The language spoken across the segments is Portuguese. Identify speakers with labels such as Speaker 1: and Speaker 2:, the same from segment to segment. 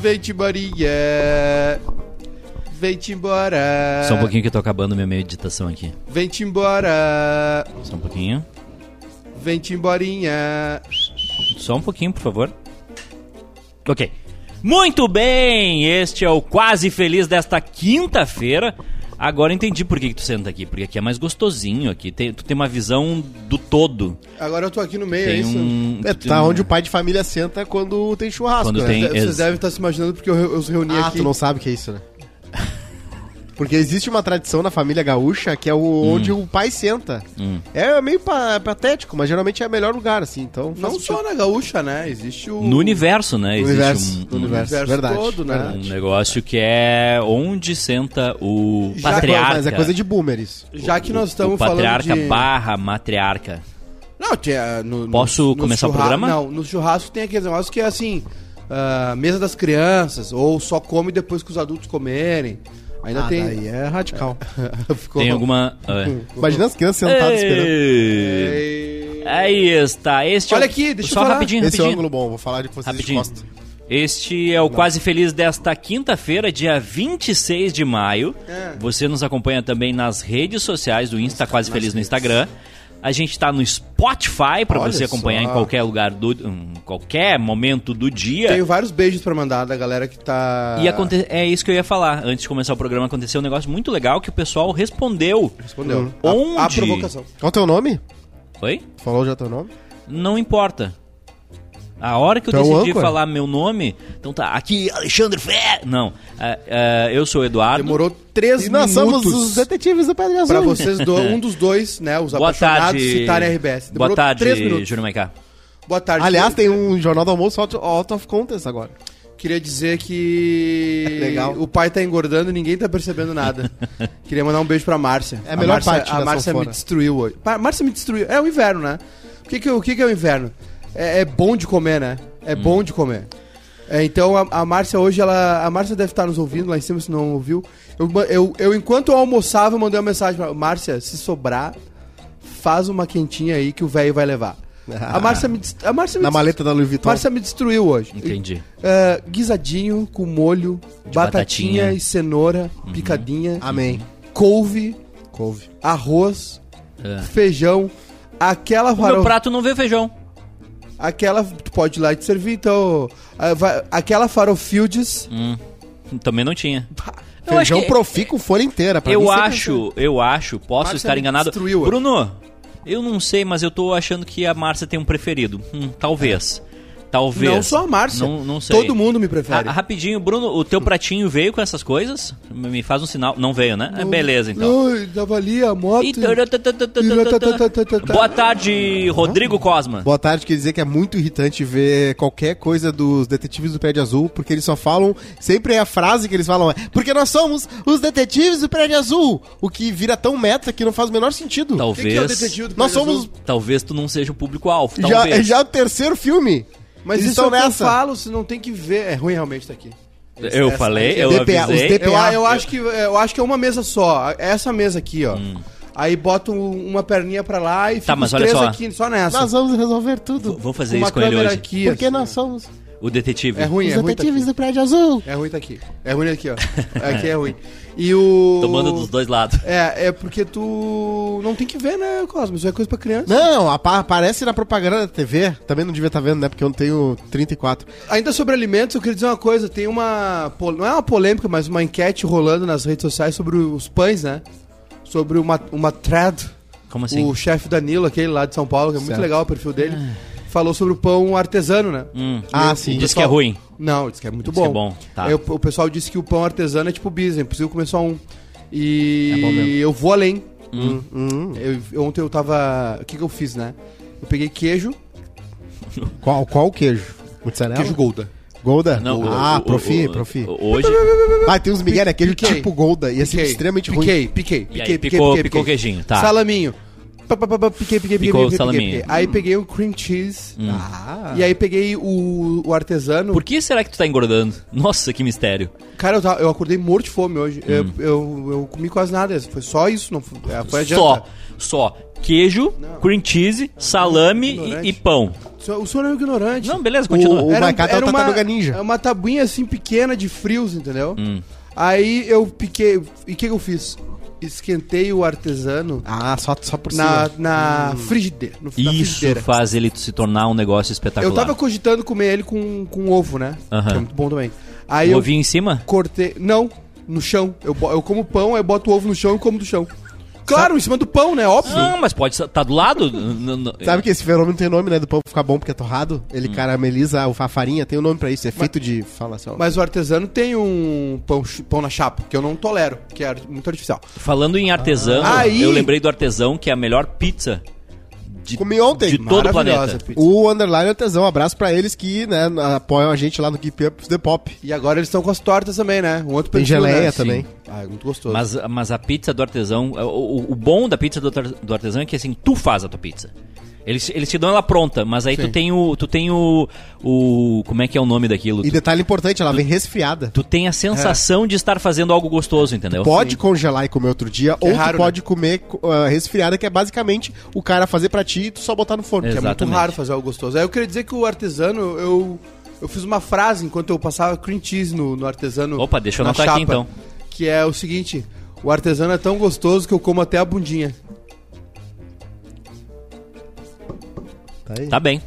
Speaker 1: Vem-te embora. Vem-te embora.
Speaker 2: Só um pouquinho que eu tô acabando minha meditação aqui.
Speaker 1: Vem-te embora.
Speaker 2: Só um pouquinho.
Speaker 1: Vem-te emborinha.
Speaker 2: Só um pouquinho, por favor. Ok. Muito bem! Este é o Quase Feliz desta quinta-feira. Agora entendi por que, que tu senta aqui, porque aqui é mais gostosinho, aqui tem- tu tem uma visão do todo.
Speaker 1: Agora eu tô aqui no meio, é
Speaker 2: Tem
Speaker 1: isso?
Speaker 2: um.
Speaker 3: É,
Speaker 2: tu tem
Speaker 3: tá
Speaker 2: um-
Speaker 3: onde o pai de família senta quando tem churrasco,
Speaker 2: Quando
Speaker 3: né?
Speaker 2: tem-
Speaker 1: Vocês
Speaker 2: ex-
Speaker 1: devem estar tá se imaginando porque eu, eu os reuni
Speaker 3: Ah,
Speaker 1: aqui.
Speaker 3: tu não sabe o que é isso, né? Porque existe uma tradição na família gaúcha que é o, onde o pai senta.
Speaker 2: Hum.
Speaker 3: É meio pa- patético, mas geralmente é o melhor lugar, assim, então...
Speaker 1: Não
Speaker 3: faz
Speaker 1: só na gaúcha, né? Existe o...
Speaker 2: No universo, né?
Speaker 3: No
Speaker 2: Existe
Speaker 3: universo,
Speaker 2: um-
Speaker 3: no
Speaker 2: um,
Speaker 3: universo,
Speaker 1: universo
Speaker 3: verdade,
Speaker 1: todo, né?
Speaker 2: um
Speaker 3: verdade.
Speaker 2: negócio que é onde senta o
Speaker 1: Já-
Speaker 2: patriarca.
Speaker 3: Mas é coisa de boomer isso.
Speaker 1: Já que nós
Speaker 2: o
Speaker 1: estamos falando
Speaker 2: patriarca
Speaker 1: de...
Speaker 2: barra matriarca.
Speaker 1: Não, tinha, no, no-
Speaker 2: Posso
Speaker 1: no
Speaker 2: começar o
Speaker 1: churra-
Speaker 2: programa?
Speaker 1: Não, no churrasco tem aqueles negócios que é assim, ah, mesa das crianças, ou só come depois que os adultos comerem. Ainda
Speaker 3: Ah,
Speaker 1: tem...
Speaker 3: daí é radical.
Speaker 1: Ficou-
Speaker 2: Tem alguma. ah, é.
Speaker 3: Imagina as crianças sentadas esperando.
Speaker 2: Ei! É,
Speaker 1: Ei.
Speaker 2: Aí está. Este é
Speaker 1: Olha
Speaker 2: o-
Speaker 1: aqui, deixa eu
Speaker 2: Só
Speaker 1: falar.
Speaker 2: rapidinho,
Speaker 3: Esse é um
Speaker 2: rapidinho.
Speaker 3: ângulo bom, vou falar de vocês
Speaker 2: Rapidinho.
Speaker 3: de costa.
Speaker 2: Este é o Quase Feliz desta quinta-feira, dia 26 de maio.
Speaker 1: É.
Speaker 2: Você nos acompanha também nas redes sociais do Insta Quase Feliz no Instagram. A gente está no Spotify para
Speaker 3: Olha
Speaker 2: você acompanhar
Speaker 3: só.
Speaker 2: em qualquer lugar do em qualquer momento do dia.
Speaker 1: Tenho vários beijos pra mandar da galera que tá...
Speaker 2: E aconte- é isso que eu ia falar. Antes de começar o programa, aconteceu um negócio muito legal que o pessoal respondeu.
Speaker 1: Respondeu.
Speaker 3: Hum.
Speaker 1: A- A,
Speaker 2: Onde?
Speaker 1: provocação.
Speaker 3: Qual o teu nome?
Speaker 2: Oi?
Speaker 3: Tu falou já teu nome?
Speaker 2: Não importa. A hora que eu
Speaker 1: Tá
Speaker 3: Tu é o
Speaker 2: decidi
Speaker 3: âncora?
Speaker 2: falar meu nome, então tá, aqui, Alexandre Fé. Não, ah, ah, eu sou o Eduardo.
Speaker 1: Demorou três
Speaker 3: E nós somos
Speaker 1: minutos.
Speaker 3: os detetives do Pedro Azul.
Speaker 1: Pra vocês, do- um dos dois, né? Os
Speaker 2: Boa
Speaker 1: apaixonados
Speaker 2: tarde.
Speaker 1: citarem a RBS.
Speaker 2: Boa
Speaker 1: três minutos.
Speaker 2: tarde, Júnior Maicá.
Speaker 1: Boa tarde.
Speaker 3: Aliás, tem um Jornal do Almoço out, out of Contest agora.
Speaker 1: Queria dizer que
Speaker 3: Legal.
Speaker 1: o pai tá engordando e ninguém tá percebendo nada. Queria mandar um beijo pra Márcia.
Speaker 3: É a melhor
Speaker 1: Márcia-
Speaker 3: parte
Speaker 1: A
Speaker 3: da
Speaker 1: Márcia me
Speaker 3: sanfona.
Speaker 1: destruiu hoje. Pa- Márcia me destruiu. É o inverno, né? O que que, é- o que que é o inverno? É, é bom de comer, né? É
Speaker 3: Hum.
Speaker 1: bom de comer. É, então a, a Márcia hoje, ela. A Márcia deve estar nos ouvindo lá em cima, se não ouviu. Eu, ma- eu, eu, enquanto eu almoçava, eu mandei uma mensagem pra Márcia, se sobrar, faz uma quentinha aí que o velho vai levar. A Márcia me, dest- a Márcia me
Speaker 3: Na
Speaker 1: dest-
Speaker 3: maleta da Louis Vuitton.
Speaker 1: Márcia me destruiu hoje.
Speaker 2: Entendi.
Speaker 1: É, guisadinho com molho, batatinha,
Speaker 2: batatinha. Uhum.
Speaker 1: e cenoura, picadinha,
Speaker 3: Amém.
Speaker 1: couve,
Speaker 3: Couve.
Speaker 1: arroz,
Speaker 2: É.
Speaker 1: feijão, aquela
Speaker 2: O meu
Speaker 1: farofa,
Speaker 2: prato não veio feijão.
Speaker 1: aquela tu pode ir lá e te servir, então, ah, vai- aquela farofildes,
Speaker 2: Hum, também não tinha. Eu acho
Speaker 3: Feijão
Speaker 2: que-
Speaker 3: profícuo, folha inteira. pra mim
Speaker 2: Eu
Speaker 3: sempre é
Speaker 2: acho, eu acho, posso
Speaker 1: Márcia
Speaker 2: estar
Speaker 1: me
Speaker 2: enganado.
Speaker 1: destruiu hoje.
Speaker 2: Bruno, eu não sei, mas eu tô achando que a Márcia tem um preferido. Hum, talvez. Talvez.
Speaker 1: É. não só a Márcia,
Speaker 2: Não, não sei.
Speaker 1: todo mundo me
Speaker 2: Ah,
Speaker 1: prefere.
Speaker 2: rapidinho, Bruno, o teu pratinho veio com essas coisas? Me faz um sinal. Não veio, né? É, Beleza, então.
Speaker 1: Ui, tava ali a moto,
Speaker 2: Ih, tá, tá, tá, tá, tá, tá, tá, tá, tá, tá. Boa tarde, Rodrigo Cosma.
Speaker 3: Boa tarde, quer dizer que é muito irritante ver qualquer coisa dos detetives do Prédio Azul, porque eles só falam, sempre é a frase que eles falam é, porque nós somos os detetives do Prédio Azul, o que vira tão meta que não faz o menor sentido.
Speaker 2: Tá
Speaker 1: O que que é o
Speaker 2: Talvez.
Speaker 1: detetive do
Speaker 3: Nós
Speaker 1: Pedro
Speaker 3: somos
Speaker 1: Azul?
Speaker 2: Talvez tu não seja o público-alvo.
Speaker 3: já, é
Speaker 2: Talvez.
Speaker 3: já o terceiro filme.
Speaker 1: mas
Speaker 3: Eles
Speaker 1: isso é
Speaker 3: estão
Speaker 1: o que eu
Speaker 3: nessa.
Speaker 1: falo, se não tem que ver, é ruim realmente tá aqui.
Speaker 2: Eu
Speaker 1: Essa- é
Speaker 2: falei, eu
Speaker 3: DPA, os
Speaker 2: avisei.
Speaker 1: Eu,
Speaker 3: DPA.
Speaker 1: eu, acho que, eu acho que é uma mesa só. Essa mesa aqui, ó. Aí bota um- uma perninha pra lá e fica
Speaker 2: Hum. Tá, mas
Speaker 1: os
Speaker 2: olha
Speaker 1: três
Speaker 2: só.
Speaker 1: aqui, só nessa.
Speaker 3: Nós vamos resolver tudo.
Speaker 2: Vou fazer
Speaker 1: uma
Speaker 2: isso com ele
Speaker 1: câmera
Speaker 2: hoje.
Speaker 1: aqui.
Speaker 3: Porque
Speaker 1: assim.
Speaker 3: nós somos
Speaker 2: O detetive.
Speaker 1: É ruim, é
Speaker 3: os
Speaker 1: ruim. Tá
Speaker 3: detetives
Speaker 1: aqui.
Speaker 3: do Prédio Azul.
Speaker 1: É ruim tá aqui. É ruim aqui, ó. Aqui é ruim. E o.
Speaker 2: Tomando dos dois lados.
Speaker 1: É, é porque tu não tem que ver, né, Cosmos? Isso é coisa pra criança.
Speaker 3: Não, apa- aparece na propaganda da TV, também não devia estar vendo, né, porque eu não tenho 34.
Speaker 1: Ainda sobre alimentos, eu queria dizer uma coisa. Tem uma. pol- Não é uma polêmica, mas uma enquete rolando nas redes sociais sobre os pães, né? Sobre uma, uma thread.
Speaker 2: Como assim?
Speaker 1: O chefe Danilo, aquele lá de São Paulo, que é muito
Speaker 3: Certo.
Speaker 1: legal o perfil dele, falou sobre o pão artesano, né?
Speaker 2: É. Hum.
Speaker 3: Ah, sim.
Speaker 2: Diz que é ruim.
Speaker 1: Não, disse que é muito
Speaker 2: Diz que
Speaker 1: bom.
Speaker 2: é bom, tá.
Speaker 1: Aí o, o pessoal disse que o pão artesano é tipo bis, é possível comer só um. E
Speaker 3: É bom mesmo.
Speaker 1: eu vou além.
Speaker 3: Hum,
Speaker 1: Eu- eu- ontem eu tava. O que, que eu fiz, né? Eu peguei queijo.
Speaker 3: qual, qual o queijo?
Speaker 2: É?
Speaker 3: Mozzarella?
Speaker 1: Queijo Golda.
Speaker 3: Golda?
Speaker 2: Não, o-
Speaker 3: ah,
Speaker 2: o-
Speaker 3: profi,
Speaker 2: o-
Speaker 3: profi.
Speaker 2: o- Hoje.
Speaker 3: Ah, tem uns Miguel, né? Aquele
Speaker 1: Piquei.
Speaker 3: tipo Golda. Ia ser
Speaker 1: Piquei,
Speaker 3: extremamente ruim.
Speaker 1: piquei, Piquei,
Speaker 2: E aí,
Speaker 1: piquei, piquei,
Speaker 2: picou-
Speaker 1: piquei,
Speaker 2: picou
Speaker 1: piquei.
Speaker 2: queijinho, tá.
Speaker 1: Salaminho. Pá, pá, pá, pá, Piquei, piquei, piquei,
Speaker 2: Picou o
Speaker 1: piquei, piquei,
Speaker 2: salaminho. Hum.
Speaker 1: piquei. Aí peguei o cream cheese.
Speaker 3: Ah.
Speaker 1: E aí peguei o, o artesano.
Speaker 2: Por que será que tu tá engordando? Nossa, que mistério.
Speaker 1: Cara, eu, tava-
Speaker 2: Hum.
Speaker 1: eu acordei morto de fome hoje. Eu, eu, eu comi quase nada. Foi só isso. Não, foi, é, foi a janta.
Speaker 2: Só. só queijo, cream cheese, salame
Speaker 1: Ignorante.
Speaker 2: e, e pão.
Speaker 1: O senhor- O senhor é um ignorante.
Speaker 2: Não, beleza, continua.
Speaker 3: O- o- Maiká tá o Tartaruga Ninja.
Speaker 1: É uma tabuinha assim pequena de frios, entendeu?
Speaker 2: Hum.
Speaker 1: Aí eu piquei. E o que, que eu fiz? Esquentei o artesano
Speaker 3: Ah, só, só por
Speaker 1: na,
Speaker 3: cima.
Speaker 1: na frigideira. No, na
Speaker 2: Isso
Speaker 1: frigideira.
Speaker 2: faz ele se tornar um negócio espetacular.
Speaker 1: Eu tava cogitando comer ele com, com ovo, né?
Speaker 2: Aham.
Speaker 1: Que é muito bom também. Aí
Speaker 2: Um
Speaker 1: eu
Speaker 2: ovinho em cima?
Speaker 1: cortei. Não, no chão. Eu, bo- eu como pão, eu boto o ovo no chão e como do chão. Claro, em cima do pão, né? Óbvio.
Speaker 2: Não, mas pode estar tá do lado. n- n- n-
Speaker 3: Sabe que esse fenômeno tem nome, né? Do pão ficar bom porque é torrado. Ele
Speaker 2: Hum.
Speaker 3: carameliza o- a farinha, tem um nome pra isso. É feito de. Fala assim, ó.
Speaker 1: Mas o artesano tem um pão, ch- pão na chapa, que eu não tolero, que é ar- muito artificial.
Speaker 2: Falando em artesão,
Speaker 1: Ah. Aí-
Speaker 2: eu lembrei do artesão, que é a melhor pizza de,
Speaker 3: Comi ontem.
Speaker 2: de todo o
Speaker 1: Maravilhosa
Speaker 2: planeta.
Speaker 1: a pizza.
Speaker 3: O Underline Artesão, um abraço pra eles que né, apoiam a gente lá no Keep Up The Pop.
Speaker 1: E agora eles estão com as tortas também, né? Um outro
Speaker 3: Tem
Speaker 1: perfil,
Speaker 3: geleia
Speaker 1: né?
Speaker 3: também.
Speaker 1: Ah, é muito gostoso.
Speaker 2: Mas, mas a pizza do artesão, é, o, o- o bom da pizza do, tar- do artesão é que assim, tu faz a tua pizza. Eles, eles te dão ela pronta, mas aí tu
Speaker 1: Sim.
Speaker 2: tem o. Tu tem o, o. Como é que é o nome daquilo?
Speaker 3: E
Speaker 2: Tu,
Speaker 3: detalhe importante, ela vem resfriada.
Speaker 2: tu tem a sensação de estar fazendo algo gostoso, entendeu?
Speaker 3: Pode congelar e comer outro dia,
Speaker 2: é
Speaker 3: ou
Speaker 1: raro,
Speaker 3: tu
Speaker 2: né?
Speaker 3: pode comer uh, resfriada, que é basicamente o cara fazer pra ti e tu só botar no forno.
Speaker 1: É muito
Speaker 2: Exatamente.
Speaker 1: raro fazer algo gostoso. Aí eu queria dizer que o artesano, eu, eu fiz uma frase enquanto eu passava cream cheese no, no artesano.
Speaker 2: Opa, deixa eu
Speaker 1: na
Speaker 2: anotar aqui, então.
Speaker 1: Que é o seguinte: o artesano é tão gostoso que eu como até a bundinha.
Speaker 3: Tá aí.
Speaker 2: Tá bem.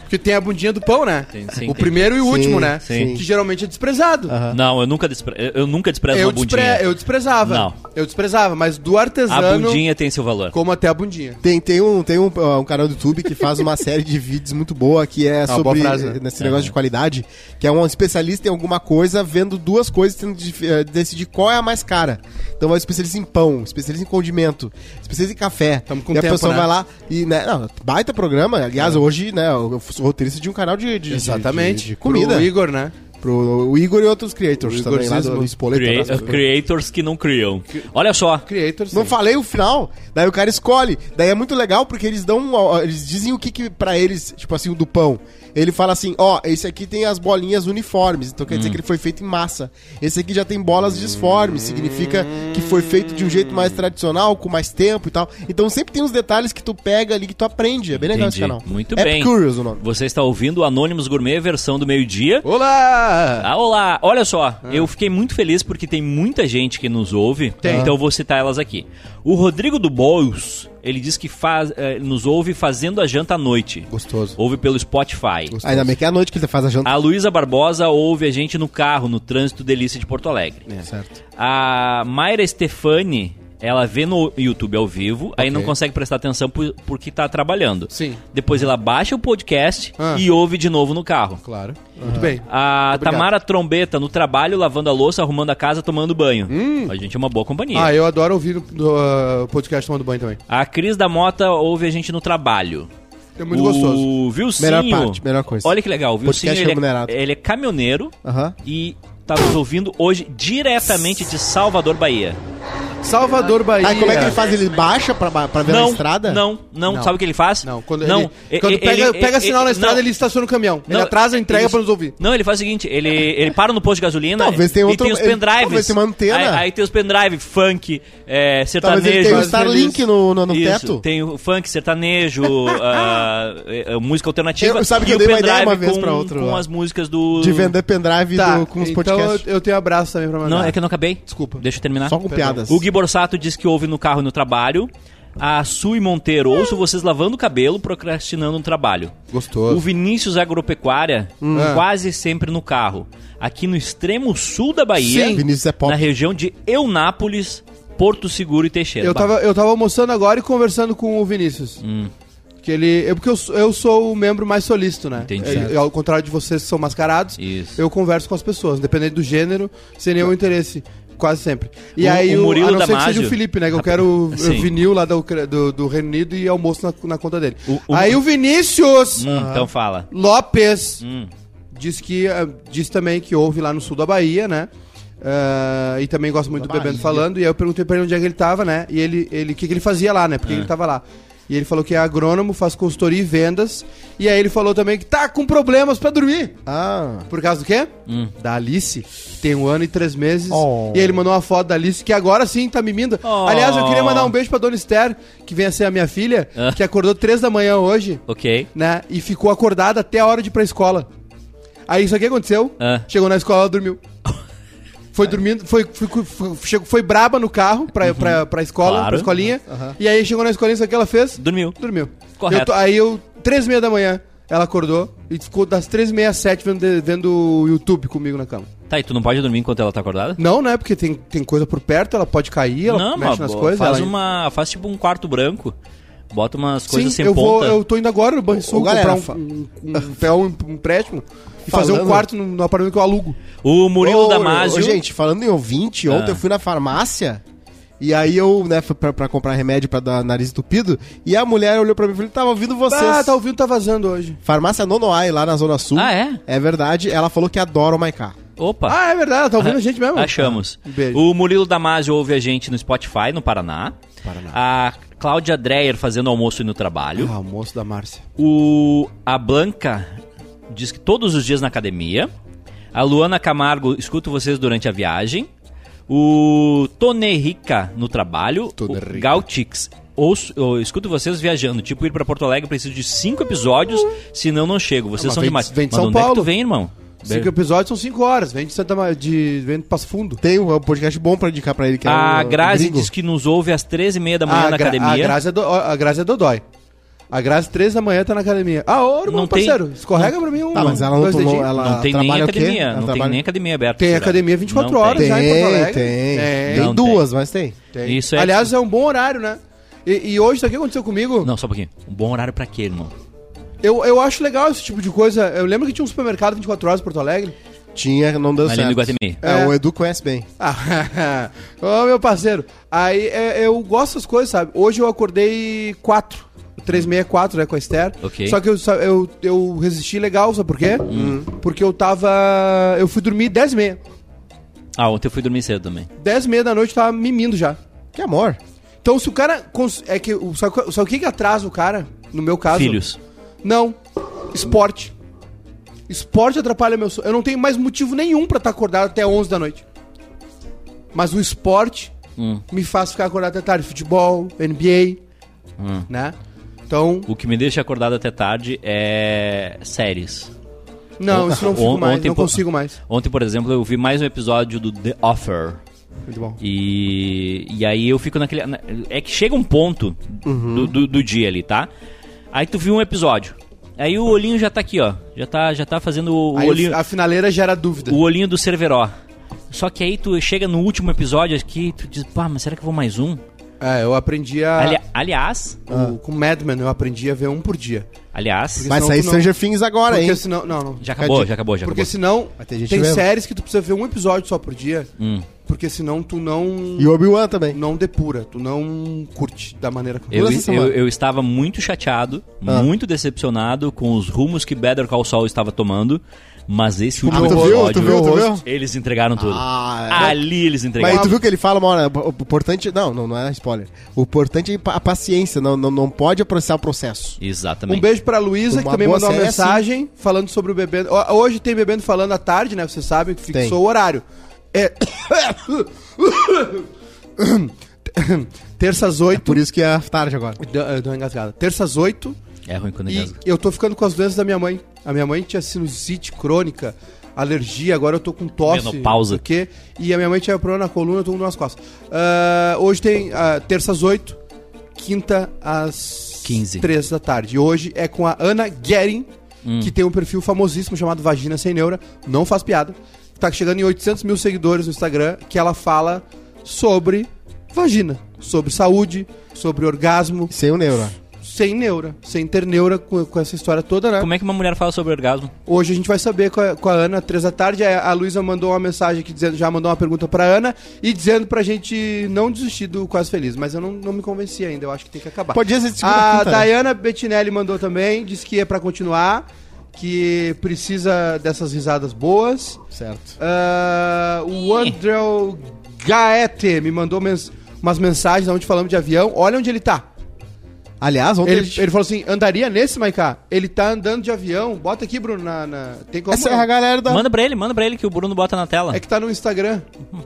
Speaker 1: Porque tem a bundinha do pão, né?
Speaker 2: Tem, sim,
Speaker 1: o
Speaker 2: tem.
Speaker 1: primeiro e o
Speaker 3: Sim, Ah.
Speaker 1: último, né?
Speaker 2: sim.
Speaker 1: Que geralmente é desprezado.
Speaker 2: Não, eu nunca, despre... eu- eu nunca desprezo
Speaker 1: Eu,
Speaker 2: É uma bundinha.
Speaker 1: despre... eu desprezava.
Speaker 2: Não.
Speaker 1: Eu desprezava, mas do
Speaker 2: A
Speaker 1: artesano,
Speaker 2: bundinha tem seu valor.
Speaker 1: como até a bundinha.
Speaker 3: Tem, tem, um, tem um, uh, um canal do YouTube que faz uma série de vídeos muito boa que é
Speaker 1: uma
Speaker 3: sobre
Speaker 1: boa frase, né?
Speaker 3: nesse negócio de qualidade, que é um especialista em alguma coisa vendo duas coisas tendo de eh, decidir qual é a mais cara. Então é um especialista em pão, especialista em condimento, um especialista em café.
Speaker 1: Tamo com
Speaker 3: e a
Speaker 1: tempo,
Speaker 3: pessoa
Speaker 1: né? É.
Speaker 3: vai lá e né, não, baita programa. Aliás, hoje, né, eu sou roteirista de um canal de, de- de- de, de comida.
Speaker 1: Pro Igor, né?
Speaker 3: Pro o Igor e outros creators
Speaker 1: O Igor
Speaker 3: também, lá do,
Speaker 1: Sismo.
Speaker 3: do Spoleto.
Speaker 2: Crea-
Speaker 3: abraço pro Igor.
Speaker 2: creators que não criam. Olha só.
Speaker 1: Creators.
Speaker 3: Não falei o final, daí o cara escolhe. Daí é muito legal porque eles dão, ó, eles dizem o que que para eles, tipo assim, o do pão. Ele fala assim, ó, esse aqui tem as bolinhas uniformes, então
Speaker 2: Hum.
Speaker 3: quer dizer que ele foi feito em massa. Esse aqui já tem bolas disformes, significa que foi feito de um jeito mais tradicional, com mais tempo e tal. Então sempre tem uns detalhes que tu pega ali que tu aprende, é bem legal esse
Speaker 2: Entendi.
Speaker 3: canal.
Speaker 2: Muito
Speaker 3: é
Speaker 2: bem.
Speaker 3: Curious o nome.
Speaker 2: Você está ouvindo o Anônimos Gourmet, versão do meio-dia.
Speaker 1: Olá!
Speaker 2: Ah, olá! Olha só, eu fiquei muito feliz porque tem muita gente que nos ouve,
Speaker 1: Tem.
Speaker 2: então eu vou citar elas aqui. O Rodrigo do Bois, ele diz que faz, eh, nos ouve fazendo a janta à noite.
Speaker 1: Gostoso.
Speaker 2: Ouve pelo Spotify.
Speaker 3: Ainda bem que é à noite que ele faz a janta.
Speaker 2: A Luísa Barbosa ouve a gente no carro, no trânsito delícia de Porto Alegre.
Speaker 1: É.
Speaker 3: Certo.
Speaker 2: A Mayra Stefani, ela vê no YouTube ao vivo, aí não consegue prestar atenção por- porque tá trabalhando.
Speaker 1: Sim.
Speaker 2: Depois ela baixa o podcast
Speaker 1: Ah.
Speaker 2: e ouve de novo no carro.
Speaker 1: Claro.
Speaker 3: Ah.
Speaker 1: Muito bem.
Speaker 2: A Tamara Trombeta no trabalho, lavando a louça, arrumando a casa, tomando banho. A gente é uma boa companhia.
Speaker 1: Ah, eu adoro ouvir o podcast tomando banho também.
Speaker 2: A Cris da Mota ouve a gente no trabalho.
Speaker 1: É muito
Speaker 2: o
Speaker 1: gostoso.
Speaker 2: Vilcinho.
Speaker 3: Melhor parte, melhor coisa.
Speaker 2: Olha que legal, o
Speaker 3: Podcast
Speaker 2: Vilcinho ele
Speaker 3: remunerado.
Speaker 2: é, ele é caminhoneiro
Speaker 3: Aham.
Speaker 2: e tá nos ouvindo hoje diretamente de Salvador, Bahia.
Speaker 1: Salvador
Speaker 2: Ah,
Speaker 1: Bahia.
Speaker 3: Aí como é que ele faz? Ele baixa pra, ba- pra ver na
Speaker 2: não,
Speaker 3: estrada?
Speaker 2: não, não,
Speaker 1: Não.
Speaker 2: Sabe o que ele faz?
Speaker 1: Não, quando,
Speaker 2: não.
Speaker 1: ele, quando
Speaker 2: E-
Speaker 1: pega,
Speaker 2: ele-
Speaker 1: pega sinal na estrada,
Speaker 2: não.
Speaker 1: ele estaciona o caminhão.
Speaker 2: Não,
Speaker 1: ele atrasa, entrega
Speaker 2: ele-
Speaker 1: pra nos ouvir.
Speaker 2: Não, ele faz o seguinte, ele, ele para no posto de gasolina
Speaker 3: Talvez tenha
Speaker 2: e
Speaker 3: outro-
Speaker 2: tem os
Speaker 3: ele-
Speaker 2: pendrives.
Speaker 3: talvez tenha uma antena.
Speaker 2: Aí, aí tem os pendrive, funk, é,
Speaker 3: Talvez
Speaker 2: sertanejo.
Speaker 3: ele tenha o
Speaker 1: Sertanejo,
Speaker 3: Starlink
Speaker 1: feliz.
Speaker 3: no, no, no
Speaker 2: Isso,
Speaker 3: teto.
Speaker 2: Tem o funk, sertanejo, ah, é, é, música alternativa.
Speaker 3: Eu- sabe que
Speaker 2: e
Speaker 3: eu
Speaker 2: o
Speaker 3: dei uma ideia
Speaker 2: pendrive
Speaker 3: uma vez
Speaker 2: com,
Speaker 3: pra outro
Speaker 2: com
Speaker 3: lá.
Speaker 2: as músicas do...
Speaker 3: De vender pendrive do- com os
Speaker 1: então
Speaker 3: podcasts.
Speaker 1: eu, eu tenho abraço também pra mandar.
Speaker 2: Não, é que eu não acabei.
Speaker 1: Desculpa.
Speaker 2: Deixa eu terminar.
Speaker 3: Só com
Speaker 1: Perdão.
Speaker 3: piadas.
Speaker 2: O Gui Borsato diz que ouve no carro e no trabalho. A Sui Monteiro, ouço vocês lavando o cabelo, procrastinando no trabalho.
Speaker 1: Gostoso.
Speaker 2: O Vinícius Agropecuária,
Speaker 1: Hum.
Speaker 2: hum.
Speaker 1: É.
Speaker 2: quase sempre no carro. Aqui no extremo sul da Bahia,
Speaker 3: Sim. Vinícius é pop.
Speaker 2: na região de Eunápolis, Porto Seguro e Teixeira.
Speaker 1: Eu tava, eu tava almoçando agora e conversando com o Vinícius.
Speaker 2: Hum.
Speaker 1: Que ele. É porque eu, sou- eu sou o membro mais solícito, né?
Speaker 2: Entendi.
Speaker 1: É,
Speaker 2: Certo.
Speaker 1: ao contrário de vocês que são mascarados,
Speaker 2: Isso. Tá.
Speaker 1: eu converso com as pessoas, independente do gênero, sem nenhum interesse. Quase sempre. E
Speaker 2: O-
Speaker 1: aí,
Speaker 2: o Murilo
Speaker 1: a não ser que
Speaker 2: Damasio-
Speaker 1: seja o Felipe, né? Que eu quero eh,
Speaker 2: Sim.
Speaker 1: vinil lá da Ucra- do, do Reino Unido e almoço na, na conta dele.
Speaker 2: O- o-
Speaker 1: aí o Vinícius
Speaker 2: Hum, Então fala.
Speaker 1: Lopes
Speaker 2: Hum.
Speaker 1: diz que ah, diz também que houve lá no sul da Bahia, né? Ah, e também gosto muito do
Speaker 3: Da
Speaker 1: Bebendo
Speaker 3: Bahia.
Speaker 1: falando. E aí eu perguntei pra ele onde é que ele tava, né? E ele, ele o que, que ele fazia lá, né? Porque ele tava lá. E ele falou que é agrônomo, faz consultoria e vendas. E aí ele falou também que tá com problemas pra dormir.
Speaker 3: Ah.
Speaker 1: Por causa do quê?
Speaker 2: Hum.
Speaker 1: Da Alice, que tem um ano e três meses.
Speaker 3: Oh.
Speaker 1: E ele mandou uma foto da Alice, que agora sim tá mimindo.
Speaker 2: Oh.
Speaker 1: Aliás, eu queria mandar um beijo pra Dona Esther, que vem a ser a minha filha,
Speaker 2: Ah.
Speaker 1: que acordou três da manhã hoje,
Speaker 2: Ok.
Speaker 1: né? E ficou acordada até a hora de ir pra escola. Aí isso aqui aconteceu.
Speaker 2: Ah.
Speaker 1: Chegou na escola, ela dormiu. Foi dormindo, foi, foi, foi, chegou- foi braba no carro pra, pra, pra escola,
Speaker 2: Uhum. Claro.
Speaker 1: pra escolinha.
Speaker 3: Aham.
Speaker 1: E aí chegou na escolinha, isso aqui ela fez.
Speaker 2: Dormiu.
Speaker 1: Dormiu.
Speaker 2: Correto.
Speaker 1: Eu tô- aí eu, três e meia da manhã, ela acordou e ficou das três e meia às sete vendo, vendo o YouTube comigo na cama.
Speaker 2: Tá, e tu não pode dormir enquanto ela tá acordada?
Speaker 1: Não, né? Porque tem, tem coisa por perto, ela pode cair, ela
Speaker 2: não,
Speaker 1: mexe
Speaker 2: mas
Speaker 1: nas
Speaker 2: bo-
Speaker 1: coisas.
Speaker 2: faz
Speaker 1: ela...
Speaker 2: uma. Faz tipo um quarto branco. Bota umas
Speaker 1: Sim,
Speaker 2: coisas sem
Speaker 1: eu, vou,
Speaker 2: ponta.
Speaker 1: eu tô indo agora no Banrisul
Speaker 3: Ô, galera,
Speaker 1: comprar um,
Speaker 3: fa-
Speaker 1: um, um, fel- um, um empréstimo e fazer um
Speaker 3: Falando-
Speaker 1: quarto no, no apartamento que eu alugo.
Speaker 2: O Murilo
Speaker 3: Ô,
Speaker 2: Damasio.
Speaker 3: ô, Gente, falando em ouvinte,
Speaker 2: Ah.
Speaker 3: ontem eu fui na farmácia e aí eu, né, fui pra, pra comprar remédio pra dar nariz entupido e a mulher olhou pra mim e falou: tava ouvindo vocês.
Speaker 1: Ah, tá ouvindo, tá vazando hoje.
Speaker 3: Farmácia Nonoai, lá na Zona Sul.
Speaker 2: Ah, é?
Speaker 3: É verdade, ela falou que adora o Maiká.
Speaker 2: Opa.
Speaker 1: Ah, é verdade, ela tá ouvindo a gente mesmo.
Speaker 2: Achamos.
Speaker 1: Um beijo.
Speaker 2: O Murilo Damasio ouve a gente no Spotify, no Paraná.
Speaker 1: Paraná.
Speaker 2: A Cláudia Dreyer fazendo almoço e no trabalho.
Speaker 1: Ah, moço da Márcia.
Speaker 2: O, a Blanca diz que todos os dias na academia. A Luana Camargo, escuto vocês durante a viagem. O Tonerica no trabalho.
Speaker 1: Tonerica.
Speaker 2: O Gautix, ouço, eu escuto vocês viajando. Tipo, ir pra Porto Alegre, preciso de cinco episódios, senão não chego. Vocês
Speaker 1: Ah, mas
Speaker 2: são
Speaker 1: vem de-
Speaker 2: demais.
Speaker 1: vem de
Speaker 2: Mas
Speaker 1: São
Speaker 2: onde é que
Speaker 1: Paulo.
Speaker 2: tu vem, irmão?
Speaker 1: Cinco episódios são cinco horas, vem de Santa Ma... de vem de Passo Fundo.
Speaker 3: Tem um podcast bom pra indicar pra ele que
Speaker 2: A
Speaker 3: é o- o
Speaker 2: Ah, Grazi
Speaker 3: gringo.
Speaker 2: diz que nos ouve às 13h30 da manhã
Speaker 1: a
Speaker 2: na
Speaker 1: Gra-
Speaker 2: academia.
Speaker 1: A Grazi, é do, a Grazi é Dodói. A Grazi, três da manhã, tá na academia. Ah, ô, irmão,
Speaker 2: Não tem-
Speaker 1: parceiro, escorrega pra mim um.
Speaker 3: Tá, mas ela não
Speaker 1: dois
Speaker 3: tomou-
Speaker 1: dedinhos.
Speaker 3: ela
Speaker 2: Não tem nem
Speaker 3: tá- trabalha o quê?
Speaker 2: academia,
Speaker 3: Ela
Speaker 2: não tem
Speaker 3: trabalha-
Speaker 2: nem academia aberta.
Speaker 1: Tem
Speaker 2: esse horário.
Speaker 1: academia 24
Speaker 2: Não
Speaker 1: horas,
Speaker 2: tem.
Speaker 3: Tem,
Speaker 1: já em Porto Alegre.
Speaker 3: tem.
Speaker 1: É,
Speaker 2: Não
Speaker 3: Tem duas, mas tem.
Speaker 1: tem.
Speaker 2: Isso é-
Speaker 1: Aliás, é um bom horário, né? E, e hoje, sabe o que aconteceu comigo?
Speaker 2: Não, só um pouquinho. Um bom horário pra quê, irmão?
Speaker 1: Eu, eu acho legal esse tipo de coisa. Eu lembro que tinha um supermercado 24 horas em Porto Alegre.
Speaker 3: Tinha, não deu
Speaker 2: Ali no
Speaker 3: certo.
Speaker 2: Iguatemi.
Speaker 3: É,
Speaker 1: É.
Speaker 3: o Edu conhece bem.
Speaker 1: Ah, Ô, meu parceiro. Aí é, eu gosto das coisas, sabe? Hoje eu acordei 4. 364, né, com a Esther.
Speaker 2: Ok.
Speaker 1: Só que eu, sa- eu, eu resisti legal, sabe por quê? Porque eu tava. Eu fui dormir 10 e meia.
Speaker 2: Ah, ontem eu fui dormir cedo também.
Speaker 1: 10 e meia da noite eu tava mimindo já.
Speaker 3: Que amor.
Speaker 1: Então se o cara. cons- É que, o- sabe, qual- sabe o que, que atrasa o cara? No meu caso.
Speaker 2: Filhos.
Speaker 1: Não. Esporte. Esporte atrapalha meu sono. Eu não tenho mais motivo nenhum pra estar acordado até 11 da noite. Mas o esporte
Speaker 2: Hum.
Speaker 1: me faz ficar acordado até tarde. Futebol, NBA,
Speaker 2: Hum.
Speaker 1: né? Então,
Speaker 2: O que me deixa acordado até tarde é séries.
Speaker 1: não, isso não fico
Speaker 2: On-
Speaker 1: mais,
Speaker 2: ontem,
Speaker 1: não
Speaker 2: pô-
Speaker 1: consigo mais.
Speaker 2: Ontem, por exemplo, eu vi mais um episódio do The Offer.
Speaker 1: Muito bom.
Speaker 2: E, e aí eu fico naquele. na- É que chega um ponto
Speaker 1: Uhum.
Speaker 2: do, do, do dia ali, tá? Aí tu viu um episódio. Aí o olhinho já tá aqui, ó. Já tá, já tá fazendo o, o
Speaker 1: Aí ah,
Speaker 2: olhinho.
Speaker 1: a finaleira gera dúvida.
Speaker 2: O olhinho do Cerveró. Só que aí tu chega no último episódio aqui, tu diz, pá, mas será que eu vou mais um?
Speaker 1: É, eu aprendi a.
Speaker 2: Ali- aliás,
Speaker 1: o- com Madman, eu aprendi a ver um por dia.
Speaker 2: aliás,
Speaker 1: Porque
Speaker 3: Vai
Speaker 1: senão
Speaker 3: sair
Speaker 1: tu não-
Speaker 3: Stranger Things agora,
Speaker 1: Porque
Speaker 3: hein?
Speaker 1: senão. Não, não.
Speaker 2: já acabou, já acabou, já
Speaker 1: Porque
Speaker 2: acabou.
Speaker 1: senão.
Speaker 3: Mas tem
Speaker 1: Tem,
Speaker 3: gente mesmo.
Speaker 1: séries que tu precisa ver um episódio só por dia.
Speaker 2: Hum.
Speaker 1: Porque senão tu não.
Speaker 3: E Obi-Wan também.
Speaker 1: não depura, tu não curte da maneira como
Speaker 2: Eu,
Speaker 3: Pula essa
Speaker 2: eu,
Speaker 3: semana.
Speaker 2: eu estava muito chateado,
Speaker 3: Ah.
Speaker 2: muito decepcionado com os rumos que Better Call Saul estava tomando, mas esse último
Speaker 3: Ah, tu viu?
Speaker 2: episódio,
Speaker 3: Tu viu? Tu viu?
Speaker 2: eles entregaram tudo.
Speaker 3: Ah, é.
Speaker 2: Ali eles
Speaker 3: Mas
Speaker 2: entregaram.
Speaker 3: tu viu que ele fala uma hora, o importante... Não, não, não é spoiler. O importante é a paciência, não, não, não pode apressar o processo.
Speaker 1: Um
Speaker 2: Exatamente.
Speaker 1: beijo pra Luísa, que
Speaker 3: Uma
Speaker 1: também
Speaker 3: boa
Speaker 1: mandou uma
Speaker 3: série,
Speaker 1: mensagem falando sobre o Bebendo. Ó, Hoje tem Bebendo falando à tarde, né? Vocês sabem que fixou
Speaker 3: Tem.
Speaker 1: o horário. É. Terças oito
Speaker 3: Por isso que é tarde agora.
Speaker 1: Deu eu dei uma engasgada. Terças oito
Speaker 2: É ruim quando
Speaker 1: E
Speaker 2: eles.
Speaker 1: eu tô ficando com as doenças da minha mãe. A minha mãe tinha sinusite crônica, alergia, agora eu tô com tosse.
Speaker 2: Menopausa.
Speaker 1: não sei O quê? E a minha mãe tinha problema na coluna, eu tô com duas costas. Ah, hoje tem ah, terça às 8, quinta às
Speaker 2: 15.
Speaker 1: 3 da tarde. E hoje é com a Ana Guerin, que tem um perfil famosíssimo chamado Vagina Sem Neura, não faz piada. Tá chegando em 800 mil seguidores no Instagram, que ela fala sobre vagina, sobre saúde, sobre orgasmo,
Speaker 3: Sem o neuro.
Speaker 1: sem neura, sem ter neura com, com essa história toda, né?
Speaker 2: Como é que uma mulher fala sobre orgasmo?
Speaker 1: Hoje a gente vai saber com a, com a Ana, três da tarde. A, a Luísa mandou uma mensagem aqui dizendo, já mandou uma pergunta pra Ana e dizendo pra gente não desistir do Quase Feliz, mas eu não, não me convenci ainda, eu acho que tem que acabar.
Speaker 3: Podia ser de segunda a
Speaker 1: a
Speaker 3: quinta, né?
Speaker 1: Dayana Bettinelli mandou também, disse que é pra continuar, que precisa dessas risadas boas.
Speaker 3: Certo.
Speaker 1: Ah, o Andrew Gaete me mandou mens- umas mensagens onde falamos de avião. Olha onde ele tá.
Speaker 3: Aliás, ontem. a
Speaker 1: Ele,
Speaker 3: gente-
Speaker 1: ele falou assim, andaria nesse, Maiká? Ele tá andando de avião. Bota aqui, Bruno, na... na- Tem como...
Speaker 3: Essa é a galera da.
Speaker 2: Manda pra ele, manda pra ele que o Bruno bota na tela.
Speaker 1: É que tá no Instagram.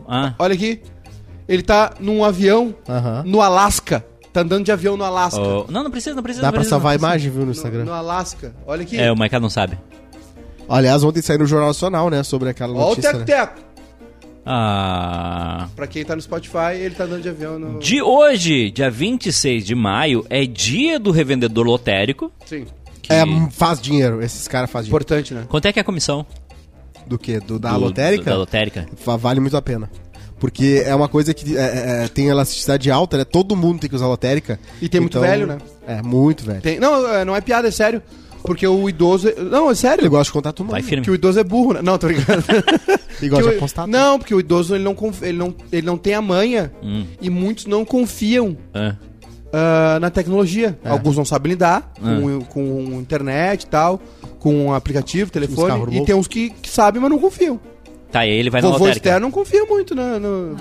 Speaker 2: Ah.
Speaker 1: Olha aqui. Ele tá num avião
Speaker 3: Aham.
Speaker 1: no Alasca. Tá andando de avião no Alasca.
Speaker 2: Oh, Não, não precisa, não precisa.
Speaker 3: Dá
Speaker 2: não
Speaker 3: pra
Speaker 2: precisa,
Speaker 3: salvar a
Speaker 2: não precisa.
Speaker 3: imagem, viu, no
Speaker 1: No,
Speaker 3: Instagram.
Speaker 1: no Alasca. Olha aqui.
Speaker 2: É, o Maiká não sabe.
Speaker 3: Aliás, ontem saiu no Jornal Nacional, né? Sobre aquela
Speaker 1: Ó o
Speaker 3: notícia. né?
Speaker 1: teco-teco.
Speaker 2: Ah.
Speaker 1: Pra quem tá no Spotify, ele tá andando de avião no...
Speaker 2: De hoje, dia 26 de maio, é dia do revendedor lotérico.
Speaker 1: Sim.
Speaker 2: que-
Speaker 3: É, faz dinheiro. Esses caras fazem dinheiro.
Speaker 1: Importante, né?
Speaker 2: Quanto é que é a comissão?
Speaker 3: Do quê? Do, da
Speaker 2: do-
Speaker 3: lotérica?
Speaker 2: Da lotérica.
Speaker 3: Va- Vale muito a pena. Porque é uma coisa que é, é, é, tem elasticidade alta, né? Todo mundo tem que usar lotérica.
Speaker 1: E tem muito velho, né?
Speaker 3: É, muito velho.
Speaker 1: Tem... Não, é, não é piada, é sério. Porque o idoso... Não, é
Speaker 3: Ele
Speaker 1: sério.
Speaker 3: gosta de contato humano.
Speaker 2: Vai Tá firme.
Speaker 1: Que o idoso é burro, né? Não, tô brincando.
Speaker 3: Ele gosta
Speaker 1: Que
Speaker 3: de
Speaker 1: o-
Speaker 3: apostar.
Speaker 1: um-
Speaker 3: tá?
Speaker 1: Não, porque o idoso ele não, conf- ele não, ele não tem a manha
Speaker 2: Hum.
Speaker 1: e muitos não confiam
Speaker 2: Ah.
Speaker 1: ah, na tecnologia.
Speaker 3: É.
Speaker 1: Alguns não sabem lidar com,
Speaker 2: É.
Speaker 1: com internet e tal, com aplicativo,
Speaker 3: carro
Speaker 1: telefone. E
Speaker 3: novo.
Speaker 1: tem uns que, que sabem, mas não confiam.
Speaker 2: Tá, e aí ele vai na
Speaker 1: Vovô
Speaker 2: lotérica.
Speaker 1: Esther não confia muito na, no.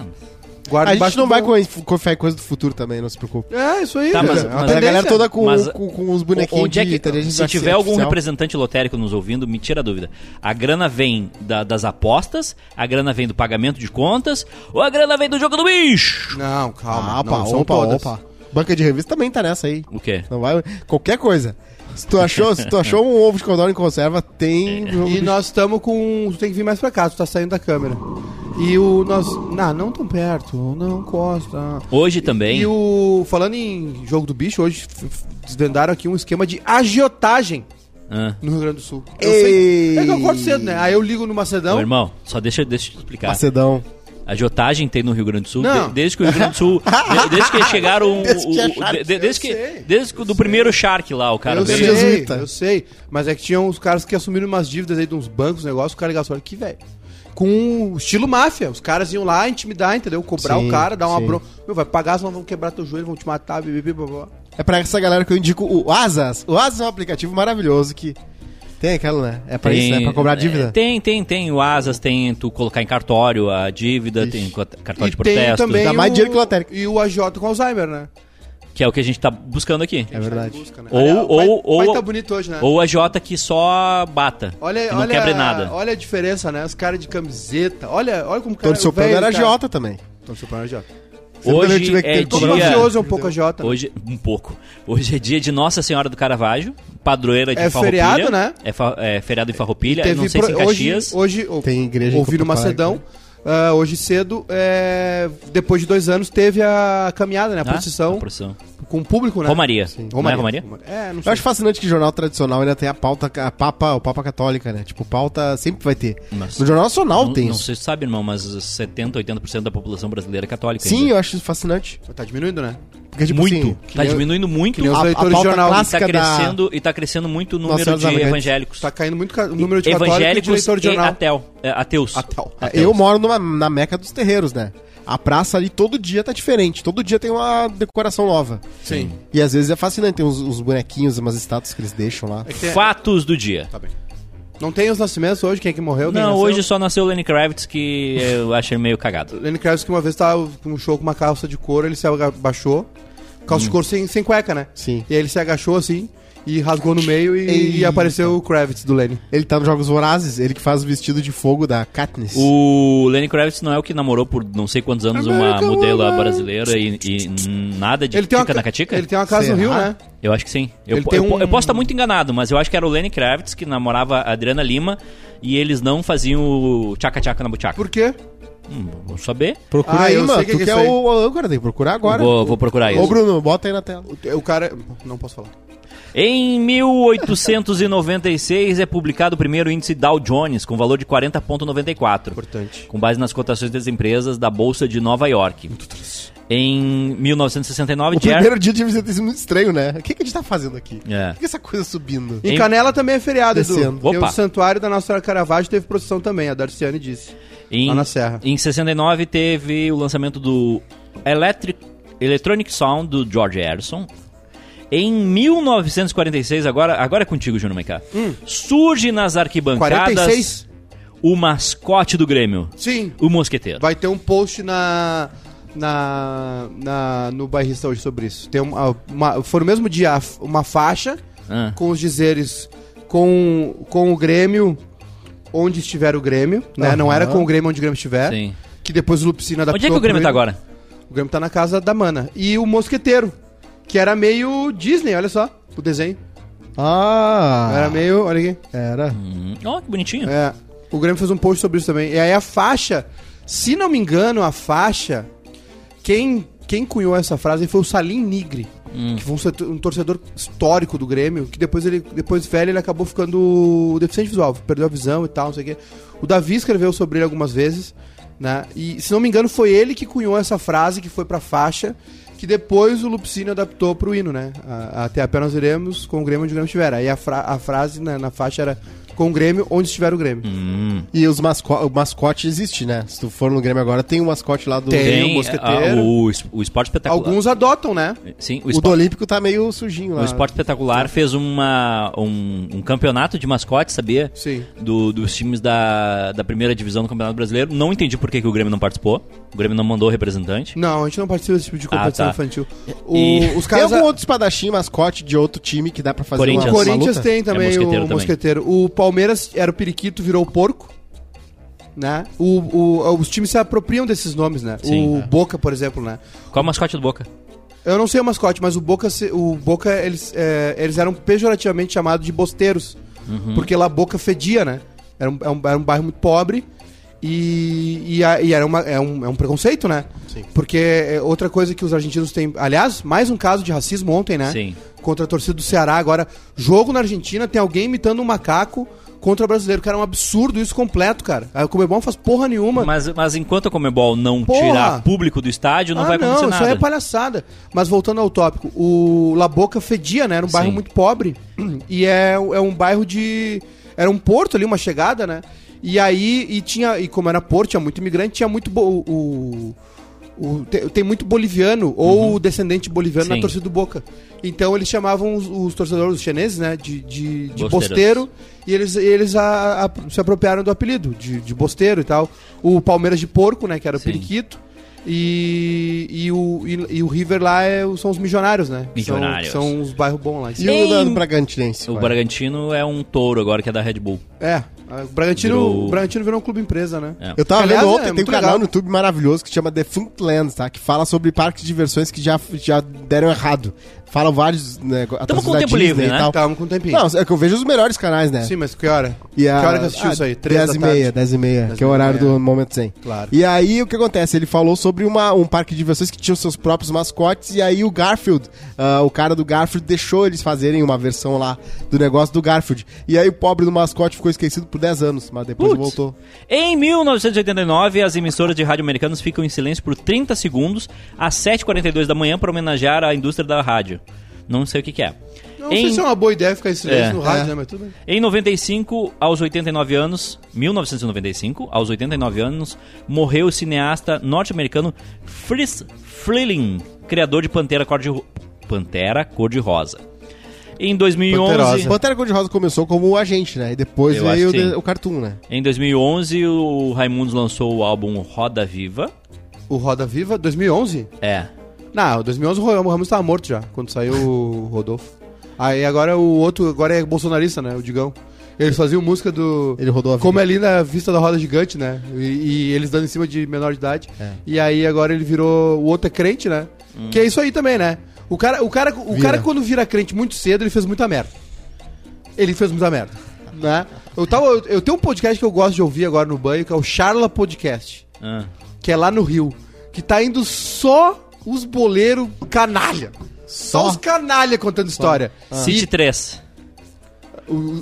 Speaker 1: Guarda
Speaker 3: É A
Speaker 1: embaixo
Speaker 3: gente não
Speaker 1: do
Speaker 3: vai
Speaker 1: bom.
Speaker 3: co- confiar em coisa do futuro também, não se preocupe.
Speaker 1: É, isso aí.
Speaker 2: Tá,
Speaker 1: cara.
Speaker 2: mas-
Speaker 1: É uma
Speaker 2: mas
Speaker 3: a
Speaker 1: tendência.
Speaker 3: galera toda com,
Speaker 2: Mas-
Speaker 3: com, com os bonequinhos
Speaker 2: Onde é
Speaker 3: de
Speaker 2: que,
Speaker 3: inteligência
Speaker 2: se tiver
Speaker 3: artificial.
Speaker 2: algum representante lotérico nos ouvindo, me tira a dúvida. A grana vem da- das apostas, a grana vem do pagamento de contas, ou a grana vem do jogo do bicho?
Speaker 1: Não, calma.
Speaker 3: Ah,
Speaker 1: não,
Speaker 3: opa,
Speaker 1: são
Speaker 3: opa,
Speaker 1: todas.
Speaker 3: opa. Banca de revista também tá nessa aí.
Speaker 2: O quê?
Speaker 3: Não vai... Qualquer coisa. Se tu achou, se tu achou um ovo de codorna em conserva, tem...
Speaker 2: É.
Speaker 3: um
Speaker 1: E nós estamos com. Tu tem que vir mais pra cá, tu tá saindo da câmera. E o nós. Não, não tão perto. Não, Costa.
Speaker 2: Hoje também.
Speaker 1: E o. Falando em jogo do bicho, hoje f- f- desvendaram aqui um esquema de agiotagem
Speaker 2: Ah.
Speaker 1: no Rio Grande do Sul. Eu
Speaker 3: Ei!
Speaker 1: sei. É que eu acordo cedo, né? Aí eu ligo no
Speaker 2: Ô,
Speaker 1: Macedão.
Speaker 2: irmão, só deixa, deixa eu te explicar.
Speaker 3: Macedão.
Speaker 2: A jotagem tem no Rio Grande do Sul
Speaker 1: Não.
Speaker 2: de- desde que o Rio Grande do Sul. de- desde que chegaram. o-
Speaker 3: Desde que é
Speaker 2: o- o- de- de- Desde
Speaker 1: eu sei,
Speaker 2: que. Desde que do primeiro Shark lá, o cara
Speaker 1: eu
Speaker 2: veio.
Speaker 1: sei,
Speaker 3: jesuíta.
Speaker 1: eu sei. Mas é que tinham os caras que assumiram umas dívidas aí de uns bancos, negócio, o cara ligava olha que velho. Com o estilo máfia. Os caras iam lá intimidar, entendeu? Cobrar
Speaker 3: Sim,
Speaker 1: o cara, dar uma
Speaker 3: sim.
Speaker 1: bronca. Meu, vai pagar, senão vão quebrar teu joelho, vão te matar, bibi, blá, blá, blá.
Speaker 3: É pra essa galera que eu indico o Asas. O Asas é um aplicativo maravilhoso que... Tem aquela, né? É pra isso, né? Pra cobrar dívida.
Speaker 2: é, Tem, tem, tem. O Asas tem tu colocar em cartório a dívida, tem co- cartório de protesto.
Speaker 3: Dá mais dinheiro que lotérica.
Speaker 1: E o AJ com Alzheimer, né?
Speaker 2: Que é o que a gente tá buscando aqui.
Speaker 3: É verdade.
Speaker 1: Busca, né?
Speaker 2: Ou-
Speaker 1: Aliás, o pai,
Speaker 2: ou-
Speaker 1: o pai
Speaker 2: ou-
Speaker 1: tá bonito hoje, né?
Speaker 2: Ou a Jota que só bata.
Speaker 1: Olha,
Speaker 2: e não
Speaker 1: olha,
Speaker 2: quebre nada.
Speaker 1: Olha a diferença, né? Os caras de camiseta. Olha, olha como o cara é
Speaker 3: Todo seu plano
Speaker 1: velho,
Speaker 3: era
Speaker 1: cara.
Speaker 3: Jota também.
Speaker 1: Todo seu plano era Jota.
Speaker 3: Sempre eu
Speaker 2: Hoje
Speaker 3: tive que
Speaker 2: é
Speaker 3: ter
Speaker 1: Todo
Speaker 3: Todo
Speaker 2: dia.
Speaker 1: mafioso é um pouco AJ. né?
Speaker 2: Hoje, um pouco. Hoje é dia de Nossa Senhora do Caravaggio, padroeira de
Speaker 1: É
Speaker 2: Farroupilha.
Speaker 1: feriado, né?
Speaker 2: É, fa- é feriado em Farroupilha, não sei se em
Speaker 1: pro- hoje,
Speaker 2: Caxias.
Speaker 1: hoje ou-
Speaker 3: Tem igreja em né?
Speaker 1: ouvi no
Speaker 3: Porto Alegre,
Speaker 1: Macedão. ah, hoje cedo, é, depois de dois anos, teve a caminhada, né? A
Speaker 2: Ah,
Speaker 1: procissão
Speaker 2: a procissão.
Speaker 1: com o público, né?
Speaker 2: Romaria.
Speaker 3: Sim.
Speaker 2: Não é Romaria?
Speaker 1: É, não
Speaker 3: Eu
Speaker 1: sei.
Speaker 3: acho fascinante que jornal tradicional ainda tem a pauta, a papa, o Papa Católica, né? Tipo, pauta sempre vai ter.
Speaker 2: Nossa.
Speaker 3: No Jornal Nacional
Speaker 2: Não,
Speaker 3: tem
Speaker 2: não
Speaker 3: isso.
Speaker 2: sei se sabe, irmão, mas 70, 80% da população brasileira é católica.
Speaker 3: Sim,
Speaker 2: ainda.
Speaker 3: eu acho isso fascinante.
Speaker 1: Tá diminuindo, né?
Speaker 3: Porque, tipo,
Speaker 2: muito.
Speaker 3: assim,
Speaker 2: tá
Speaker 1: nem-
Speaker 2: diminuindo muito.
Speaker 1: que nem os
Speaker 3: a- a
Speaker 1: leitores de
Speaker 3: pauta
Speaker 1: jornal.
Speaker 2: E tá
Speaker 3: clássica da-
Speaker 2: crescendo, e tá crescendo muito o número
Speaker 3: Senhora dos
Speaker 2: de
Speaker 3: Navegantes.
Speaker 2: evangélicos.
Speaker 1: Tá caindo muito ca- o número de católicos e de
Speaker 2: evangélicos
Speaker 1: leitor de
Speaker 2: e
Speaker 1: jornal. Ah, tá.
Speaker 2: ateu, é, ateus.
Speaker 1: Ateu.
Speaker 3: É, Eu moro numa- na Meca dos Terreiros, né? A praça ali todo dia tá diferente. Todo dia tem uma decoração nova.
Speaker 1: Sim.
Speaker 3: E às vezes é fascinante. Tem uns, uns bonequinhos, umas estátuas que eles deixam lá.
Speaker 1: É que tem-
Speaker 2: Fatos do dia.
Speaker 1: Tá bem. Não tem os nascimentos hoje? Quem é que morreu? quem
Speaker 2: Não,
Speaker 1: nasceu?
Speaker 2: hoje só nasceu o Lenny Kravitz, que eu achei meio cagado.
Speaker 1: Lenny Kravitz que uma vez tava com um show com uma calça de couro, ele se abaixou. Calça de couro sem, sem cueca, né?
Speaker 3: Hum. Sim.
Speaker 1: E aí ele se agachou assim e rasgou no meio e, e
Speaker 3: Eita.
Speaker 1: apareceu o Kravitz do Lenny.
Speaker 3: Ele tá nos Jogos Vorazes, ele que faz o vestido de fogo da Katniss.
Speaker 2: O Lenny Kravitz não é o que namorou por não sei quantos anos uma modelo brasileira e, e nada de
Speaker 1: Ele tem, uma,
Speaker 2: tica na
Speaker 1: ca-
Speaker 2: catica?
Speaker 1: ele tem uma casa no Rio,
Speaker 3: Será?
Speaker 1: né?
Speaker 2: Eu acho que sim. Eu,
Speaker 1: Ele
Speaker 2: po-
Speaker 1: tem
Speaker 2: eu, po-
Speaker 1: um-
Speaker 2: eu posso estar muito enganado, mas eu acho que era o Lenny Kravitz que namorava a Adriana Lima e eles não faziam o tchaca-tchaca na buchaca.
Speaker 1: Por quê?
Speaker 2: Hum, vou saber.
Speaker 3: Procura
Speaker 1: Ah,
Speaker 3: aí,
Speaker 1: eu
Speaker 3: mano.
Speaker 1: sei que
Speaker 3: Tu
Speaker 1: que é
Speaker 3: quer
Speaker 1: isso
Speaker 3: o o âncora, tem que procurar agora.
Speaker 2: Vou, vou procurar
Speaker 3: Ô,
Speaker 2: isso.
Speaker 3: Bruno, bota aí na tela.
Speaker 1: O, o cara. Não posso falar.
Speaker 2: Em 1896 é publicado o primeiro índice Dow Jones com valor de 40,94.
Speaker 1: Importante.
Speaker 2: com base nas cotações das empresas da Bolsa de Nova York. Em 1969,
Speaker 3: O
Speaker 2: Jerry...
Speaker 3: primeiro dia de visitação muito estranho, né? O que, que a gente tá fazendo aqui?
Speaker 2: É.
Speaker 3: Por que essa coisa subindo?
Speaker 1: E
Speaker 2: Em-
Speaker 1: Canela também é feriado, Edu.
Speaker 3: Descendo.
Speaker 1: Porque
Speaker 2: Opa.
Speaker 1: o santuário da Nossa Senhora Caravaggio teve procissão também, a Darciane disse.
Speaker 2: Em,
Speaker 1: Lá na Serra.
Speaker 2: em 69 teve o lançamento do Electric, Electronic Sound do George Harrison. Em 1946, agora, agora é contigo, Júnior Maiká.
Speaker 1: Hum.
Speaker 2: Surge nas arquibancadas
Speaker 1: 46?
Speaker 2: o mascote do Grêmio,
Speaker 1: Sim.
Speaker 2: o Mosqueteiro.
Speaker 1: Vai ter um post na, na, na- no bairrista hoje sobre isso. Tem uma, uma- foi no mesmo dia a f- uma faixa
Speaker 2: Ah.
Speaker 1: com os dizeres com, com o Grêmio onde estiver o Grêmio, né? Não era com o Grêmio onde o Grêmio estiver.
Speaker 2: Sim.
Speaker 1: Que depois o Lupicina adaptou.
Speaker 2: Onde é que o Grêmio tá
Speaker 1: pro-
Speaker 2: agora?
Speaker 1: O Grêmio tá na casa da Mana. E o Mosqueteiro, que era meio Disney, olha só, o desenho.
Speaker 3: Ah!
Speaker 1: Era meio. Olha aqui.
Speaker 3: Era.
Speaker 2: Hum, Ó, que bonitinho.
Speaker 1: É, o Grêmio fez um post sobre isso também. E aí a faixa, se não me engano, a faixa, quem, quem cunhou essa frase foi o Salim Nigri, que foi um, setor- um torcedor histórico do Grêmio, que depois ele depois velho ele acabou ficando deficiente visual, perdeu a visão e tal, não sei o quê. O Davi escreveu sobre ele algumas vezes, né? E se não me engano foi ele que cunhou essa frase que foi pra faixa. Que depois o Lupicínio adaptou pro hino, né? A- Até a pé nós iremos com o Grêmio onde o Grêmio estiver. Aí a, fra- a frase né, na, na faixa era com o Grêmio onde estiver o Grêmio.
Speaker 2: Hum.
Speaker 3: E os masco o mascote existe, né? Se tu for no Grêmio agora, tem um mascote lá do.
Speaker 1: Tem.
Speaker 2: Tem,
Speaker 1: o mosqueteiro.
Speaker 2: ah, o, es- o esporte espetacular.
Speaker 1: Alguns adotam, né?
Speaker 2: Sim, o
Speaker 3: O do
Speaker 2: esporte,
Speaker 3: Olímpico tá meio sujinho lá.
Speaker 2: o esporte espetacular fez uma, um, um campeonato de mascotes, sabia?
Speaker 1: Sim.
Speaker 2: do- dos times da, da primeira divisão do Campeonato Brasileiro. Não entendi por que, que o Grêmio não participou. O Grêmio não mandou representante.
Speaker 1: Não, a gente não participa desse tipo de competição
Speaker 2: tá.
Speaker 1: infantil. O-
Speaker 2: E-
Speaker 1: Os
Speaker 3: Tem
Speaker 1: caras. é-
Speaker 3: algum outro espadachim, mascote de outro time que dá pra fazer
Speaker 1: O
Speaker 2: Corinthians.
Speaker 3: uma, uma
Speaker 1: Corinthians
Speaker 3: luta?
Speaker 1: tem também
Speaker 2: É mosqueteiro
Speaker 1: o
Speaker 2: também.
Speaker 1: mosqueteiro. O Palmeiras era o periquito, virou o porco. Né? O, o- os times se apropriam desses nomes, né?
Speaker 2: Sim,
Speaker 1: o
Speaker 2: é.
Speaker 1: Boca, por exemplo, né?
Speaker 2: Qual é o mascote do Boca?
Speaker 1: Eu não sei o mascote, mas o Boca, se- o Boca eles, é, eles eram pejorativamente chamados de bosteiros. Porque lá Boca fedia, né? Era um, era um- era um bairro muito pobre. E, e, a- e era uma- é, um, é um preconceito, né?
Speaker 3: Sim.
Speaker 1: Porque é outra coisa que os argentinos têm. Aliás, mais um caso de racismo ontem, né?
Speaker 2: Sim.
Speaker 1: Contra a torcida do Ceará. Agora, jogo na Argentina, tem alguém imitando um macaco contra o brasileiro. Cara, é um absurdo isso completo, cara. Aí O Comebol não faz porra nenhuma.
Speaker 2: Mas, mas enquanto a Comebol não
Speaker 1: Porra!
Speaker 2: tirar público do estádio, não
Speaker 1: ah,
Speaker 2: vai
Speaker 1: não,
Speaker 2: acontecer
Speaker 1: isso aí
Speaker 2: nada.
Speaker 1: é palhaçada. Mas voltando ao tópico, o La Boca fedia, né? Era um bairro
Speaker 2: Sim.
Speaker 1: muito pobre. E é, é um bairro de. Era um porto ali, uma chegada, né? E aí, e tinha. E como era porto, tinha muito imigrante, tinha muito. bo- o, o- te- tem muito boliviano ou descendente boliviano na
Speaker 2: Uhum. Sim.
Speaker 1: torcida do Boca. Então eles chamavam os, os torcedores os chineses, né? De, de, de
Speaker 2: Bosteiros.
Speaker 1: bosteiro. E eles, eles a- a- se apropriaram do apelido, de, de bosteiro e tal. O Palmeiras de Porco, né? Que era o
Speaker 2: Sim.
Speaker 1: periquito. E, e, o, e, e o River lá é o- são os milionários, né? Que são-
Speaker 2: Milionários.
Speaker 1: que São, os bairros bons lá. em
Speaker 3: E
Speaker 1: cima.
Speaker 3: o
Speaker 2: Tem.
Speaker 3: da- do Bragantinense?
Speaker 2: O
Speaker 3: qual é?
Speaker 2: Bragantino é um touro agora que é da Red Bull.
Speaker 1: É, a- o Bragantino,
Speaker 2: Virou-
Speaker 1: o Bragantino virou um clube empresa, né?
Speaker 2: É.
Speaker 3: Eu tava
Speaker 1: Aliás,
Speaker 3: vendo
Speaker 1: é
Speaker 3: ontem, tem um
Speaker 1: muito
Speaker 3: canal
Speaker 1: legal.
Speaker 3: no YouTube maravilhoso que se chama Defunct Lands, tá? Que fala sobre parques de diversões que já, já deram errado. Fala vários né, atrações
Speaker 2: com
Speaker 3: da
Speaker 2: tempo
Speaker 3: Disney
Speaker 2: livre,
Speaker 3: e
Speaker 2: né?
Speaker 3: tal.
Speaker 1: Tava com um tempinho.
Speaker 3: Não, é que eu vejo os melhores canais, né?
Speaker 1: Sim, mas que hora?
Speaker 3: E a-
Speaker 1: Que hora que assistiu
Speaker 3: ah,
Speaker 1: isso aí? Três
Speaker 3: 10
Speaker 1: da
Speaker 3: e
Speaker 1: tarde?
Speaker 3: meia, 10 e meia,
Speaker 1: Dez
Speaker 3: que é o
Speaker 1: e
Speaker 3: horário
Speaker 1: meia.
Speaker 3: do Momento 100.
Speaker 1: Claro.
Speaker 3: E aí, o que acontece? Ele falou sobre uma, um parque de diversões que tinha os seus próprios mascotes, e aí o Garfield, ah, o cara do Garfield, deixou eles fazerem uma versão lá do negócio do Garfield. E aí o pobre do mascote ficou esquecido por 10 anos, mas depois
Speaker 2: Putz.
Speaker 3: voltou.
Speaker 2: Em 1989, as emissoras de rádio americanas ficam em silêncio por 30 segundos às 7h42 da manhã para homenagear a indústria da rádio. Não sei o que, que é.
Speaker 1: Não
Speaker 2: Em-
Speaker 1: sei se é uma boa ideia ficar em silêncio
Speaker 2: É.
Speaker 1: no rádio,
Speaker 3: É.
Speaker 1: né? Mas tudo bem.
Speaker 2: Em 95, aos 89 anos, 1995, aos 89 anos, morreu o cineasta norte-americano Fritz Freeling, criador de Pantera Cor-de-Rosa. Pantera Cor-de-Rosa. Em 2011,
Speaker 1: Panterosa.
Speaker 3: Pantera Cor-de-Rosa começou como o agente, né? E depois
Speaker 2: Eu
Speaker 3: veio o,
Speaker 2: acho que
Speaker 3: de-
Speaker 2: sim.
Speaker 3: o cartoon, né?
Speaker 2: em 2011, o Raimundos lançou o álbum Roda Viva.
Speaker 1: O Roda Viva, 2011?
Speaker 2: É.
Speaker 1: Não, 2011 o Ro- o Ramos tava morto já, quando saiu o Rodolfo. Aí agora o outro, agora é bolsonarista, né? O Digão. Eles faziam música do...
Speaker 3: Ele rodou a vida.
Speaker 1: Como é ali na vista da roda gigante, né? E, e eles dando em cima de menor de idade.
Speaker 3: É.
Speaker 1: E aí agora ele virou. O outro é crente, né? Que é isso aí também, né? O cara, o cara, o
Speaker 3: Vira.
Speaker 1: cara quando vira crente muito cedo, ele fez muita merda. Ele fez muita merda. Né? Eu, tava, eu, eu tenho um podcast que eu gosto de ouvir agora no banho, que é o Charla Podcast,
Speaker 2: Ah.
Speaker 1: que é lá no Rio. Que tá indo só os boleiros canalha. Só,
Speaker 3: Só?
Speaker 1: os canalha contando história.
Speaker 2: Ah. City 3.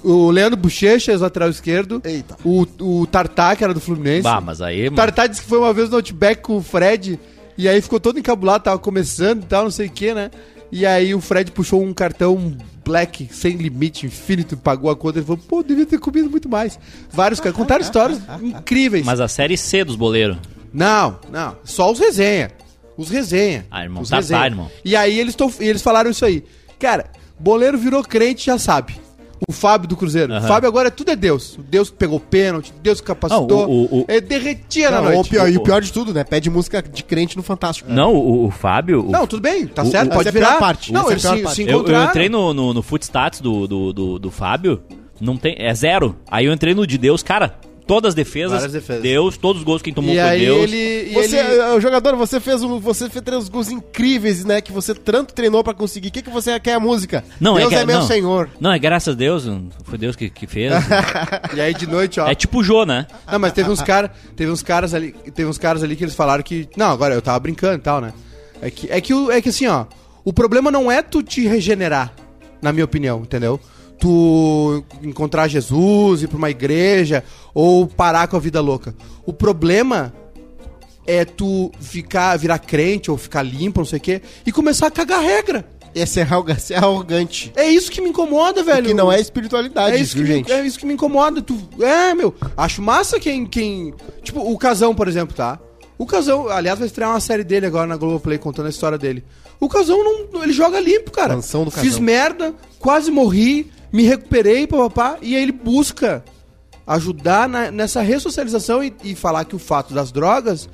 Speaker 1: O, o Leandro Bochecha, ex-lateral esquerdo.
Speaker 3: Eita.
Speaker 1: O, o Tartar, que era do Fluminense.
Speaker 2: Bah, mas aí...
Speaker 1: O
Speaker 2: mano,
Speaker 1: Tartar disse que foi uma vez no Outback com o Fred. E aí ficou todo encabulado, tava começando e tal, não sei o que, né? E aí o Fred puxou um cartão black, sem limite, infinito, pagou a conta. Ele falou, pô, devia ter comido muito mais. Vários caras contaram histórias incríveis.
Speaker 2: Mas a série C dos boleiros.
Speaker 1: Não, não. Só os resenha. Os resenha.
Speaker 2: Ah, irmão,
Speaker 1: Os
Speaker 2: tá,
Speaker 1: resenha.
Speaker 2: tá, irmão.
Speaker 1: E aí eles, tão, eles falaram isso aí. Cara, boleiro virou crente, já sabe. O o Fábio do Cruzeiro. O Fábio agora tudo é Deus. O Deus que pegou pênalti, o Deus que capacitou.
Speaker 2: Ah, o- o- o-
Speaker 1: É, derretia na
Speaker 3: Não, o
Speaker 1: noite.
Speaker 3: pior, e o pior de tudo, né? Pede música de crente no Fantástico.
Speaker 2: Não, o, o Fábio. o-
Speaker 1: Não, tudo bem, tá
Speaker 2: o-
Speaker 1: certo,
Speaker 2: o-
Speaker 1: pode
Speaker 3: essa é a
Speaker 1: virar.
Speaker 3: pior parte,
Speaker 1: Não,
Speaker 3: essa é a
Speaker 1: eles
Speaker 3: pior
Speaker 1: se,
Speaker 3: parte.
Speaker 1: se
Speaker 2: eu, eu
Speaker 1: encontraram.
Speaker 2: entrei no, no, no Footstats do, do, do, do Fábio. Não tem, é zero. Aí eu entrei no de Deus, cara. Todas as defesas,
Speaker 4: Várias defesas.
Speaker 2: Deus, todos os gols que tomou
Speaker 1: E
Speaker 2: foi
Speaker 1: aí
Speaker 2: Deus.
Speaker 1: ele. e
Speaker 3: Você,
Speaker 1: ele-
Speaker 3: eh, jogador, você fez um, você fez três gols incríveis, né? Que você tanto treinou pra conseguir. O que, que você quer a música?
Speaker 2: Não,
Speaker 3: Deus
Speaker 2: que-
Speaker 3: é, meu
Speaker 2: não.
Speaker 3: Senhor.
Speaker 2: Não, é graças a Deus, foi Deus que, que fez.
Speaker 1: E aí de noite, ó.
Speaker 2: é tipo o Jô, né?
Speaker 1: Não, mas teve uns caras, teve uns caras ali, teve uns caras ali que eles falaram que, não, agora eu tava brincando e tal, né? É que é que o- é que assim, ó, o problema não é tu te regenerar, na minha opinião, entendeu? Tu encontrar Jesus, ir pra uma igreja ou parar com a vida louca. O problema é tu ficar virar crente ou ficar limpo, não sei o quê, e começar a cagar regra.
Speaker 3: Esse é, arroga- esse é arrogante.
Speaker 1: É isso que me incomoda, velho.
Speaker 3: Que não é espiritualidade,
Speaker 1: É isso, que
Speaker 3: viu,
Speaker 1: me,
Speaker 3: gente?
Speaker 1: é isso que me incomoda. Tu, é, meu. Acho massa quem, quem. Tipo, o Casão, por exemplo, tá? O Casão, aliás, vai estrear uma série dele agora na Globoplay contando a história dele. O Casão não. Ele joga limpo, cara.
Speaker 3: Canção do
Speaker 1: Fiz
Speaker 3: Casão.
Speaker 1: merda, quase morri, me recuperei, papapá. E aí ele busca ajudar na- nessa ressocialização e, e falar que o fato das drogas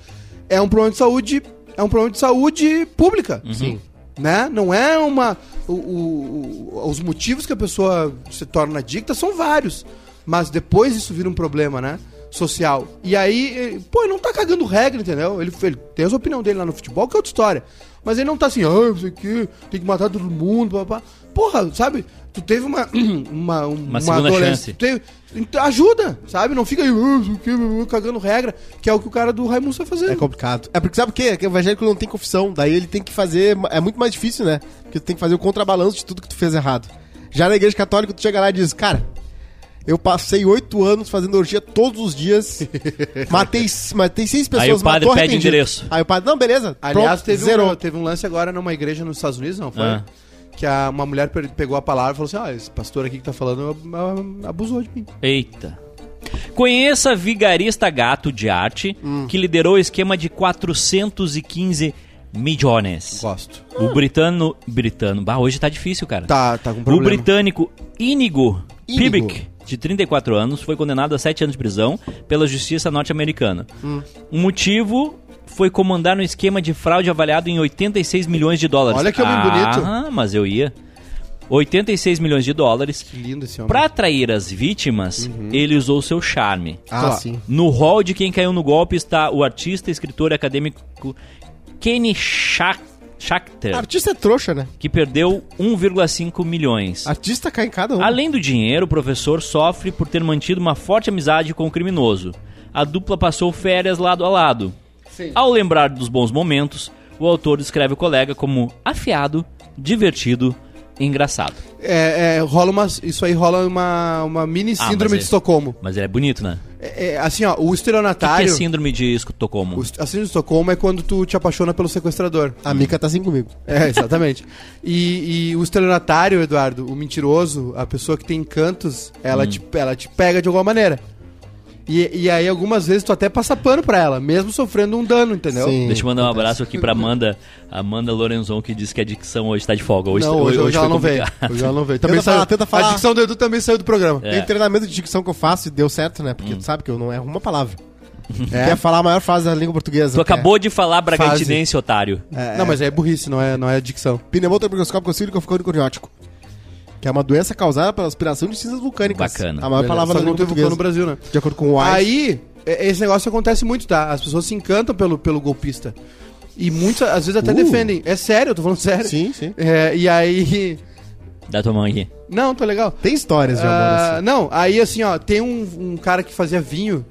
Speaker 1: é um problema de saúde. É um problema de saúde pública. Sim né? Não é uma. o- o- o- os motivos que a pessoa se torna adicta são vários. Mas depois isso vira um problema, né? Social. E aí, eh, pô, ele não tá cagando regra, entendeu? Ele, ele tem as opiniões dele lá no futebol, que é outra história. Mas ele não tá assim, ah, isso aqui, tem que matar todo mundo, papá. Porra, sabe? Tu teve uma. Uma, um-
Speaker 2: segunda
Speaker 1: adolesc-
Speaker 2: chance.
Speaker 1: Tu teve- então ajuda, sabe? Não fica aí, ah, isso aqui, cagando regra, que é o que o cara do Raimundo tá fazendo.
Speaker 3: É complicado. É porque sabe o quê? Que o evangélico não tem confissão. Daí ele tem que fazer. É muito mais difícil, né? Porque tu tem que fazer o contrabalanço de tudo que tu fez errado. Já na igreja católica, tu chega lá e diz, cara. Eu passei oito anos fazendo orgia todos os dias. matei, matei seis pessoas.
Speaker 2: Aí o padre
Speaker 3: matou
Speaker 2: pede
Speaker 3: arrependido."
Speaker 2: endereço.
Speaker 3: Aí o padre, não, beleza.
Speaker 1: Aliás,
Speaker 3: pronto,
Speaker 1: teve,
Speaker 3: zerou.
Speaker 1: Um, teve um lance agora numa igreja nos Estados Unidos, não foi?
Speaker 2: Ah.
Speaker 1: Que a, uma mulher pe- pegou a palavra e falou assim: Ah, esse pastor aqui que tá falando ah, abusou de mim.
Speaker 2: Eita. Conheça Vigarista Gato de Arte, que liderou o esquema de 415 milhões.
Speaker 1: Gosto.
Speaker 2: O britano. Britano. Bah, hoje tá difícil, cara.
Speaker 1: Tá, tá com
Speaker 2: O
Speaker 1: problema.
Speaker 2: britânico Inigo
Speaker 3: Íñigo.
Speaker 2: Pibic, de 34 anos, foi condenado a 7 anos de prisão pela justiça norte-americana.
Speaker 1: Hum.
Speaker 2: O motivo foi comandar um esquema de fraude avaliado em 86 milhões de dólares.
Speaker 1: Olha que homem
Speaker 2: Ah, mas eu ia. 86 milhões de dólares.
Speaker 1: Que lindo esse homem.
Speaker 2: Pra atrair as vítimas,
Speaker 1: Uhum.
Speaker 2: ele usou seu charme.
Speaker 3: Ah,
Speaker 1: Claro.
Speaker 3: sim.
Speaker 2: No hall de quem caiu no golpe está o artista, escritor e acadêmico Kenny Schack- Schachter,
Speaker 3: Artista é trouxa, né?
Speaker 2: que perdeu 1,5 milhões.
Speaker 3: Artista cai em
Speaker 1: é
Speaker 3: cada um.
Speaker 2: Além do dinheiro, o professor sofre por ter mantido uma forte amizade com o criminoso. A dupla passou férias lado a lado. Ao lembrar dos bons momentos, o autor descreve o colega como afiado, divertido e engraçado.
Speaker 1: É, é, rola uma, isso aí rola uma, uma mini
Speaker 2: Ah,
Speaker 1: síndrome
Speaker 2: mas
Speaker 1: de
Speaker 2: é-
Speaker 1: Estocolmo.
Speaker 2: Mas ele é bonito, né?
Speaker 1: É, é, assim, ó, o
Speaker 2: O que que é
Speaker 1: estelionatário.
Speaker 2: síndrome de Estocolmo?
Speaker 1: o est- a síndrome de Estocolmo é quando tu te apaixona pelo sequestrador.
Speaker 3: A Mica tá assim comigo.
Speaker 1: É, exatamente. e, e o estelionatário, Eduardo, o mentiroso, a pessoa que tem encantos, ela,
Speaker 2: Hum.
Speaker 1: te, ela te pega de alguma maneira. E, e aí, algumas vezes, tu até passa pano pra ela, mesmo sofrendo um dano, entendeu?
Speaker 3: Sim.
Speaker 2: Deixa eu mandar um abraço aqui pra Amanda, Amanda Lorenzon, que disse que a dicção hoje tá de folga. Hoje,
Speaker 1: Não, hoje, hoje, ela
Speaker 2: foi
Speaker 1: não veio.
Speaker 2: complicado.
Speaker 1: Hoje ela não veio.
Speaker 3: Tenta falar, tenta falar.
Speaker 1: A dicção do Edu também saiu do programa.
Speaker 2: É. Hum.
Speaker 3: Tem treinamento de dicção que eu faço e deu certo, né? Porque tu sabe que eu não erro uma palavra.
Speaker 1: É.
Speaker 3: Quer falar a maior frase da língua portuguesa.
Speaker 2: Tu acabou de falar Bragantinense, otário.
Speaker 1: não, mas aí é burrice, não é, não é dicção.
Speaker 3: pneumotorbroscópico cílico ficonioniótico. Que é uma doença causada pela aspiração de cinzas vulcânicas.
Speaker 2: Bacana.
Speaker 3: A maior
Speaker 1: Beleza.
Speaker 3: é
Speaker 1: Só
Speaker 3: palavra da
Speaker 1: que não
Speaker 3: língua
Speaker 1: teve vulcão
Speaker 3: portuguesa.
Speaker 1: no Brasil, né?
Speaker 3: De acordo com o Wise.
Speaker 1: Aí, é- esse negócio acontece muito, tá? As pessoas se encantam pelo, pelo golpista. E muitas, às vezes, até
Speaker 3: Uh.
Speaker 1: defendem. É sério, eu tô falando sério.
Speaker 3: Sim, sim.
Speaker 1: É, e aí...
Speaker 2: Dá tua mão aqui.
Speaker 1: Não, tô legal.
Speaker 3: Tem histórias de
Speaker 1: Ah,
Speaker 3: amor assim.
Speaker 1: não, aí assim, ó, tem um, um cara que fazia vinho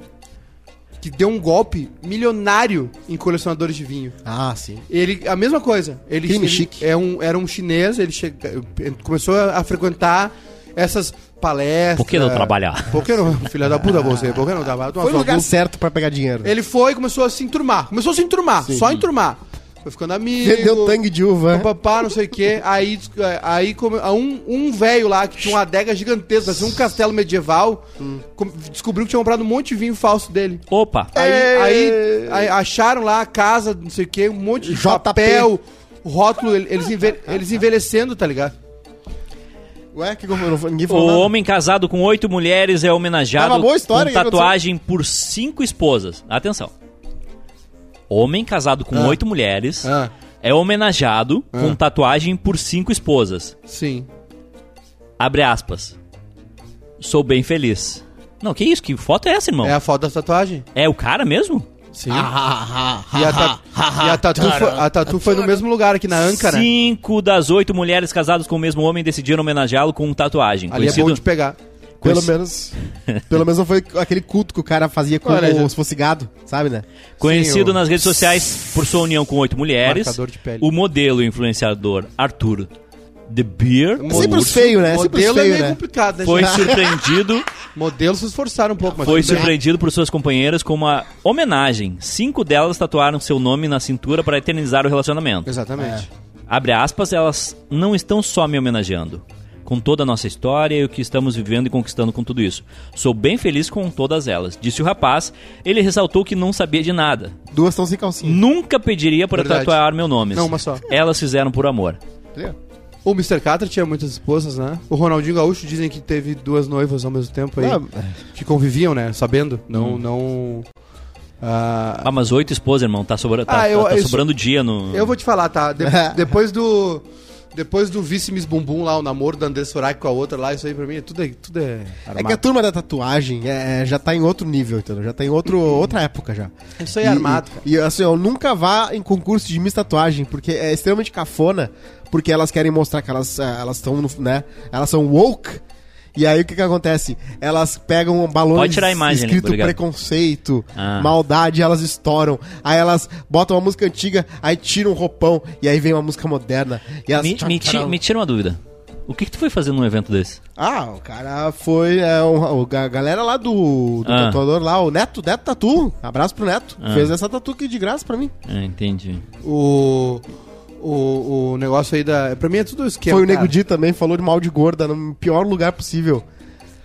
Speaker 1: que deu um golpe milionário em colecionadores de vinho.
Speaker 3: Ah, sim.
Speaker 1: Ele, a mesma coisa. Ele,
Speaker 3: Crime
Speaker 1: ele
Speaker 3: chique.
Speaker 1: É um, era um chinês, ele chega, eh, começou a frequentar essas palestras.
Speaker 2: Por que não trabalhar?
Speaker 1: Por que não, filha da puta você? Por que não trabalhar? Toma
Speaker 3: Foi o
Speaker 1: sua
Speaker 3: lugar
Speaker 1: puta.
Speaker 3: certo pra pegar dinheiro.
Speaker 1: um Ele foi e começou a se enturmar. Começou a se enturmar, só enturmar. Foi ficando amigo.
Speaker 3: Vendeu tangue de
Speaker 1: né?
Speaker 3: uva. né?
Speaker 1: Papapá, não sei o quê. Aí, aí come- a um, um velho lá que tinha uma adega gigantesca, assim, um castelo medieval, com- descobriu que tinha comprado um monte de vinho falso dele.
Speaker 2: Opa!
Speaker 1: Aí,
Speaker 3: É.
Speaker 1: aí- aí acharam lá a casa, não sei o quê, um monte de
Speaker 3: JP.
Speaker 1: Ah, papel, rótulo, ele- eles, envelhe- eles envelhecendo, tá ligado?
Speaker 3: O Ué, que como- não foi- ninguém falou
Speaker 2: O
Speaker 3: nada.
Speaker 2: homem casado com oito mulheres é homenageado
Speaker 3: Tava boa a história,
Speaker 2: com
Speaker 3: o que
Speaker 2: tatuagem por cinco esposas. Atenção. Homem casado com
Speaker 1: Ah.
Speaker 2: oito mulheres
Speaker 1: Ah,
Speaker 2: é homenageado com tatuagem por cinco esposas.
Speaker 1: sim.
Speaker 2: Abre aspas. Sou bem feliz. Não, que isso? Que foto é essa, irmão?
Speaker 1: É a foto da tatuagem?
Speaker 2: É o cara mesmo?
Speaker 1: Sim.
Speaker 3: Ah, ah,
Speaker 1: E a,
Speaker 3: ah,
Speaker 1: ta-
Speaker 3: ah,
Speaker 1: e
Speaker 3: ah,
Speaker 1: a tatu,
Speaker 3: cara.
Speaker 1: foi, a tatu foi no mesmo lugar aqui na Anca, né?
Speaker 2: Cinco das oito mulheres casadas com o mesmo homem decidiram homenageá-lo com tatuagem.
Speaker 1: Ali é bom de pegar.
Speaker 3: Pelo
Speaker 2: Conheci-
Speaker 3: menos, pelo menos não foi aquele culto que o cara fazia como
Speaker 1: Olha, já-
Speaker 3: se fosse gado, sabe, né?
Speaker 2: Conhecido
Speaker 1: Sim, o-
Speaker 2: nas redes sociais por sua união com oito mulheres,
Speaker 1: Marcador de pele.
Speaker 2: o modelo e influenciador Arthur De Beer
Speaker 1: É
Speaker 3: É sempre
Speaker 2: Urso,
Speaker 3: os feios, né? É sempre os
Speaker 1: Modelo é
Speaker 3: feios,
Speaker 1: meio
Speaker 3: né?
Speaker 1: complicado, né?
Speaker 2: foi
Speaker 1: gente?
Speaker 2: surpreendido,
Speaker 1: Modelo se esforçaram um pouco, mas
Speaker 2: foi
Speaker 1: tudo bem.
Speaker 2: surpreendido por suas companheiras com uma homenagem. Cinco delas tatuaram seu nome na cintura para eternizar o relacionamento.
Speaker 1: Exatamente.
Speaker 2: Abre aspas, elas não estão só me homenageando. Com toda a nossa história e o que estamos vivendo e conquistando com tudo isso. Sou bem feliz com todas elas, disse o rapaz. Ele ressaltou que não sabia de nada.
Speaker 3: É. Duas estão sem calcinha.
Speaker 1: Hum.
Speaker 2: Nunca pediria para
Speaker 1: Verdade.
Speaker 2: tatuar meu nome. assim.
Speaker 1: Não, uma só.
Speaker 2: Elas fizeram por amor.
Speaker 1: O Mr. Catra tinha muitas esposas, né? O Ronaldinho Gaúcho dizem que teve duas noivas ao mesmo tempo aí.
Speaker 3: Ah,
Speaker 1: Que conviviam, né? Sabendo.
Speaker 2: Hum.
Speaker 1: Não. não ah,
Speaker 2: Ah, mas oito esposas, irmão, tá, sobra, tá,
Speaker 1: Ah, eu-
Speaker 2: tá- tá
Speaker 1: eu-
Speaker 2: sobrando dia no.
Speaker 1: Eu vou te falar, tá? De- depois do. Depois do vice Miss Bumbum lá, o namoro da André Surak com a outra lá, isso aí pra mim é tudo é, tudo é
Speaker 3: é que a
Speaker 1: armado.
Speaker 3: turma da tatuagem é, já tá em outro nível, entendeu? Já tá em outro, outra época já.
Speaker 1: Isso aí é armado, cara.
Speaker 3: E, assim, eu nunca vá em concurso de Miss Tatuagem, porque é extremamente cafona, porque elas querem mostrar que elas ah, elas estão, né? Elas são woke. E aí o que que acontece? Elas pegam um balões
Speaker 2: Pode tirar a imagem, né?
Speaker 3: escrito
Speaker 2: Obrigado.
Speaker 3: preconceito,
Speaker 2: Ah.
Speaker 3: maldade, elas estouram. Aí elas botam uma música antiga, aí tiram um roupão, e aí vem uma música moderna. E elas
Speaker 2: me, me ti- me tira uma dúvida. O que, que tu foi fazer num evento desse?
Speaker 3: Ah, o cara foi. É, um- o ga- a galera lá do, do
Speaker 2: Ah.
Speaker 3: tatuador lá, o Neto, Neto Tatu. Abraço pro Neto.
Speaker 2: Ah.
Speaker 3: Fez essa tatu aqui de graça pra mim.
Speaker 2: Ah, entendi.
Speaker 1: O, o, o negócio aí da. Pra mim é tudo esquema.
Speaker 3: Foi o
Speaker 1: cara.
Speaker 3: Nego Di também, falou de mal de gorda no pior lugar possível.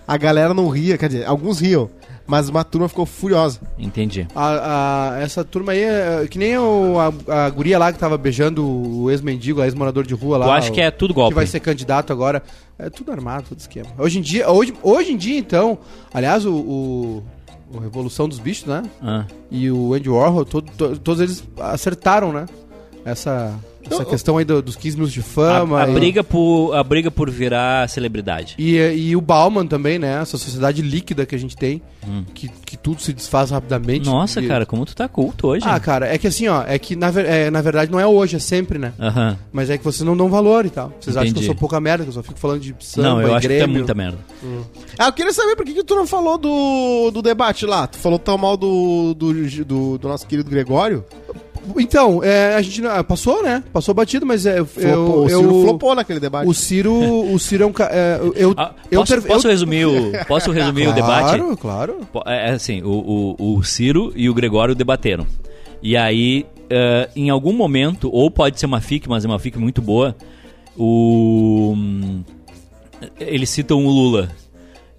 Speaker 3: A galera não ria, quer dizer, alguns riam, mas uma turma ficou furiosa.
Speaker 2: Entendi.
Speaker 1: A- a- essa turma aí, é, que nem o, a, a guria lá que tava beijando o ex-mendigo, lá, ex-morador de rua lá.
Speaker 2: Eu acho
Speaker 1: o-
Speaker 2: que é tudo
Speaker 1: que
Speaker 2: golpe.
Speaker 1: vai ser candidato agora. É tudo armado, tudo esquema. Hoje em dia, hoje, hoje em dia, então, aliás, o, o, o Revolução dos Bichos, né?
Speaker 2: Ah.
Speaker 1: E o Andy Warhol, todo- to- todos eles acertaram, né? Essa, essa
Speaker 3: Eu-
Speaker 1: questão aí do- dos 15 minutos de
Speaker 2: A,
Speaker 1: fama.
Speaker 2: a
Speaker 1: e-
Speaker 2: briga por, a briga por virar celebridade.
Speaker 1: E, eh, e o Bauman também, né? Essa sociedade líquida que a gente tem, que, que tudo se desfaz rapidamente.
Speaker 2: Hum. Nossa,
Speaker 1: E-
Speaker 2: cara, como tu tá culto hoje.
Speaker 1: Ah, cara, é que assim, ó, é que na, ver- é, na verdade não é hoje, é sempre, né?
Speaker 2: Aham.
Speaker 1: Mas é que vocês não dão valor e tal. Vocês acham que eu
Speaker 2: Entendi.
Speaker 1: sou pouca merda, que eu só fico falando de samba
Speaker 2: Não, eu
Speaker 1: e
Speaker 2: acho que
Speaker 1: Grêmio.
Speaker 2: tá muita merda.
Speaker 3: Ah, eu queria saber por que, que tu não falou do, do debate lá. Tu falou tão mal do, do, do, do nosso querido Gregório.
Speaker 1: Então, é, a gente não- ah, passou, né? Passou batido, mas é, eu,
Speaker 3: Flopou,
Speaker 1: eu,
Speaker 3: o Ciro flopou naquele debate.
Speaker 1: o Ciro, o Ciro é um ca- é, eu, eu,
Speaker 2: Ah,
Speaker 1: eu
Speaker 2: posso,
Speaker 1: ter-
Speaker 2: posso
Speaker 1: eu-
Speaker 2: resumir o, posso resumir o debate?
Speaker 1: Claro, claro.
Speaker 2: Po- É é assim, o, o, o Ciro e o Gregório debateram. E aí, eh, em algum momento, ou pode ser uma FIC, mas é uma FIC muito boa, o. hum, Eles citam o Lula.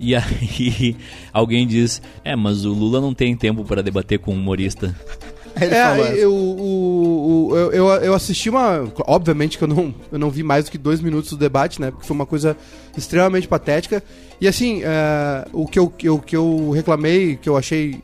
Speaker 2: E aí alguém diz, é, mas o Lula não tem tempo para debater com um humorista.
Speaker 3: Ele falou essa.
Speaker 1: É, eu, o- o- eu, eu, eu assisti uma. Obviamente que eu não, eu não vi mais do que dois minutos do debate, né? Porque foi uma coisa extremamente patética. E assim, é, o que eu, que eu, que eu reclamei, que eu achei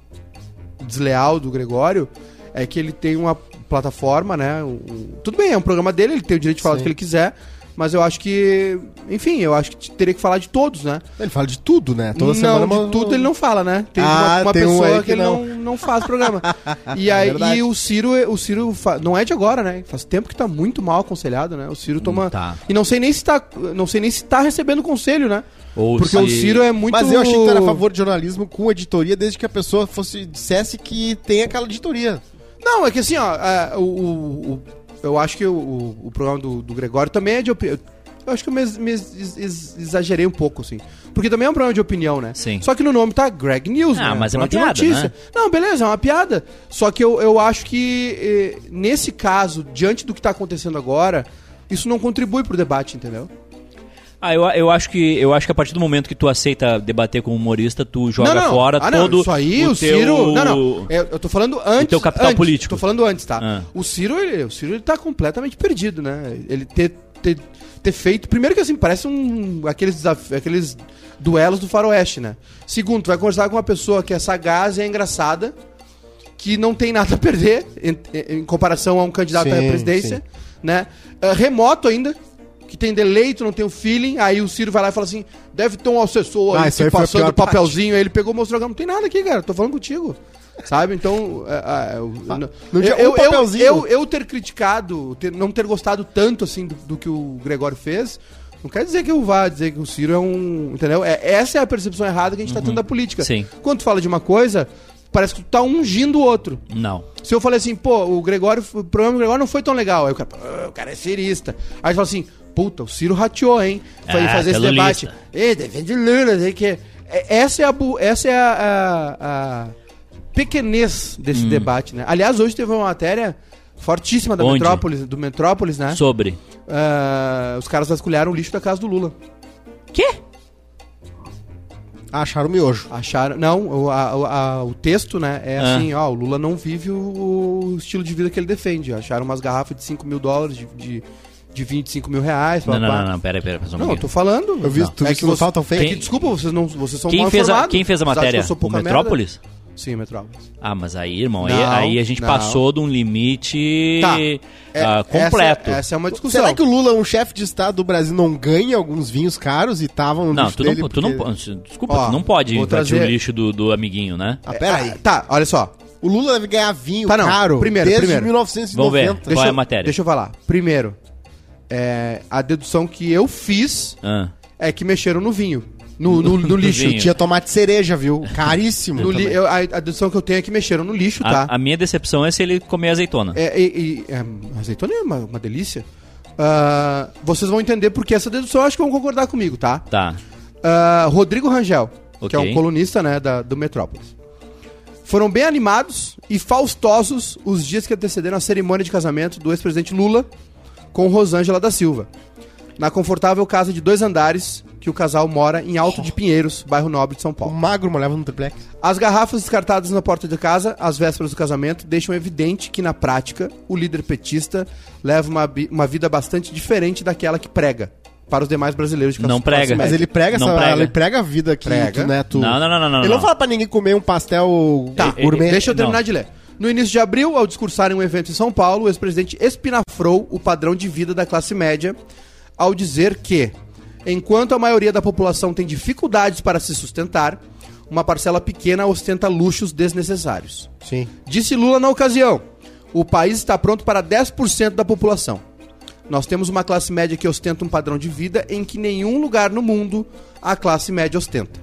Speaker 1: desleal do Gregório, é que ele tem uma plataforma, né? um- um- tudo bem, é um programa dele, ele tem o direito de falar do que ele quiser. Mas eu acho que. Enfim, eu acho que teria que falar de todos, né?
Speaker 3: Ele fala de tudo, né? Toda
Speaker 1: não,
Speaker 3: semana.
Speaker 1: de
Speaker 3: uma-
Speaker 1: tudo ele não fala, né? Tem
Speaker 3: Ah,
Speaker 1: uma, uma
Speaker 3: tem um
Speaker 1: pessoa
Speaker 3: aí
Speaker 1: que,
Speaker 3: que É
Speaker 1: ele não, não faz programa. e aí
Speaker 3: verdade.
Speaker 1: e o Ciro, o Ciro fa- não é de agora, né? Faz tempo que tá muito mal aconselhado, né? O Ciro
Speaker 3: Hum,
Speaker 1: toma
Speaker 2: tá.
Speaker 1: E não sei nem se tá, não sei nem se tá recebendo conselho, né?
Speaker 2: Ou
Speaker 1: Porque o
Speaker 2: se-
Speaker 1: Ciro é muito
Speaker 3: Mas eu achei que tu era a favor de jornalismo com editoria, desde que a pessoa fosse dissesse que tem aquela editoria.
Speaker 1: Não, é que assim, ó, a- o, o- o- eu acho que o, o- o programa do, do Gregório também é de opinião. Eu acho que eu me, ex- me ex- ex- exagerei um pouco, assim. Porque também é um programa de opinião, né?
Speaker 2: Sim.
Speaker 1: Só que no nome tá Greg News,
Speaker 2: Ah,
Speaker 1: né?
Speaker 2: mas é uma
Speaker 1: Programa de
Speaker 2: piada,
Speaker 1: Não, beleza, é uma piada. Só que eu, eu acho que, eh, nesse caso, diante do que tá acontecendo agora, isso não contribui pro debate, entendeu?
Speaker 2: Ah, eu, eu, acho que, eu acho que a partir do momento que tu aceita debater com um humorista, tu joga
Speaker 1: não, não.
Speaker 2: fora
Speaker 1: ah,
Speaker 2: todo
Speaker 1: não, isso aí, o,
Speaker 2: teu-
Speaker 1: Ciro... Não, não, é, eu tô falando antes...
Speaker 2: O teu capital
Speaker 1: antes,
Speaker 2: político.
Speaker 1: Tô falando antes, tá?
Speaker 2: Ah.
Speaker 1: O Ciro, ele, o Ciro, ele tá completamente perdido, né? Ele ter ter, ter feito. Primeiro que assim, parece um. aqueles desaf- aqueles duelos do Faroeste, né? Segundo, tu vai conversar com uma pessoa que é sagaz e é engraçada, que não tem nada a perder em, em comparação a um candidato à
Speaker 3: Sim,
Speaker 1: presidência,
Speaker 3: sim.
Speaker 1: né? Ah, remoto ainda. Que tem deleito, não tem o feeling, aí o Ciro vai lá e fala assim: deve ter um assessor
Speaker 3: Ah,
Speaker 1: aí,
Speaker 3: isso
Speaker 1: que
Speaker 3: aí foi a
Speaker 1: passando
Speaker 3: pior
Speaker 1: o papelzinho, aí ele pegou e mostrou não tem nada aqui, cara, tô falando contigo. Sabe? Então. é, é, eu- não-
Speaker 3: não tinha
Speaker 1: eu,
Speaker 3: um
Speaker 1: eu, eu,
Speaker 3: papelzinho.
Speaker 1: eu, eu ter criticado, ter- não ter gostado tanto assim do, do que o Gregório fez, não quer dizer que eu vá dizer que o Ciro é um. Entendeu? É, essa é a percepção errada que a gente
Speaker 3: Uhum.
Speaker 1: tá tendo da política.
Speaker 2: Sim.
Speaker 1: Quando tu fala de uma coisa, parece que tu tá ungindo o outro.
Speaker 2: Não.
Speaker 1: Se eu falei assim, pô, o Gregório, o programa do Gregório não foi tão legal. Aí o cara, "Ah, o cara é cirista. Aí tu fala assim, puta, o Ciro rateou, hein? Foi
Speaker 2: Ah,
Speaker 1: fazer esse
Speaker 2: telulista.
Speaker 1: debate. Ei, defende Lula, sei que. É, Essa é a, bu- essa é a, a- a pequenez
Speaker 2: Hum.
Speaker 1: desse debate, né? Aliás, hoje teve uma matéria fortíssima da
Speaker 2: Onde?
Speaker 1: Metrópolis, do Metrópolis, né?
Speaker 2: Sobre.
Speaker 1: Ah, os caras vasculharam o lixo da casa do Lula.
Speaker 2: Quê?
Speaker 3: Acharam o miojo.
Speaker 1: Acharam. Não, o, a- o- a- o texto, né? É
Speaker 2: Ah.
Speaker 1: assim, ó, o Lula não vive o, o estilo de vida que ele defende. Acharam umas garrafas de 5 mil dólares, de, de, de 25 mil reais,
Speaker 2: Não,
Speaker 1: blá,
Speaker 2: não,
Speaker 1: blá.
Speaker 2: não, não, pera, pera, pera só um
Speaker 1: Não, eu
Speaker 2: pouquinho.
Speaker 1: tô falando.
Speaker 3: Eu vi,
Speaker 1: Não.
Speaker 3: tu viu
Speaker 1: é
Speaker 3: que,
Speaker 1: que
Speaker 3: não
Speaker 1: você,
Speaker 3: tava tão feio.
Speaker 2: Quem-
Speaker 1: Desculpa, vocês, não, vocês são
Speaker 2: Quem
Speaker 1: mal
Speaker 2: fez, a,
Speaker 1: informados.
Speaker 2: quem fez a
Speaker 1: Vocês acham que
Speaker 2: matéria?
Speaker 1: eu sou
Speaker 2: O
Speaker 1: pouca merda?
Speaker 2: Metrópolis?
Speaker 1: Sim, Metrópolis.
Speaker 2: Ah, mas aí, irmão, aí,
Speaker 1: Não,
Speaker 2: aí a gente
Speaker 1: não.
Speaker 2: passou de um limite
Speaker 1: Tá.
Speaker 2: ah, completo.
Speaker 1: Essa, essa é uma discussão.
Speaker 3: Será que o Lula, um chefe de Estado do Brasil, não ganha alguns vinhos caros e tava
Speaker 1: é
Speaker 3: no
Speaker 2: Não,
Speaker 3: lixo
Speaker 2: tu não,
Speaker 3: dele
Speaker 2: po- tu não
Speaker 3: porque-
Speaker 2: pode. Desculpa,
Speaker 1: Ó,
Speaker 2: tu não pode
Speaker 1: vou
Speaker 2: invadir o
Speaker 1: trazer-
Speaker 2: lixo do, do amiguinho, né?
Speaker 3: Ah, pera aí.
Speaker 1: Tá, olha só.
Speaker 3: O Lula deve ganhar vinho
Speaker 1: Tá, não.
Speaker 3: caro
Speaker 1: Primeiro,
Speaker 3: desde
Speaker 1: primeiro.
Speaker 2: Vamos ver.
Speaker 3: 1990.
Speaker 2: Qual
Speaker 1: Deixa
Speaker 2: é a
Speaker 1: eu-
Speaker 2: matéria?
Speaker 1: Deixa eu falar. Primeiro, é, a dedução que eu fiz
Speaker 2: Ah,
Speaker 1: é que mexeram no vinho. No, no, no lixo.
Speaker 2: vinho.
Speaker 3: Tinha tomate cereja, viu? Caríssimo.
Speaker 1: No li-
Speaker 3: também.
Speaker 1: eu- a, a dedução que eu tenho é que mexeram no lixo, tá?
Speaker 2: a, a minha decepção é se ele comer azeitona.
Speaker 1: É, e, e- é, azeitona é uma, uma delícia. Ah, vocês vão entender porque essa dedução eu acho que vão concordar comigo, tá?
Speaker 2: Tá.
Speaker 1: Ah, Rodrigo Rangel, que
Speaker 2: Ok.
Speaker 1: é um colunista né, da, do Metrópolis. Foram bem animados e faustosos os dias que antecederam a cerimônia de casamento do ex-presidente Lula com Rosângela da Silva. Na confortável casa de dois andares que o casal mora em Alto de Pinheiros, bairro nobre de São
Speaker 3: O
Speaker 1: Paulo.
Speaker 3: magro molhava no triplex.
Speaker 1: As garrafas descartadas na porta de casa, às vésperas do casamento, deixam evidente que, na prática, o líder petista leva uma, bi- uma vida bastante diferente daquela que prega para os demais brasileiros de classe-
Speaker 2: Não
Speaker 1: classe
Speaker 2: prega.
Speaker 1: média.
Speaker 3: Mas ele prega
Speaker 2: Não
Speaker 3: essa.
Speaker 2: prega.
Speaker 3: Ele prega a vida aqui,
Speaker 1: Prega.
Speaker 3: tu, né? Tu...
Speaker 2: Não, não, não, não, não,
Speaker 3: Ele não,
Speaker 2: não.
Speaker 3: fala pra ninguém comer um pastel é,
Speaker 1: Tá,
Speaker 3: gourmet.
Speaker 1: deixa eu terminar
Speaker 2: Não.
Speaker 1: de ler. No início de abril, ao discursar em um evento em São Paulo, o ex-presidente espinafrou o padrão de vida da classe média ao dizer que, enquanto a maioria da população tem dificuldades para se sustentar, uma parcela pequena ostenta luxos desnecessários.
Speaker 3: Sim.
Speaker 1: Disse Lula na ocasião: o país está pronto para 10% da população. Nós temos uma classe média que ostenta um padrão de vida em que nenhum lugar no mundo a classe média ostenta.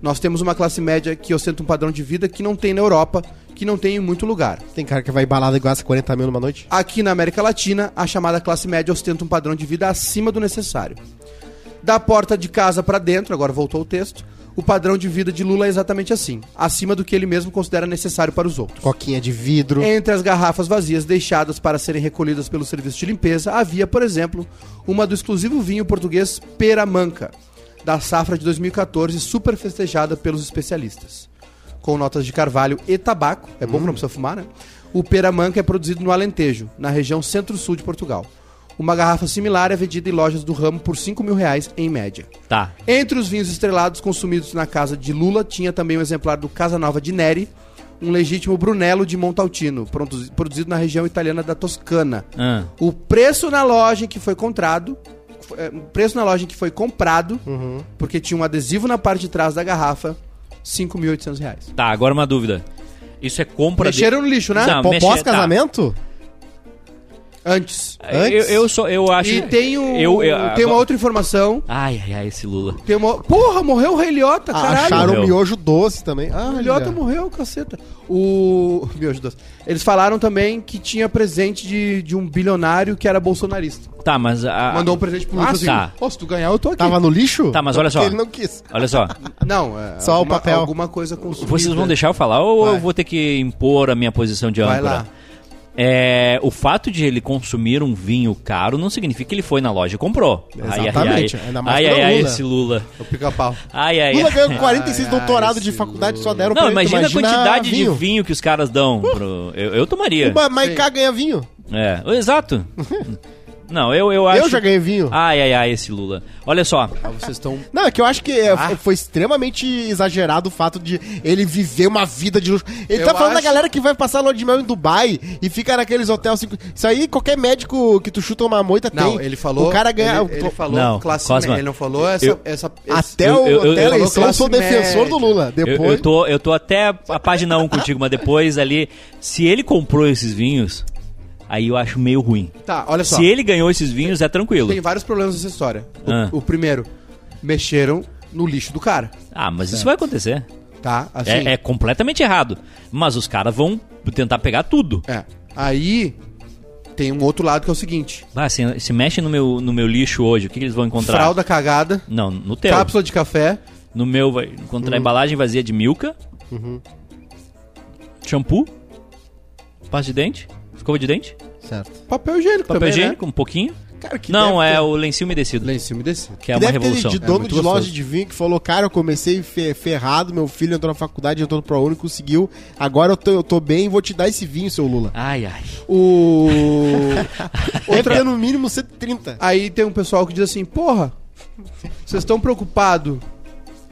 Speaker 1: Nós temos uma classe média que ostenta um padrão de vida que não tem na Europa, que não tem em muito lugar.
Speaker 3: Tem cara que vai balada e gasta 40 mil numa noite.
Speaker 1: Aqui na América Latina, a chamada classe média ostenta um padrão de vida acima do necessário. Da porta de casa para dentro, agora voltou o texto, o padrão de vida de Lula é exatamente assim, acima do que ele mesmo considera necessário para os outros.
Speaker 3: Coquinha de vidro.
Speaker 2: É,
Speaker 1: Entre as garrafas vazias deixadas para serem recolhidas pelo serviço de limpeza, havia, por exemplo, uma do exclusivo vinho português Peramanca, da safra de 2014, super festejada pelos especialistas. Com notas de carvalho e tabaco, é bom pra não precisar fumar, né? O Peramanca é produzido no Alentejo, na região centro-sul de Portugal. Uma garrafa similar é vendida em lojas do ramo por 5 mil reais em média.
Speaker 2: Tá.
Speaker 1: Entre os vinhos estrelados consumidos na casa de Lula, tinha também um exemplar do Casa Nova de Neri, um legítimo Brunello de Montaltino, produzi- produzido na região italiana da Toscana.
Speaker 2: Ah,
Speaker 1: O preço na loja em que foi comprado, é, o preço na loja em que foi comprado,
Speaker 2: Uhum.
Speaker 1: porque tinha um adesivo na parte de trás da garrafa, 5.800 reais.
Speaker 2: tá, agora uma dúvida. Isso é compra de.
Speaker 1: Mexeram no lixo, né?
Speaker 2: Não.
Speaker 3: Pô,
Speaker 2: mexer-
Speaker 3: Pós-casamento?
Speaker 1: Antes.
Speaker 2: tá. Eu, eu, sou, eu acho.
Speaker 1: E tem, um,
Speaker 2: Eu,
Speaker 1: tem
Speaker 2: eu,
Speaker 1: uma
Speaker 2: agora-
Speaker 1: outra informação.
Speaker 2: Ai, ai, ai, esse Lula.
Speaker 1: Tem uma... Porra, morreu o Rei Liotta,
Speaker 2: Ah, Tá.
Speaker 1: caralho.
Speaker 3: Acharam
Speaker 2: meu.
Speaker 3: o miojo doce também. Ah,
Speaker 1: O Lhota morreu, caceta. O. Meu Deus. Eles falaram também que tinha presente de, de um bilionário que era bolsonarista.
Speaker 2: Tá, mas. A...
Speaker 1: Mandou um presente pro Lula
Speaker 2: Ah,
Speaker 1: assim:
Speaker 2: tá.
Speaker 1: "Ó, se tu ganhar, eu tô aqui.
Speaker 3: Tava no lixo?
Speaker 2: Tá, mas olha
Speaker 3: Porque
Speaker 2: só.
Speaker 3: Ele não quis.
Speaker 1: um
Speaker 2: Olha só,
Speaker 1: Não, é,
Speaker 3: Só o
Speaker 1: alguma-
Speaker 3: papel.
Speaker 1: Alguma coisa consumida.
Speaker 2: vocês vão deixar eu falar ou
Speaker 1: Vai.
Speaker 2: eu vou ter que impor a minha posição de
Speaker 1: Vai
Speaker 2: âncora?
Speaker 1: lá.
Speaker 2: É, o fato de ele consumir um vinho caro não significa que ele foi na loja e comprou.
Speaker 3: Exatamente,
Speaker 2: Ai, ai,
Speaker 3: ainda
Speaker 2: ai,
Speaker 3: mais
Speaker 2: ai,
Speaker 3: quando é
Speaker 2: ai,
Speaker 3: o Lula.
Speaker 2: esse Lula.
Speaker 1: O pica-pau.
Speaker 2: Ai, ai,
Speaker 3: Lula
Speaker 2: É. ai.
Speaker 3: ganhou 46
Speaker 1: Ai,
Speaker 3: doutorados de
Speaker 1: esse
Speaker 3: faculdade, só deram
Speaker 2: Não,
Speaker 3: ele. Ah,
Speaker 2: imagina, a quantidade
Speaker 3: vinho. Uh!
Speaker 2: de vinho que os caras dão. pro- Eu, eu tomaria.
Speaker 3: Uma Maiká ganha vinho.
Speaker 2: É, exato. Não, eu, eu acho. Ah.
Speaker 3: Eu já ganhei vinho.
Speaker 2: Ai, ai, ai, esse Lula. Olha só.
Speaker 1: Ah, vocês estão.
Speaker 3: Não, é que eu acho que é,
Speaker 1: Ah.
Speaker 3: foi- foi extremamente exagerado o fato de ele viver uma vida de luxo. Ele
Speaker 1: Eu
Speaker 3: tá falando da
Speaker 1: acho-
Speaker 3: galera que vai passar lua de mel em Dubai e fica naqueles hotéis. cinco- Isso aí, qualquer médico que tu chuta uma moita
Speaker 1: Não,
Speaker 3: tem.
Speaker 1: ele falou.
Speaker 3: O cara ganha.
Speaker 1: Ele, ele falou
Speaker 2: Não,
Speaker 1: classe
Speaker 2: Cosma,
Speaker 1: média. Ele não falou essa.
Speaker 2: eu-
Speaker 1: essa
Speaker 3: Até
Speaker 2: Eu-
Speaker 3: o
Speaker 2: eu- eu-
Speaker 3: até
Speaker 2: ele
Speaker 3: a
Speaker 2: falou
Speaker 3: eleição, eu sou
Speaker 1: classe
Speaker 3: defensor
Speaker 1: média.
Speaker 3: do Lula.
Speaker 2: Eu,
Speaker 3: Depois.
Speaker 2: eu tô, eu tô até a página 1 contigo, mas depois ali. Se ele comprou esses vinhos, aí eu acho meio ruim.
Speaker 1: Tá, olha só.
Speaker 2: Se ele ganhou esses vinhos, é tranquilo.
Speaker 1: Tem vários problemas nessa história. O,
Speaker 2: Ah.
Speaker 1: o primeiro, mexeram no lixo do cara.
Speaker 2: Ah, mas isso vai acontecer.
Speaker 1: Tá? É. Assim.
Speaker 2: É, é completamente errado. Mas os caras vão tentar pegar tudo.
Speaker 1: é. Aí tem um outro lado que é o seguinte:
Speaker 2: Ah, se, se mexe no meu, no meu lixo hoje, o que, que eles vão encontrar?
Speaker 1: fralda cagada,
Speaker 2: Não, no teu.
Speaker 1: cápsula Uhum. de café,
Speaker 2: No meu vai encontrar embalagem vazia de milka.
Speaker 1: Uhum.
Speaker 2: Shampoo. Pasta de dente. Escova de dente.
Speaker 3: Certo.
Speaker 1: papel higiênico
Speaker 2: Papel
Speaker 1: também,
Speaker 2: higiênico, um pouquinho.
Speaker 3: Cara, que
Speaker 2: Não,
Speaker 3: deve
Speaker 2: é
Speaker 3: ter-
Speaker 2: o lencinho umedecido,
Speaker 1: né? Lá em cima desse.
Speaker 2: que é
Speaker 3: que
Speaker 2: uma
Speaker 3: deve ter
Speaker 2: revolução.
Speaker 3: de
Speaker 1: É
Speaker 3: dono
Speaker 1: muito
Speaker 3: de
Speaker 1: gostoso.
Speaker 3: loja de vinho que falou, cara, eu comecei fe- ferrado, meu filho entrou na faculdade, entrou no ProUni, conseguiu, agora eu tô, eu tô bem, vou te dar esse vinho, seu Lula.
Speaker 2: Ai, ai.
Speaker 1: O.
Speaker 3: Outra é no mínimo 130.
Speaker 1: Aí tem um pessoal que diz assim: porra, vocês estão preocupado,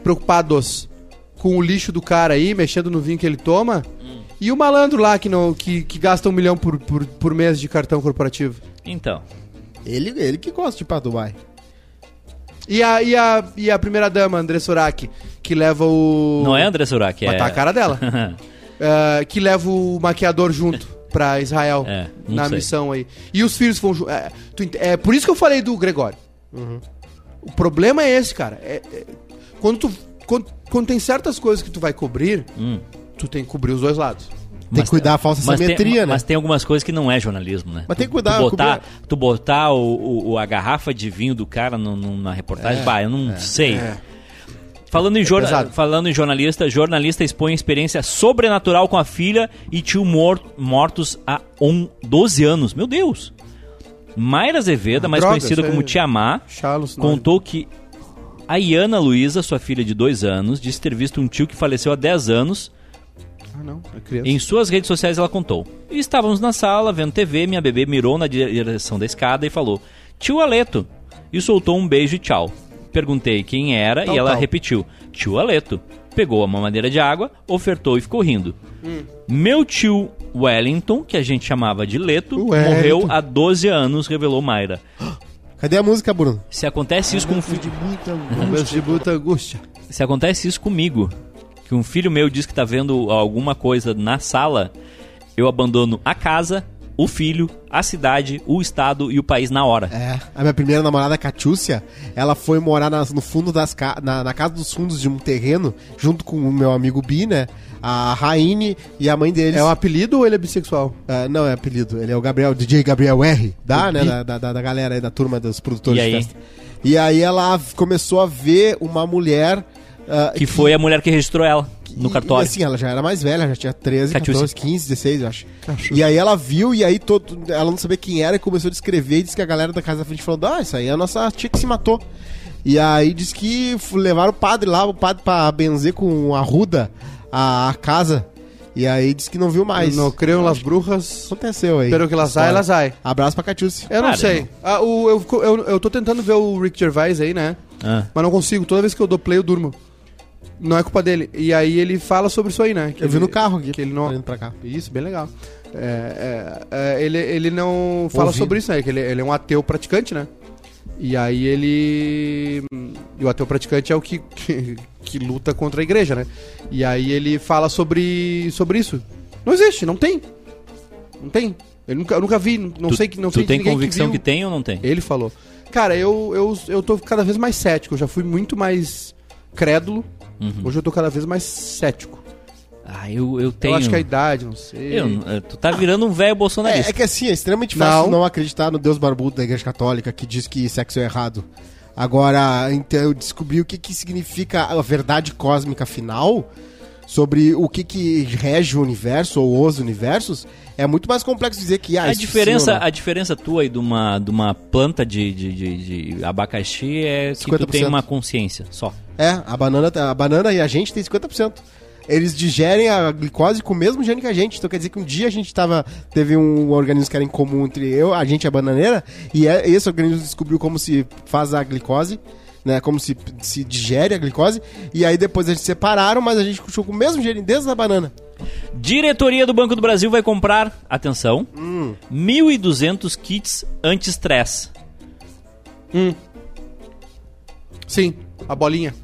Speaker 1: preocupados com o lixo do cara aí, mexendo no vinho que ele toma?
Speaker 2: Hum.
Speaker 1: E o malandro lá que, não, que, que gasta um milhão por, por, por mês de cartão corporativo?
Speaker 2: Então,
Speaker 3: Ele, ele que gosta de ir pra Dubai.
Speaker 1: E a, e a, e a primeira dama, André Surak, que leva o.
Speaker 2: não é André Surak, é...
Speaker 1: Mas tá a cara dela. Ah, que leva o maquiador junto pra Israel
Speaker 2: É, não
Speaker 1: na
Speaker 2: sei.
Speaker 1: missão aí. E os filhos vão junto. É, tu ent- é por isso que eu falei do Gregório. Uhum. O problema é esse, cara. É- é- quando, tu, quando, quando tem certas coisas que tu vai cobrir,
Speaker 2: Hum.
Speaker 1: tu tem que cobrir os dois lados.
Speaker 3: Tem que cuidar da falsa
Speaker 2: mas tem-
Speaker 3: simetria, né?
Speaker 2: Mas tem algumas coisas que não é jornalismo, né?
Speaker 3: Mas tem que
Speaker 2: Tu-
Speaker 3: cuidar,
Speaker 2: Tu botar, tu botar o, o- o- a garrafa de vinho do cara no- no- na
Speaker 3: É,
Speaker 2: reportagem, bah, eu não sei. Falando, em jorna-
Speaker 1: pesado.
Speaker 2: falando em jornalista, jornalista expõe experiência sobrenatural com a filha e tio mor- mortos há on- 12 anos. Meu Deus! Mayra Azeveda,
Speaker 3: Ah,
Speaker 2: mais
Speaker 1: droga,
Speaker 2: conhecida
Speaker 1: isso aí.
Speaker 2: como Tiamá,
Speaker 1: Charles
Speaker 2: contou que a Iana Luísa, sua filha de 2 anos, disse ter visto um tio que faleceu há 10 anos
Speaker 1: Ah, não. É criança.
Speaker 2: em suas redes sociais ela contou: Estávamos na sala vendo TV, minha bebê mirou na direção da escada e falou: Tio Aleto. E soltou um beijo e tchau. Perguntei quem era
Speaker 1: Tal,
Speaker 2: e ela
Speaker 1: tal.
Speaker 2: repetiu: Tio Aleto. Pegou a mamadeira de água, ofertou e ficou rindo.
Speaker 1: Hum.
Speaker 2: Meu tio Wellington, que a gente chamava de Leto,
Speaker 1: O Wellington.
Speaker 2: morreu há 12 anos, revelou Mayra.
Speaker 3: Cadê a música, Bruno?
Speaker 2: Se acontece isso com um filho.
Speaker 3: De muita
Speaker 1: Um beijo de muita angústia.
Speaker 2: Se acontece isso comigo, que um filho meu diz que tá vendo alguma coisa na sala, eu abandono a casa, o filho, a cidade, o estado e o país na hora.
Speaker 3: É, a minha primeira namorada, a Catiúcia, ela foi morar nas- no fundo das ca- na, na casa dos fundos de um terreno, junto com o meu amigo Bi, né? A Raine e a mãe deles.
Speaker 1: É um apelido ou ele é bissexual?
Speaker 3: Ah, não é apelido, ele é o Gabriel, DJ Gabriel R, da,
Speaker 1: O
Speaker 3: né,
Speaker 1: Bi.
Speaker 3: da, da, da galera aí, da turma dos
Speaker 2: E
Speaker 3: produtores
Speaker 2: aí?
Speaker 3: de festa. E aí ela v- começou a ver uma mulher... ah,
Speaker 2: Que foi a mulher que registrou ela no
Speaker 3: e-
Speaker 2: cartório.
Speaker 3: E, assim, ela já era mais velha, já tinha 13,
Speaker 2: Catiúcia.
Speaker 3: 14, 15, 16, eu acho.
Speaker 2: Tá
Speaker 3: E aí ela viu, e aí todo, ela não sabia quem era, e começou a descrever, e disse que a galera da casa da frente falou, ah, isso aí é a nossa tia que se matou. E aí disse que f- levaram o padre lá, o padre pra benzer com arruda a, a casa. E aí disse que não viu mais.
Speaker 1: não creiam las brujas,
Speaker 3: Aconteceu aí.
Speaker 1: pero que las sai,
Speaker 3: História.
Speaker 1: las sai.
Speaker 3: Abraço pra Catiúcia.
Speaker 1: Eu não
Speaker 2: Cara,
Speaker 1: sei. Ah, o- eu, fico- eu, eu tô tentando ver o Rick Gervais aí, né?
Speaker 2: Ah.
Speaker 1: Mas não consigo. Toda vez que eu dou play, eu durmo. Não é culpa dele. E aí ele fala sobre isso aí, né? Que
Speaker 3: Eu vi
Speaker 1: ele-
Speaker 3: no carro aqui,
Speaker 1: Que ele
Speaker 3: indo
Speaker 1: não...
Speaker 3: pra cá.
Speaker 1: Isso, bem legal. É, é, é, ele, ele não fala
Speaker 3: Ouvindo.
Speaker 1: sobre isso, né? Que ele, ele é um ateu praticante, né? E aí ele... E o ateu praticante é o que, que, que luta contra a igreja, né? E aí ele fala sobre, sobre isso. Não existe, não tem. Não tem. Eu nunca, eu nunca vi, não
Speaker 2: tu,
Speaker 1: sei que não
Speaker 2: tu
Speaker 1: sei
Speaker 2: tem
Speaker 1: ninguém
Speaker 2: convicção que,
Speaker 1: viu.
Speaker 2: tem ou não tem?
Speaker 1: Ele falou. Cara, eu, eu, eu tô cada vez mais cético. Eu já fui muito mais crédulo.
Speaker 2: Uhum.
Speaker 1: Hoje eu tô cada vez mais cético.
Speaker 2: Ah, eu, eu
Speaker 1: Eu
Speaker 2: tenho.
Speaker 1: acho que a idade, não sei.
Speaker 2: Eu- eh, tu tá virando um velho bolsonarista.
Speaker 3: É, é que assim, é extremamente fácil
Speaker 1: Não.
Speaker 3: não. acreditar no Deus barbudo da Igreja Católica que diz que sexo é errado. Agora, então eu descobri o que, que significa a verdade cósmica final sobre o que, que rege o universo ou os universos. É muito mais complexo dizer
Speaker 1: tá
Speaker 3: que ah,
Speaker 2: a
Speaker 3: isso sim ou
Speaker 2: diferença,
Speaker 1: né?
Speaker 3: não.
Speaker 2: a diferença tua e de uma, de uma planta de, de- de- de abacaxi é que tu tem
Speaker 3: 50%.
Speaker 2: uma consciência só.
Speaker 3: É, a banana, tá- a banana e a gente tem 50%. eles digerem a glicose com o mesmo gene que a gente. Então quer dizer que um dia a gente tava, teve um organismo que era em comum entre eu, a gente e a bananeira, e é- esse organismo descobriu como se faz a glicose. Né, como se, se digere a glicose. E aí depois eles separaram, mas a gente continuou com o mesmo gene desde a banana.
Speaker 2: Diretoria do Banco do Brasil vai comprar, atenção, 1.200 kits anti-estresse.
Speaker 1: Sim, a bolinha.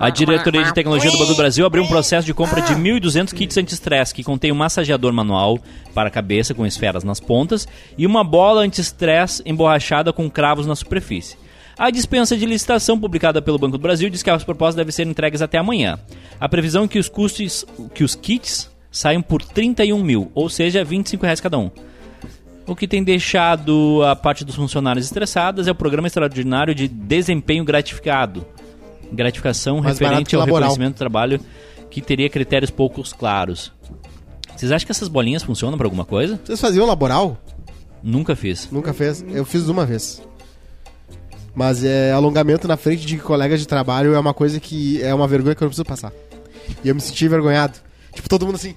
Speaker 2: A Diretoria de Tecnologia do Banco do Brasil abriu um processo de compra de 1.200 kits anti-estresse, que contém um massageador manual para a cabeça com esferas nas pontas e uma bola anti-estresse emborrachada com cravos na superfície. A dispensa de licitação publicada pelo Banco do Brasil diz que as propostas devem ser entregues até amanhã. A previsão é que os custos, que os kits saiam por 31 mil, ou seja, R$ 25 reais cada um. O que tem deixado a parte dos funcionários estressadas é o programa extraordinário de desempenho gratificado. Gratificação
Speaker 3: Mais barato
Speaker 2: referente
Speaker 3: que
Speaker 2: ao
Speaker 3: laboral.
Speaker 2: reconhecimento do trabalho que teria critérios poucos claros. Vocês acham que essas bolinhas funcionam pra alguma coisa?
Speaker 3: Vocês faziam laboral?
Speaker 2: Nunca fiz.
Speaker 3: Nunca fez? Eu fiz uma vez. Mas é alongamento na frente de colegas de trabalho é uma coisa que é uma vergonha que eu não preciso passar. E eu me senti envergonhado. Tipo, todo mundo assim.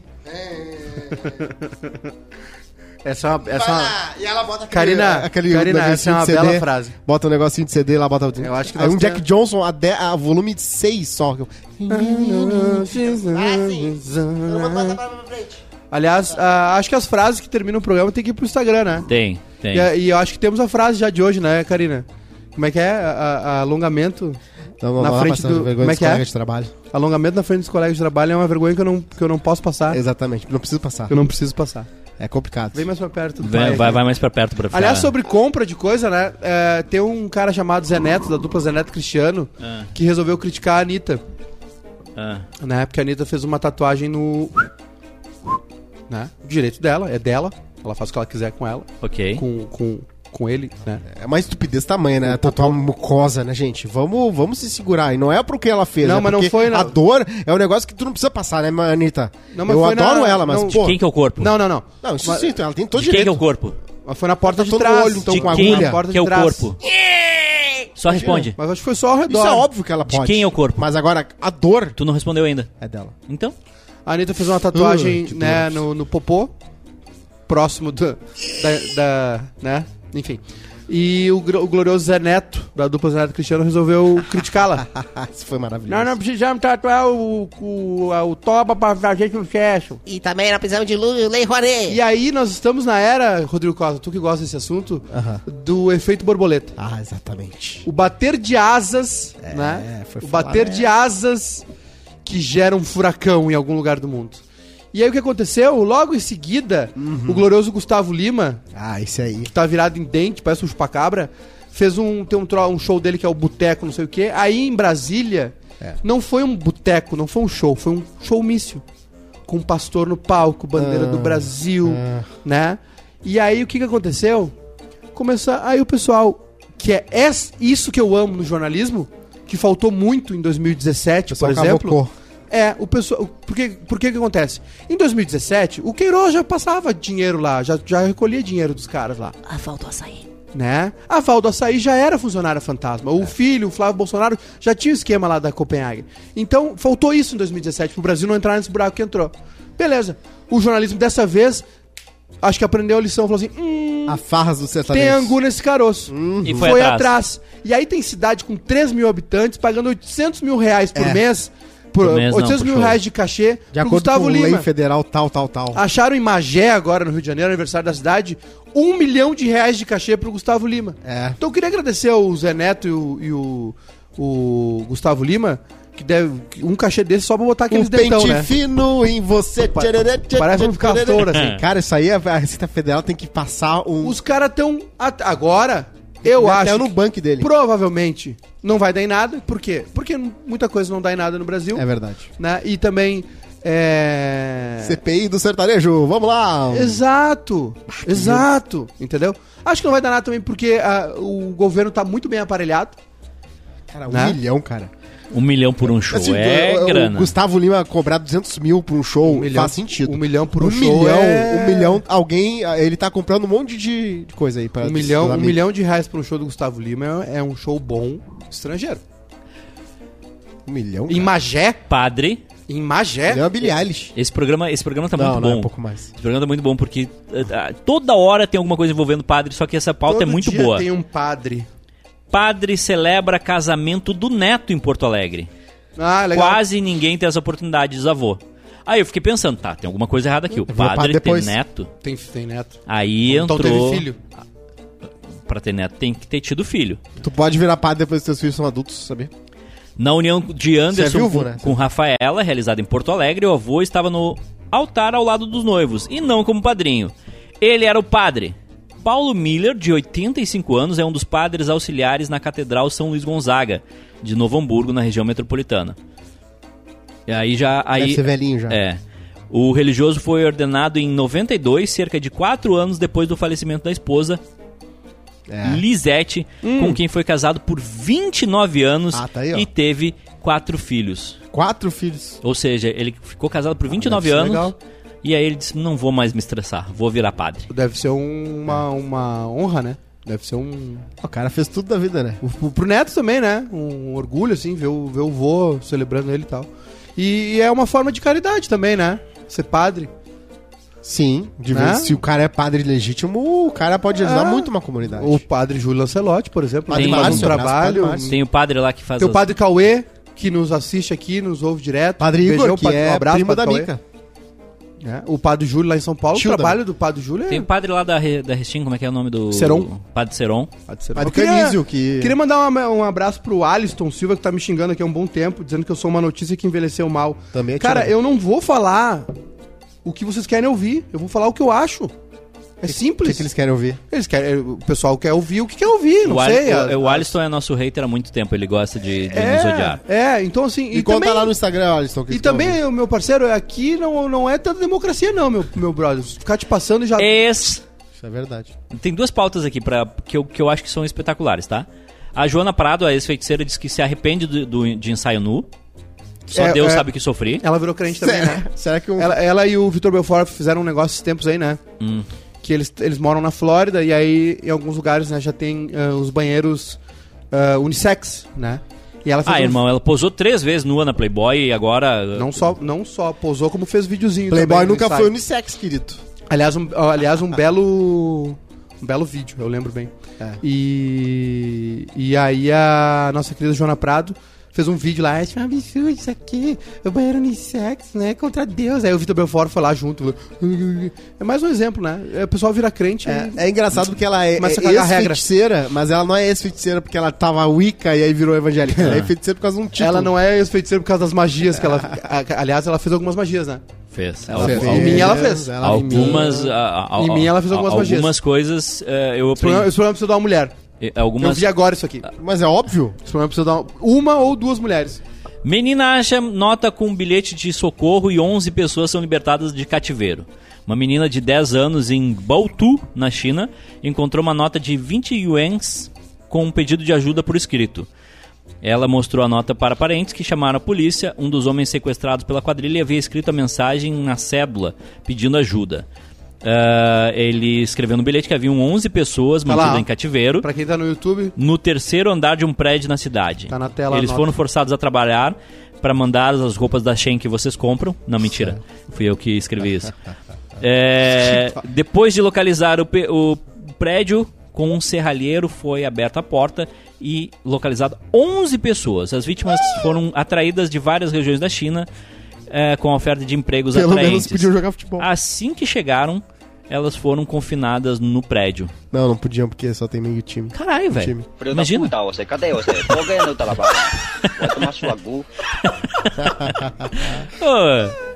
Speaker 1: Essa, essa,
Speaker 3: "Pá!" E ela bota aquele,
Speaker 1: Karina,
Speaker 3: aquele
Speaker 1: Karina,
Speaker 3: negocinho
Speaker 1: essa é uma
Speaker 3: de CD,
Speaker 1: bela frase.
Speaker 3: Bota um negocinho de CD lá, bota.
Speaker 1: Eu acho que
Speaker 3: Aí
Speaker 1: nós
Speaker 3: um Jack
Speaker 1: temos-
Speaker 3: Johnson a, de, a volume 6 só.
Speaker 1: Ah, Aliás, ah, acho que as frases que terminam o programa tem que ir pro Instagram, né?
Speaker 2: Tem, tem.
Speaker 1: E, a- e eu acho que temos a frase já de hoje, né, Karina? Como é que é? A- a- alongamento.
Speaker 3: Então, vamos
Speaker 1: Na
Speaker 3: lá
Speaker 1: frente
Speaker 3: passando
Speaker 1: do-
Speaker 3: vergonha
Speaker 1: como é
Speaker 3: dos
Speaker 1: que é?
Speaker 3: colegas de trabalho.
Speaker 1: Alongamento na frente dos colegas de trabalho é uma vergonha que eu não, que eu não posso passar.
Speaker 3: Exatamente, não preciso passar.
Speaker 1: Que eu não preciso passar.
Speaker 3: É complicado.
Speaker 1: Vem mais pra perto. do
Speaker 2: Vai,
Speaker 1: pai
Speaker 2: vai,
Speaker 1: aqui.
Speaker 2: vai mais pra perto pra ficar.
Speaker 1: Aliás, sobre compra de coisa, né? é, tem um cara chamado Zé Neto, da dupla Zé Neto Cristiano,
Speaker 2: Ah,
Speaker 1: que resolveu criticar a Anitta.
Speaker 2: ah.
Speaker 1: Na época a Anitta fez uma tatuagem no. Né? O direito dela, é dela. Ela faz o que ela quiser com ela.
Speaker 2: Ok.
Speaker 1: Com, com, com ele, né?
Speaker 3: É uma estupidez tamanha, né? Tatuar uma mucosa, né, gente? Vamos, vamos se segurar. E não é pro que ela fez,
Speaker 1: Não,
Speaker 3: é
Speaker 1: mas não
Speaker 3: porque
Speaker 1: foi na-
Speaker 3: A dor é um negócio que tu não precisa passar, né, Anitta?
Speaker 1: Não, mas
Speaker 3: Eu
Speaker 1: foi
Speaker 3: adoro
Speaker 1: na-
Speaker 3: ela, mas,
Speaker 1: não-
Speaker 3: pô...
Speaker 2: Quem que é o corpo?
Speaker 1: Não, não, não.
Speaker 3: Não, isso
Speaker 1: Mas-
Speaker 3: sim, então ela tem todo
Speaker 2: De quem
Speaker 3: direito.
Speaker 2: que é o corpo?
Speaker 1: Mas foi na porta
Speaker 3: Tá
Speaker 1: de
Speaker 3: todo
Speaker 1: trás.
Speaker 3: olho, então,
Speaker 2: de
Speaker 3: com a
Speaker 2: quem
Speaker 1: Na porta
Speaker 2: que é
Speaker 1: de
Speaker 2: o
Speaker 1: trás.
Speaker 2: corpo? Só responde.
Speaker 1: Mas acho que foi só ao redor.
Speaker 3: Isso é óbvio que ela
Speaker 2: De
Speaker 3: pode.
Speaker 2: quem é o corpo?
Speaker 3: Mas agora, a dor
Speaker 2: Tu não respondeu ainda.
Speaker 3: é dela.
Speaker 2: Então?
Speaker 1: A Anitta fez uma tatuagem,
Speaker 3: Uh, que
Speaker 1: né,
Speaker 3: dor.
Speaker 1: no, no popô, próximo do, da, da- né, enfim. E o, gro- o glorioso Zé Neto, da dupla Zé Neto Cristiano, resolveu criticá-la.
Speaker 3: Ah, isso foi maravilhoso.
Speaker 1: Nós não precisamos tatuar o, o, a- o toba pra fazer sucesso.
Speaker 4: E também nós precisamos de Lu- Lei Rouanet.
Speaker 1: E aí nós estamos na era, Rodrigo Costa, tu que gosta desse assunto,
Speaker 3: Aham.
Speaker 1: do efeito borboleta.
Speaker 3: Ah, exatamente.
Speaker 1: O bater de asas, né?
Speaker 3: É, foi
Speaker 1: O
Speaker 3: falar
Speaker 1: bater
Speaker 3: merda.
Speaker 1: de asas que gera um furacão em algum lugar do mundo. E aí o que aconteceu? Logo em seguida,
Speaker 3: Uhum.
Speaker 1: o glorioso Gustavo Lima,
Speaker 3: Ah, esse aí.
Speaker 1: que tá virado em dente, parece um chupacabra, fez um, tem um, tro- um show dele que é o Boteco, não sei o quê. Aí em Brasília,
Speaker 3: É.
Speaker 1: não foi um boteco, não foi um show, foi um showmício. Com um pastor no palco, bandeira do Brasil,
Speaker 3: ah.
Speaker 1: né? E aí o que, que aconteceu? Começou. Aí o pessoal, que é es- isso que eu amo no jornalismo, que faltou muito em 2017, por
Speaker 3: pessoal
Speaker 1: exemplo.
Speaker 3: cavocou.
Speaker 1: É, o pessoal. Por que por que que acontece? Em 2017, o Queiroz já passava dinheiro lá, já, já recolhia dinheiro dos caras lá
Speaker 4: Ah, faltou açaí.
Speaker 1: né? A Valdo Açaí já era funcionária fantasma.
Speaker 3: É.
Speaker 1: O filho, o Flávio Bolsonaro, já tinha o esquema lá da Copenhague. Então, faltou isso em 2017, pro Brasil não entrar nesse buraco que entrou. Beleza. O jornalismo dessa vez, acho que aprendeu a lição, falou assim: hum,
Speaker 3: A farras do sertanejo.
Speaker 1: tem angu nesse caroço.
Speaker 3: Uhum.
Speaker 2: E
Speaker 1: Foi,
Speaker 2: foi,
Speaker 1: atrás. E aí tem cidade com 3 mil habitantes pagando 800 mil reais por
Speaker 3: É.
Speaker 1: mês. Por,
Speaker 2: Por mês não,
Speaker 1: 800
Speaker 2: por
Speaker 1: mil
Speaker 2: show.
Speaker 1: reais de cachê
Speaker 3: De acordo com lei federal tal, tal, tal.
Speaker 1: Acharam em Magé, agora no Rio de Janeiro, aniversário da cidade, um milhão de reais de cachê pro Gustavo Lima.
Speaker 3: É.
Speaker 1: Então eu queria agradecer ao Zé Neto e o, e o- o Gustavo Lima, que deve que um cachê desse só pra botar aqueles
Speaker 3: um
Speaker 1: dentão,
Speaker 3: pente
Speaker 1: né?
Speaker 3: fino em você.
Speaker 1: Pa- Parece um castor, assim.
Speaker 3: Cara, isso aí, a, a Receita Federal tem que passar um...
Speaker 1: Os caras tão... at- Agora, eu
Speaker 3: até
Speaker 1: acho
Speaker 3: no
Speaker 1: que
Speaker 3: banco dele.
Speaker 1: provavelmente não vai dar em nada. Por quê? Porque muita coisa não dá em nada no Brasil.
Speaker 3: É verdade.
Speaker 1: né? E também... É...
Speaker 3: CPI do sertanejo, vamos lá!
Speaker 2: Hum.
Speaker 1: Exato,
Speaker 2: Ah,
Speaker 1: exato, entendeu? Acho que não vai dar nada também porque ah, o governo tá muito bem aparelhado.
Speaker 3: Cara, um
Speaker 1: Né?
Speaker 3: milhão, cara.
Speaker 2: Um milhão por um show.
Speaker 3: Assim,
Speaker 2: é
Speaker 3: o- o
Speaker 2: grana.
Speaker 3: Gustavo Lima cobrar 200 mil por um show faz sentido.
Speaker 1: Um milhão por um,
Speaker 3: Um
Speaker 1: show.
Speaker 3: milhão,
Speaker 1: é-
Speaker 3: um milhão, alguém, ah, ele tá comprando um monte de de coisa aí. Pra
Speaker 1: Um milhão, um
Speaker 3: pra mim.
Speaker 1: milhão de reais por um show do Gustavo Lima é é um show bom estrangeiro.
Speaker 3: Um milhão,
Speaker 1: Em Magé,
Speaker 2: Padre
Speaker 5: Em
Speaker 3: Ele é
Speaker 5: Magé?
Speaker 3: uma Billie Eilish.
Speaker 2: Esse programa, esse programa tá
Speaker 3: é não,
Speaker 2: muito
Speaker 3: não, é
Speaker 2: bom.
Speaker 3: um pouco mais.
Speaker 2: Esse programa tá muito bom porque ah, ah, toda hora tem alguma coisa envolvendo padre, só que essa pauta é
Speaker 5: Todo
Speaker 2: muito
Speaker 5: dia
Speaker 2: boa.
Speaker 5: tem um padre.
Speaker 2: Padre celebra casamento do neto em Porto Alegre.
Speaker 5: Ah, legal.
Speaker 2: Quase ninguém tem essa oportunidade de avô. Aí eu fiquei pensando, tá, tem alguma coisa errada aqui. O
Speaker 3: Eu vou pra
Speaker 2: padre tem
Speaker 3: depois.
Speaker 2: neto.
Speaker 5: Tem, tem neto.
Speaker 2: Aí
Speaker 5: então
Speaker 2: entrou.
Speaker 5: teve filho.
Speaker 2: Pra ter neto tem que ter tido filho.
Speaker 3: Tu pode virar padre depois que teus filhos são adultos, sabia?
Speaker 2: Na união de Anderson
Speaker 3: Você é viúvo,
Speaker 2: com,
Speaker 3: né?
Speaker 2: com Rafaela, realizada em Porto Alegre, o avô estava no altar ao lado dos noivos, e não como padrinho. Ele era o padre. Paulo Miller, de 85 anos, é um dos padres auxiliares na Catedral São Luís Gonzaga, de Novo Hamburgo, na região metropolitana. E aí já.
Speaker 3: Deve
Speaker 2: Aí,
Speaker 3: ser velhinho já.
Speaker 2: é. O religioso foi ordenado em 92, cerca de 4 anos depois do falecimento da esposa,
Speaker 3: É.
Speaker 2: Lisete,
Speaker 5: Hum.
Speaker 2: com quem foi casado por 29 anos
Speaker 3: Ah, tá aí, ó.
Speaker 2: e teve quatro filhos.
Speaker 3: Quatro filhos.
Speaker 2: Ou seja, ele ficou casado por 29
Speaker 5: Ah, deve ser
Speaker 2: anos
Speaker 5: legal.
Speaker 2: e aí ele disse: Não vou mais me estressar, vou virar padre.
Speaker 5: Deve ser um-
Speaker 1: É.
Speaker 5: uma, uma honra, né? Deve ser um.
Speaker 3: O cara fez tudo da vida, né?
Speaker 5: o- Pro neto também, né? Um orgulho, assim, ver o, ver o vô celebrando ele e tal. E, e é uma forma de caridade também, né? Ser padre.
Speaker 3: Sim. De
Speaker 5: Né?
Speaker 3: vez, se o cara é padre legítimo, o cara pode ajudar
Speaker 5: É.
Speaker 3: muito uma comunidade.
Speaker 5: O padre Júlio Lancelotti, por exemplo,
Speaker 3: Padre
Speaker 5: ele faz um
Speaker 2: Márcio,
Speaker 5: trabalho.
Speaker 3: abraço, padre
Speaker 2: Tem o padre lá que faz.
Speaker 5: Tem o
Speaker 2: as-
Speaker 5: padre Cauê, que nos assiste aqui, nos ouve direto.
Speaker 3: Padre Igor,
Speaker 5: Beijão,
Speaker 3: que
Speaker 5: padre-
Speaker 3: é
Speaker 5: um abraço,
Speaker 3: primo da
Speaker 5: padre
Speaker 3: Mica.
Speaker 5: Cauê. É, O padre Júlio lá em São Paulo.
Speaker 3: Tio
Speaker 5: o trabalho do padre Júlio é.
Speaker 2: Tem o padre lá da, Re- da Restinga, como é que é o nome do.
Speaker 5: Seron.
Speaker 2: Padre Seron.
Speaker 5: Pode ser.
Speaker 3: Padre
Speaker 5: Eu queria-
Speaker 3: Canísio, que...
Speaker 5: Queria mandar uma- um abraço pro Aliston Silva, que tá me xingando aqui há um bom tempo, dizendo que eu sou uma notícia que envelheceu mal.
Speaker 3: Também é
Speaker 5: Cara,
Speaker 3: tirado.
Speaker 5: eu não vou falar o que vocês querem ouvir, eu vou falar o que eu acho. É
Speaker 3: O
Speaker 5: simples.
Speaker 3: que, que eles querem ouvir?
Speaker 5: Eles querem, o pessoal quer ouvir o que quer ouvir, não
Speaker 2: o, Al-
Speaker 5: sei.
Speaker 2: o-
Speaker 5: a-
Speaker 2: o Alisson é nosso hater há muito tempo, ele gosta de, de nos odiar.
Speaker 5: é, é, então assim.
Speaker 3: E, conta lá no Instagram, Alisson. o que
Speaker 5: E
Speaker 3: eles querem
Speaker 5: também, o meu parceiro, é aqui não, não é tanta democracia, não, meu, meu brother. Se Ficar te passando já.
Speaker 2: Esse
Speaker 3: ouvir. Isso é verdade.
Speaker 2: Tem duas pautas aqui pra, que, eu, que eu acho que são espetaculares, tá? A Joana Prado, a ex-feiticeira, diz que se arrepende do, do- de ensaio nu. Só
Speaker 5: É,
Speaker 2: Deus
Speaker 5: é.
Speaker 2: sabe o que sofri.
Speaker 5: Ela virou crente
Speaker 2: É,
Speaker 5: também, né?
Speaker 3: Será que um...
Speaker 5: Ela, ela e o Vitor Belfort fizeram um negócio esses tempos aí, né?
Speaker 2: Hum.
Speaker 5: Que eles, eles moram na Flórida e aí em alguns lugares né, já tem ah, os banheiros ah, unissex, né? E ela fez
Speaker 2: Ah,
Speaker 5: um-
Speaker 2: irmão, ela posou três vezes nua na Playboy e agora. uh,
Speaker 5: Não só, não só posou, como fez videozinho.
Speaker 3: Playboy
Speaker 5: também no
Speaker 3: nunca
Speaker 5: ensaio.
Speaker 3: foi unissex, querido.
Speaker 5: Aliás, um, ó, aliás, um belo. Um belo vídeo, eu lembro bem.
Speaker 3: É.
Speaker 5: E. E aí a nossa querida Joana Prado fez um vídeo lá, isso é um absurdo isso aqui, o banheiro unissex, né? Contra Deus. Aí o Vitor Belfort foi lá junto. É mais um exemplo, né? É, O pessoal vira crente e.
Speaker 3: É, é engraçado porque ela é, é
Speaker 5: Começa a cagar regra.
Speaker 3: ex-feiticeira, mas ela não é ex-feiticeira porque ela tava Wicca e aí virou evangélica. Ela é feiticeira por causa de um título.
Speaker 5: Ela não é ex-feiticeira por causa das magias que ela. a- aliás, ela fez algumas magias, né?
Speaker 2: Fez.
Speaker 3: Ela
Speaker 2: Al-
Speaker 3: fez.
Speaker 2: al-
Speaker 5: Em mim ela fez.
Speaker 3: é Ela- é
Speaker 2: Algumas. a- a-
Speaker 5: Em mim ela fez algumas
Speaker 2: a-
Speaker 5: magias.
Speaker 2: Algumas coisas eh, eu
Speaker 5: Esse programa,
Speaker 2: aprendi.
Speaker 5: esse programa precisa dar uma mulher.
Speaker 2: eh,
Speaker 5: Eu
Speaker 2: Algumas.
Speaker 5: vi agora isso aqui.
Speaker 3: Mas é óbvio.
Speaker 5: Esse programa precisa dar uma ou duas mulheres.
Speaker 2: Menina acha nota com um bilhete de socorro e 11 pessoas são libertadas de cativeiro. Uma menina de 10 anos em Bautu, na China, encontrou uma nota de 20 yuans com um pedido de ajuda por escrito. Ela mostrou a nota para parentes que chamaram a polícia. Um dos homens sequestrados pela quadrilha havia escrito a mensagem na cédula pedindo ajuda. Ah, ele escreveu no bilhete que haviam 11 pessoas
Speaker 5: lá,
Speaker 2: mantidas
Speaker 5: ó.
Speaker 2: em cativeiro
Speaker 5: Pra quem tá no YouTube,
Speaker 2: no terceiro andar de um prédio na cidade.
Speaker 5: Tá na tela a
Speaker 2: Eles
Speaker 5: nota.
Speaker 2: foram forçados a trabalhar para mandar as roupas da Shein que vocês compram. Não, mentira. Fui eu que escrevi isso. É, depois de localizar o, pe- o prédio com um serralheiro, foi aberta a porta e localizado 11 pessoas. As vítimas foram atraídas de várias regiões da China é, com a oferta de empregos
Speaker 3: Pelo menos
Speaker 2: atraentes.
Speaker 3: podiam jogar futebol.
Speaker 2: Assim que chegaram, elas foram confinadas no prédio.
Speaker 3: Não, não podiam porque só tem meio time.
Speaker 2: Caralho,
Speaker 3: time.
Speaker 2: velho.
Speaker 6: Filho da
Speaker 2: Imagina.
Speaker 6: puta, você, cadê você? Tô ganhando o trabalho. Vai tomar sua gu.
Speaker 2: Ô,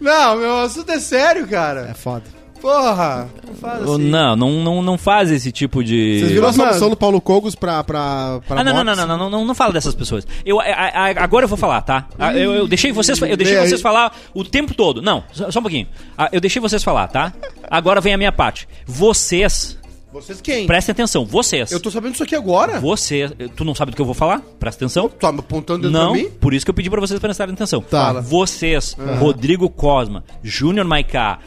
Speaker 5: Não, meu assunto é sério,
Speaker 3: É
Speaker 5: cara.
Speaker 3: foda.
Speaker 5: Porra. Não faz
Speaker 2: Ou
Speaker 5: assim.
Speaker 2: Não, não, não, não faz esse tipo de.
Speaker 3: Vocês viram a
Speaker 5: Mano.
Speaker 3: solução do Paulo Cogos pra, pra, pra
Speaker 2: Ah, não, não, não,
Speaker 3: Mox?
Speaker 2: não, não, não, não fala dessas pessoas. Eu, a- a- a- agora eu vou falar, tá? Ah, Eu, eu deixei vocês, eu deixei
Speaker 5: Lê aí.
Speaker 2: vocês falar o tempo todo. Não, só, só um pouquinho. Ah, Eu deixei vocês falar, tá? Agora vem a minha parte. Vocês,
Speaker 5: Vocês quem?
Speaker 2: prestem atenção, vocês.
Speaker 5: Eu tô sabendo isso aqui agora.
Speaker 2: Vocês, tu não sabe do que eu vou falar? Presta atenção.
Speaker 5: Tá me apontando dentro
Speaker 2: Não,
Speaker 5: de mim? Tá.
Speaker 2: por isso que eu pedi pra vocês prestarem atenção.
Speaker 3: Fala.
Speaker 2: Vocês, Rodrigo Cosma, Júnior Maiká,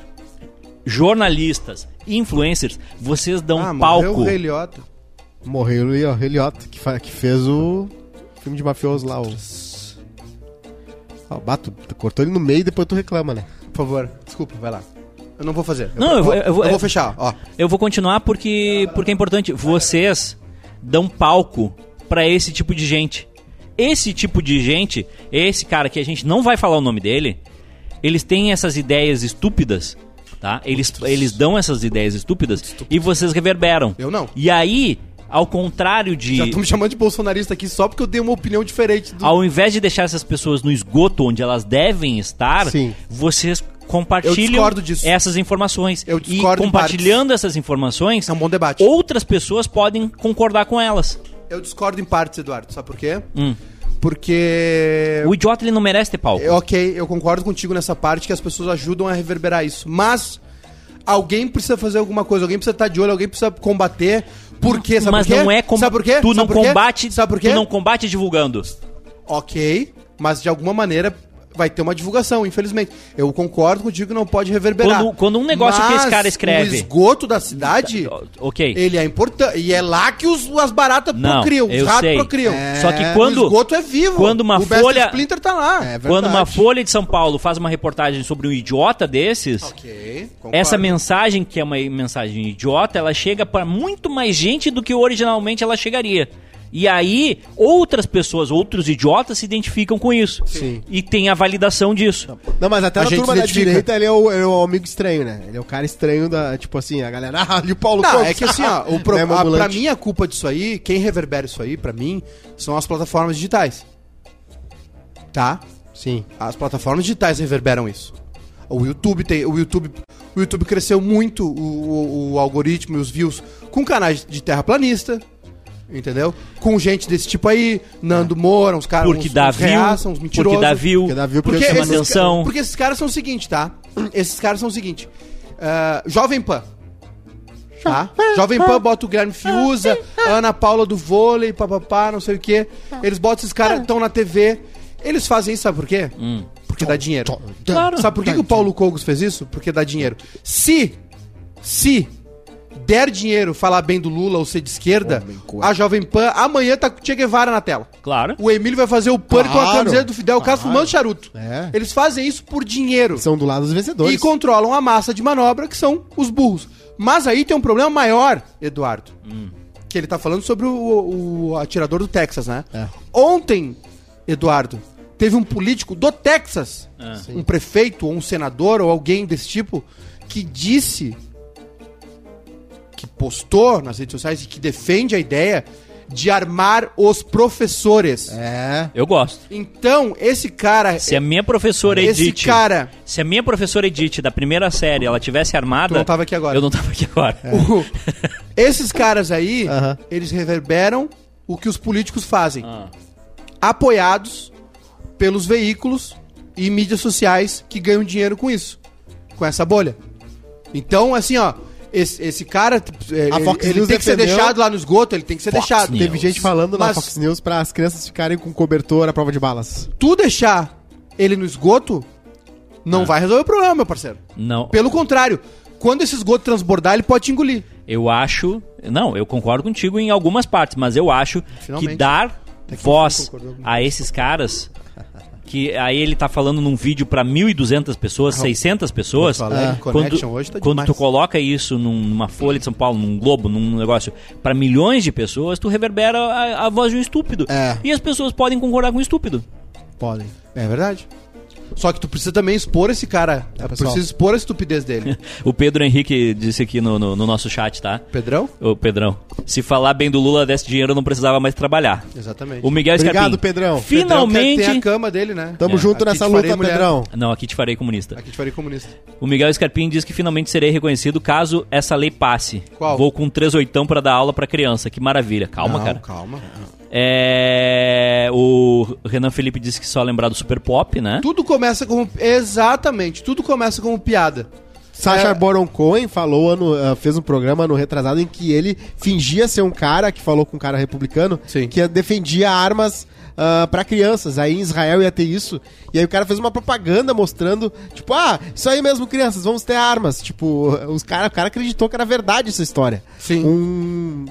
Speaker 2: jornalistas, influencers, vocês dão
Speaker 5: morreu
Speaker 2: palco.
Speaker 5: o Ah, Rei Liotta.
Speaker 3: Morreu o Heliot, que, fa- que fez o filme de mafioso lá, o... Fala, Ah, bato, cortou ele no meio e depois tu reclama, né?
Speaker 5: Por favor, desculpa, vai lá. Eu não vou fazer.
Speaker 2: Não, eu vou- eu vou-
Speaker 5: eu vou fechar, ó.
Speaker 2: Eu vou continuar porque, porque é importante. Vocês dão palco pra esse tipo de gente. Esse tipo de gente, esse cara que a gente não vai falar o nome dele, eles têm essas ideias estúpidas, tá? Eles, eles dão essas ideias estúpidas e vocês reverberam.
Speaker 5: Eu não.
Speaker 2: E aí, ao contrário de.
Speaker 5: Já tô me chamando de bolsonarista aqui só porque eu dei uma opinião diferente do.
Speaker 2: Ao invés de deixar essas pessoas no esgoto onde elas devem estar,
Speaker 3: Sim.
Speaker 2: vocês
Speaker 5: Eu
Speaker 2: compartilham
Speaker 5: discordo disso.
Speaker 2: essas informações.
Speaker 5: Eu discordo
Speaker 2: e
Speaker 5: em
Speaker 2: compartilhando essas informações,
Speaker 5: É um bom debate.
Speaker 2: outras pessoas podem concordar com elas.
Speaker 5: Eu discordo em partes, Eduardo. Sabe por quê?
Speaker 2: Hum.
Speaker 5: Porque.
Speaker 2: O idiota ele não merece ter palco.
Speaker 5: É, Ok, eu concordo contigo nessa parte que as pessoas ajudam a reverberar isso. Mas alguém precisa fazer alguma coisa, alguém precisa estar de olho, alguém precisa combater. Por quê? Sabe
Speaker 2: Mas
Speaker 5: por quê?
Speaker 2: não é com...
Speaker 5: Sabe por quê?
Speaker 2: tu não
Speaker 5: Sabe por quê?
Speaker 2: combate,
Speaker 5: Sabe por quê?
Speaker 2: tu não combate divulgando.
Speaker 5: Ok, mas de alguma maneira vai ter uma divulgação, infelizmente. Eu concordo contigo que não pode reverberar.
Speaker 2: Quando- quando um negócio que esse cara escreve- Tá,
Speaker 5: O esgoto da cidade,
Speaker 2: Ok.
Speaker 5: ele é importante. E é lá que os, as baratas
Speaker 2: Não,
Speaker 5: procriam, os
Speaker 2: eu
Speaker 5: ratos
Speaker 2: sei.
Speaker 5: procriam.
Speaker 2: É, Só que
Speaker 5: O
Speaker 2: quando-
Speaker 5: esgoto é vivo.
Speaker 2: quando uma
Speaker 5: o Best
Speaker 2: folha-
Speaker 5: Splinter tá lá.
Speaker 3: É,
Speaker 2: Quando uma
Speaker 3: verdade.
Speaker 2: folha de São Paulo faz uma reportagem sobre um idiota desses,
Speaker 5: Ok, concordo.
Speaker 2: Essa mensagem, que é uma mensagem idiota, ela chega para muito mais gente do que originalmente ela chegaria. E aí, outras pessoas, outros idiotas se identificam com isso.
Speaker 3: Sim.
Speaker 2: E tem a validação disso.
Speaker 3: Não, mas até
Speaker 5: A
Speaker 3: na
Speaker 5: gente
Speaker 3: turma
Speaker 5: se
Speaker 3: da
Speaker 5: identifica.
Speaker 3: direita ele é, o, ele é o amigo estranho, né? Ele é o cara estranho da, tipo assim, a galera, ah, e o Paulo
Speaker 5: Não,
Speaker 3: Cox?"
Speaker 5: é que assim, ó, o pro...
Speaker 3: Né,
Speaker 5: a,
Speaker 3: ambulante.
Speaker 5: pra mim a culpa disso aí, quem reverbera isso aí, pra mim, são as plataformas digitais. Tá?
Speaker 3: Sim.
Speaker 5: As plataformas digitais reverberam isso. O YouTube tem, o YouTube, o YouTube cresceu muito o, o- o algoritmo e os views com canais de terraplanista, entendeu? Com gente desse tipo aí, Nando Moura, uns caras,
Speaker 2: É. Porque
Speaker 5: uns,
Speaker 2: dá
Speaker 5: uns
Speaker 2: view.
Speaker 5: reaça, uns mentirosos.
Speaker 2: Porque dá view.
Speaker 3: Porque dá view porque,
Speaker 5: Porque
Speaker 3: eu
Speaker 2: chama
Speaker 5: esses,
Speaker 3: chamo
Speaker 2: atenção.
Speaker 5: ca- porque esses caras são o seguinte, tá? Esses caras são o seguinte. ah, Jovem Pan. Tá? Jovem Pan bota o Guilherme Fiuza, a Ana Paula do vôlei, papapá, não sei o quê. Eles botam esses caras, estão na TV. Eles fazem isso, sabe por quê? Porque dá dinheiro.
Speaker 2: Claro.
Speaker 5: Sabe por que, que o Paulo Cogos fez isso? Porque dá dinheiro. Se, se der dinheiro falar bem do Lula ou ser de esquerda,
Speaker 3: Homem, coisa.
Speaker 5: a Jovem Pan amanhã tá com o Che Guevara na tela.
Speaker 2: Claro.
Speaker 5: O Emílio vai fazer o pânico com a
Speaker 3: Claro,
Speaker 5: camiseta do Fidel Castro fumando charuto.
Speaker 3: É.
Speaker 5: Eles fazem isso por dinheiro
Speaker 3: São do lado dos vencedores.
Speaker 5: e controlam a massa de manobra, que são os burros. Mas aí tem um problema maior, Eduardo.
Speaker 3: Hum.
Speaker 5: Que ele tá falando sobre o, o atirador do Texas, né?
Speaker 3: É.
Speaker 5: Ontem, Eduardo, teve um político do Texas,
Speaker 3: É.
Speaker 5: um prefeito ou um senador ou alguém desse tipo, que disse, que postou nas redes sociais e que defende a ideia É, de armar os professores.
Speaker 3: É.
Speaker 2: Eu gosto.
Speaker 5: Então, esse cara.
Speaker 2: Se a minha professora
Speaker 5: esse
Speaker 2: Edith.
Speaker 5: cara.
Speaker 2: Se a minha professora Edith da primeira série ela tivesse armada.
Speaker 5: Tu não tava aqui agora. É.
Speaker 2: Eu não tava aqui agora.
Speaker 5: O- esses caras aí,
Speaker 3: Aham.
Speaker 5: eles reverberam o que os políticos fazem,
Speaker 3: Ah.
Speaker 5: apoiados pelos veículos e mídias sociais que ganham dinheiro com isso, com essa bolha. Então, assim, ó, esse, esse cara, é,
Speaker 3: A
Speaker 5: ele,
Speaker 3: Fox
Speaker 5: ele
Speaker 3: News
Speaker 5: tem que ser
Speaker 3: defendeu-
Speaker 5: deixado lá no esgoto, ele tem que ser
Speaker 2: Fox
Speaker 5: deixado.
Speaker 2: News.
Speaker 3: Teve gente falando na
Speaker 5: Mas-
Speaker 3: Fox News pra as crianças ficarem com cobertor à prova de balas.
Speaker 5: Tu deixar ele no esgoto não
Speaker 3: É.
Speaker 5: vai resolver o problema, meu parceiro.
Speaker 2: Não.
Speaker 5: Pelo contrário, quando esse esgoto transbordar, ele pode te engolir.
Speaker 2: Eu acho. Não, eu concordo contigo em algumas partes, mas eu acho que
Speaker 5: Finalmente.
Speaker 2: dar
Speaker 5: Até que eu
Speaker 2: voz
Speaker 5: concordo com
Speaker 2: a esses caras. Que aí ele tá falando num vídeo pra 1.200 pessoas, 600 pessoas.
Speaker 5: Porto Alegre Connection hoje tá
Speaker 2: quando
Speaker 5: demais.
Speaker 2: tu coloca isso num- numa Folha de São Paulo, num Globo, num negócio pra milhões de pessoas, tu reverbera a, a voz de um estúpido.
Speaker 3: É.
Speaker 2: E as pessoas podem concordar com o estúpido.
Speaker 3: Podem.
Speaker 5: É verdade. Só que tu precisa também expor esse cara.
Speaker 3: É, pessoal.
Speaker 5: precisa expor a estupidez dele.
Speaker 2: O Pedro Henrique disse aqui no, no- no nosso chat, tá?
Speaker 5: Pedrão?
Speaker 2: Ô, Pedrão, se falar bem do Lula desse dinheiro, eu não precisava mais trabalhar.
Speaker 5: Exatamente.
Speaker 2: O Miguel Scarpim.
Speaker 3: Obrigado, Pedrão.
Speaker 2: Finalmente.
Speaker 5: Tem a cama dele, né?
Speaker 3: Tamo
Speaker 2: É.
Speaker 3: junto
Speaker 5: Aqui
Speaker 3: nessa
Speaker 5: te
Speaker 3: luta,
Speaker 5: farei mulher.
Speaker 3: Pedrão.
Speaker 2: Não, aqui te farei comunista.
Speaker 5: Aqui te farei comunista.
Speaker 2: O Miguel Scarpim diz que finalmente serei reconhecido caso essa lei passe.
Speaker 5: Qual?
Speaker 2: Vou com 3 oitão pra dar aula pra criança. Que maravilha. Calma, cara.
Speaker 5: calma.
Speaker 2: É... O Renan Felipe disse que só lembrar do Super Pop, né?
Speaker 5: Tudo começa como. Exatamente, tudo começa como piada.
Speaker 3: Sacha
Speaker 5: É.
Speaker 3: Boron Cohen falou, ano, ah, fez um programa no retrasado em que ele fingia ser um cara, que falou com um cara republicano,
Speaker 5: Sim.
Speaker 3: que defendia armas ah, pra crianças. Aí em Israel ia ter isso. E aí o cara fez uma propaganda mostrando, tipo, ah, isso aí mesmo, crianças, vamos ter armas. Tipo, os cara, o cara acreditou que era verdade essa história.
Speaker 5: Sim.
Speaker 3: Um.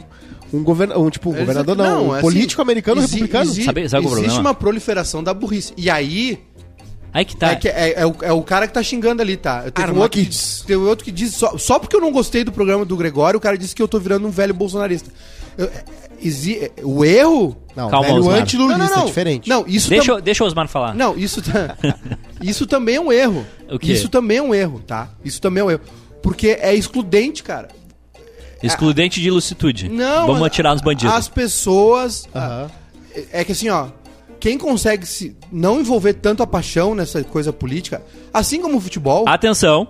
Speaker 3: Um governador, um, tipo, um
Speaker 5: Eles-
Speaker 3: governador não, um
Speaker 5: é assim,
Speaker 3: político americano
Speaker 5: exi-
Speaker 3: republicano.
Speaker 5: exi-
Speaker 2: Sabe- sabe qual é o
Speaker 5: existe
Speaker 2: problema?
Speaker 5: uma proliferação da burrice. E aí,
Speaker 2: Aí que tá.
Speaker 5: É, que é, é o, é o cara que tá xingando ali, tá? Teve um
Speaker 3: Arma
Speaker 5: outro que,
Speaker 3: Kids.
Speaker 5: diz- teve outro que diz, só, só porque eu não gostei do programa do Gregório, o cara disse que eu tô virando um velho bolsonarista. Eu- é- exi- é- o erro...
Speaker 3: Não,
Speaker 2: Calma,
Speaker 3: velho,
Speaker 2: Osmar.
Speaker 3: antilulista é diferente.
Speaker 5: Não, isso
Speaker 2: Deixa,
Speaker 5: tam-
Speaker 2: eu- deixa o Osmar falar.
Speaker 5: Não, isso, ta- isso também é um erro.
Speaker 2: O quê?
Speaker 5: Isso também é um erro, tá? Isso também é um erro. Porque é excludente, cara.
Speaker 2: Excludente de lucitude.
Speaker 5: é- Não.
Speaker 2: Vamos
Speaker 5: a-
Speaker 2: atirar nos bandidos.
Speaker 5: As pessoas. ah,
Speaker 3: Aham.
Speaker 5: É é que assim, ó. Quem consegue se não envolver tanto a paixão nessa coisa política, assim como o futebol.
Speaker 2: Ah, Atenção.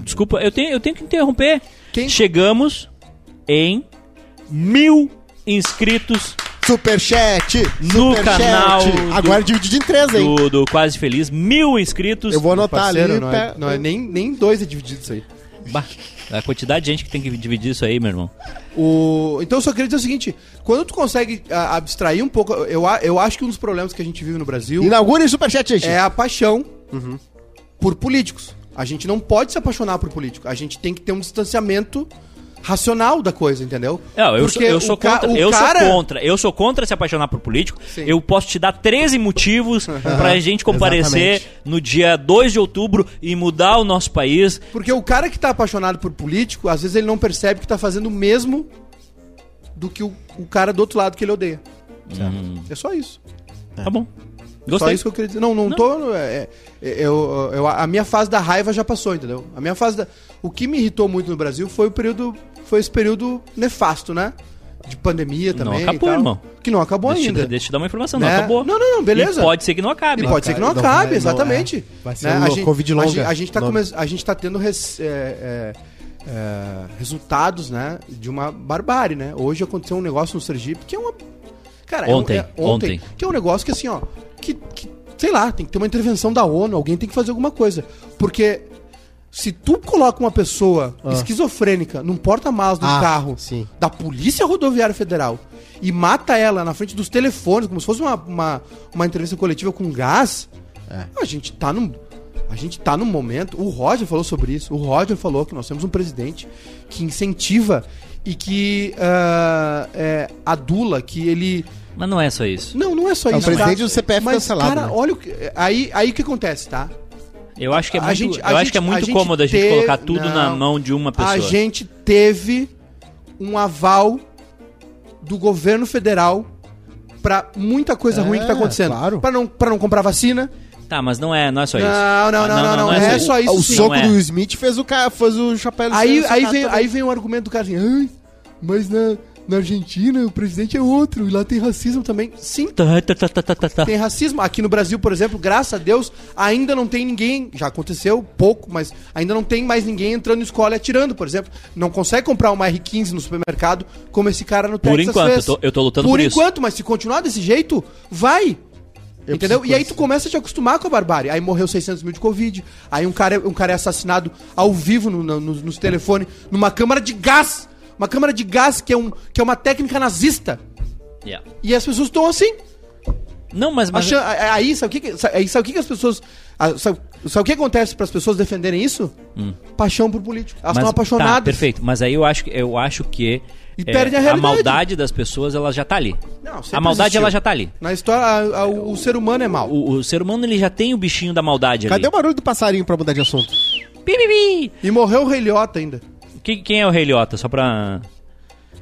Speaker 2: Desculpa, eu tenho, eu tenho que interromper.
Speaker 5: Quem-
Speaker 2: Chegamos em mil inscritos
Speaker 3: Superchat!
Speaker 2: No
Speaker 3: superchat.
Speaker 2: canal do-
Speaker 3: Agora dividido em três, hein?
Speaker 2: do, do Quase Feliz. Mil inscritos.
Speaker 3: Eu vou anotar
Speaker 2: tá
Speaker 5: Parceiro,
Speaker 3: ali.
Speaker 5: não
Speaker 3: pra-
Speaker 5: é, não é nem, nem dois é dividido isso aí.
Speaker 2: Bah, a quantidade de gente que tem que dividir isso aí, meu irmão.
Speaker 5: O... Então eu só queria dizer o seguinte: quando tu consegue a- abstrair um pouco, eu, a- eu acho que um dos problemas que a gente vive no Brasil.
Speaker 3: Inaugure o superchat, gente.
Speaker 2: Uhum.
Speaker 5: é a paixão por políticos. A gente não pode se apaixonar por político. A gente tem que ter um distanciamento racional da coisa, entendeu?
Speaker 2: Não, eu, sou, eu,
Speaker 5: o
Speaker 2: sou
Speaker 5: ca-
Speaker 2: contra,
Speaker 5: o
Speaker 2: eu
Speaker 5: cara-
Speaker 2: sou contra. Eu sou contra se apaixonar por político.
Speaker 5: Sim.
Speaker 2: Eu posso te dar 13 motivos pra gente comparecer
Speaker 3: Exatamente.
Speaker 2: no dia 2 de outubro e mudar o nosso país.
Speaker 5: Porque o cara que tá apaixonado por político, às vezes ele não percebe que tá fazendo o mesmo do que o, o cara do outro lado que ele odeia. É só isso.
Speaker 2: Tá bom.
Speaker 5: Só
Speaker 2: Gostei.
Speaker 5: isso que eu queria dizer. Não, não, tô. é- é- eu, eu- a minha fase da raiva já passou, entendeu? A minha fase da. O que me irritou muito no Brasil foi o período. Foi esse período nefasto, né? De pandemia
Speaker 2: Não
Speaker 5: também. e
Speaker 2: acabou,
Speaker 5: tal.
Speaker 2: irmão.
Speaker 5: Que não acabou
Speaker 2: Deixa, eu te-
Speaker 5: ainda.
Speaker 2: deixa eu te dar uma informação. Não
Speaker 5: Né?
Speaker 2: acabou.
Speaker 5: Não, não, não, beleza.
Speaker 2: E pode ser que não acabe.
Speaker 5: E pode ser que não
Speaker 3: Não,
Speaker 5: acabe,
Speaker 3: não,
Speaker 5: exatamente.
Speaker 3: é. Vai ser
Speaker 5: Né?
Speaker 3: um
Speaker 5: a gente,
Speaker 3: Covid
Speaker 5: a
Speaker 3: longa.
Speaker 5: gente, a gente tá,
Speaker 3: Nome.
Speaker 5: come- a gente tá tendo res- é, é, é, resultados, né, de uma barbárie, né? Hoje aconteceu um negócio no Sergipe que é uma... Cara, é um-
Speaker 2: Ontem,
Speaker 5: é- ontem,
Speaker 2: ontem.
Speaker 5: Que é um negócio que, assim, ó, que, que, sei lá, tem que ter uma intervenção da ONU, alguém tem que fazer alguma coisa. Porque se tu coloca uma pessoa esquizofrênica num porta-malas do
Speaker 3: Ah,
Speaker 5: carro
Speaker 3: sim.
Speaker 5: da Polícia Rodoviária Federal e mata ela na frente dos telefones, como se fosse uma, uma, uma entrevista coletiva com gás,
Speaker 3: É.
Speaker 5: a gente tá num. A gente tá num momento. O Roger falou sobre isso. O Roger falou que nós temos um presidente que incentiva e que ah, é, adula, que ele.
Speaker 2: Mas não é só isso.
Speaker 5: Não, não é só
Speaker 3: É o
Speaker 5: isso.
Speaker 3: presidente do CPF
Speaker 5: Mas,
Speaker 3: cancelado,
Speaker 5: Cara,
Speaker 3: né?
Speaker 5: olha o que. Aí, aí o que acontece, tá?
Speaker 2: Eu acho que é
Speaker 5: A
Speaker 2: muito,
Speaker 5: gente- a
Speaker 2: eu acho
Speaker 5: gente-
Speaker 2: que é
Speaker 5: a
Speaker 2: muito
Speaker 5: gente
Speaker 2: cômodo a gente
Speaker 5: ter-
Speaker 2: colocar tudo na
Speaker 5: não.
Speaker 2: mão de uma pessoa.
Speaker 5: A gente teve um aval do governo federal pra muita coisa
Speaker 3: É,
Speaker 5: ruim que tá acontecendo.
Speaker 3: claro.
Speaker 5: Pra não, pra não comprar vacina.
Speaker 2: Tá, mas não é, não é só isso.
Speaker 5: Não, não,
Speaker 2: Ah,
Speaker 5: não, não, não, é só isso
Speaker 3: o
Speaker 5: sim.
Speaker 3: soco
Speaker 2: Não é.
Speaker 3: do Smith fez o, ca... fez o chapéu do
Speaker 5: Aí,
Speaker 3: seu
Speaker 5: aí,
Speaker 3: cara
Speaker 5: vem,
Speaker 3: também.
Speaker 5: aí vem o argumento do cara assim, "Ai, mas na, na Argentina o presidente é outro, e lá tem racismo também. Sim,
Speaker 2: Tá, tá, tá, tá, tá, tá, tá.
Speaker 5: tem racismo. Aqui no Brasil, por exemplo, graças a Deus, ainda não tem ninguém, já aconteceu pouco, mas ainda não tem mais ninguém entrando em escola e atirando, por exemplo. Não consegue comprar uma R15 no supermercado como esse cara no
Speaker 2: Por
Speaker 5: Texas
Speaker 2: enquanto,
Speaker 5: fez.
Speaker 2: eu tô- eu tô lutando por isso.
Speaker 5: enquanto, mas se continuar desse jeito, vai.
Speaker 3: Eu
Speaker 5: Entendeu?
Speaker 3: preciso
Speaker 5: E aí tu começa a te acostumar com a barbárie. Aí morreu 600 mil de Covid. Aí um cara, é- um cara é assassinado ao vivo no, no- nos- nos telefones, numa câmara de gás. Uma câmara de gás que é, um, que é uma técnica nazista.
Speaker 2: Yeah.
Speaker 5: E as pessoas estão assim.
Speaker 2: Não, mas, mas
Speaker 5: Acha- a- a- aí, sabe o que que, sa- aí sabe o que, que as pessoas. a- Sabe, sabe o que acontece para as pessoas defenderem isso? Paixão por político. Elas
Speaker 2: Hum. mas-
Speaker 5: estão
Speaker 2: Tá,
Speaker 5: apaixonadas.
Speaker 2: perfeito, mas aí eu acho que eu acho que é,
Speaker 5: E perde a realidade.
Speaker 2: maldade das pessoas, ela já tá ali.
Speaker 5: Não, sempre
Speaker 2: a maldade
Speaker 5: existiu.
Speaker 2: ela já tá ali.
Speaker 5: Na história, a- a- o, o ser humano é mau.
Speaker 2: O, o ser humano ele já tem o bichinho da maldade
Speaker 3: Cadê o
Speaker 2: ali.
Speaker 3: barulho do passarinho pra mudar de assunto?
Speaker 2: Pi, pi,
Speaker 5: E morreu o Rei Liotta ainda.
Speaker 2: pi. Quem, quem é o Rei Liotta? Só pra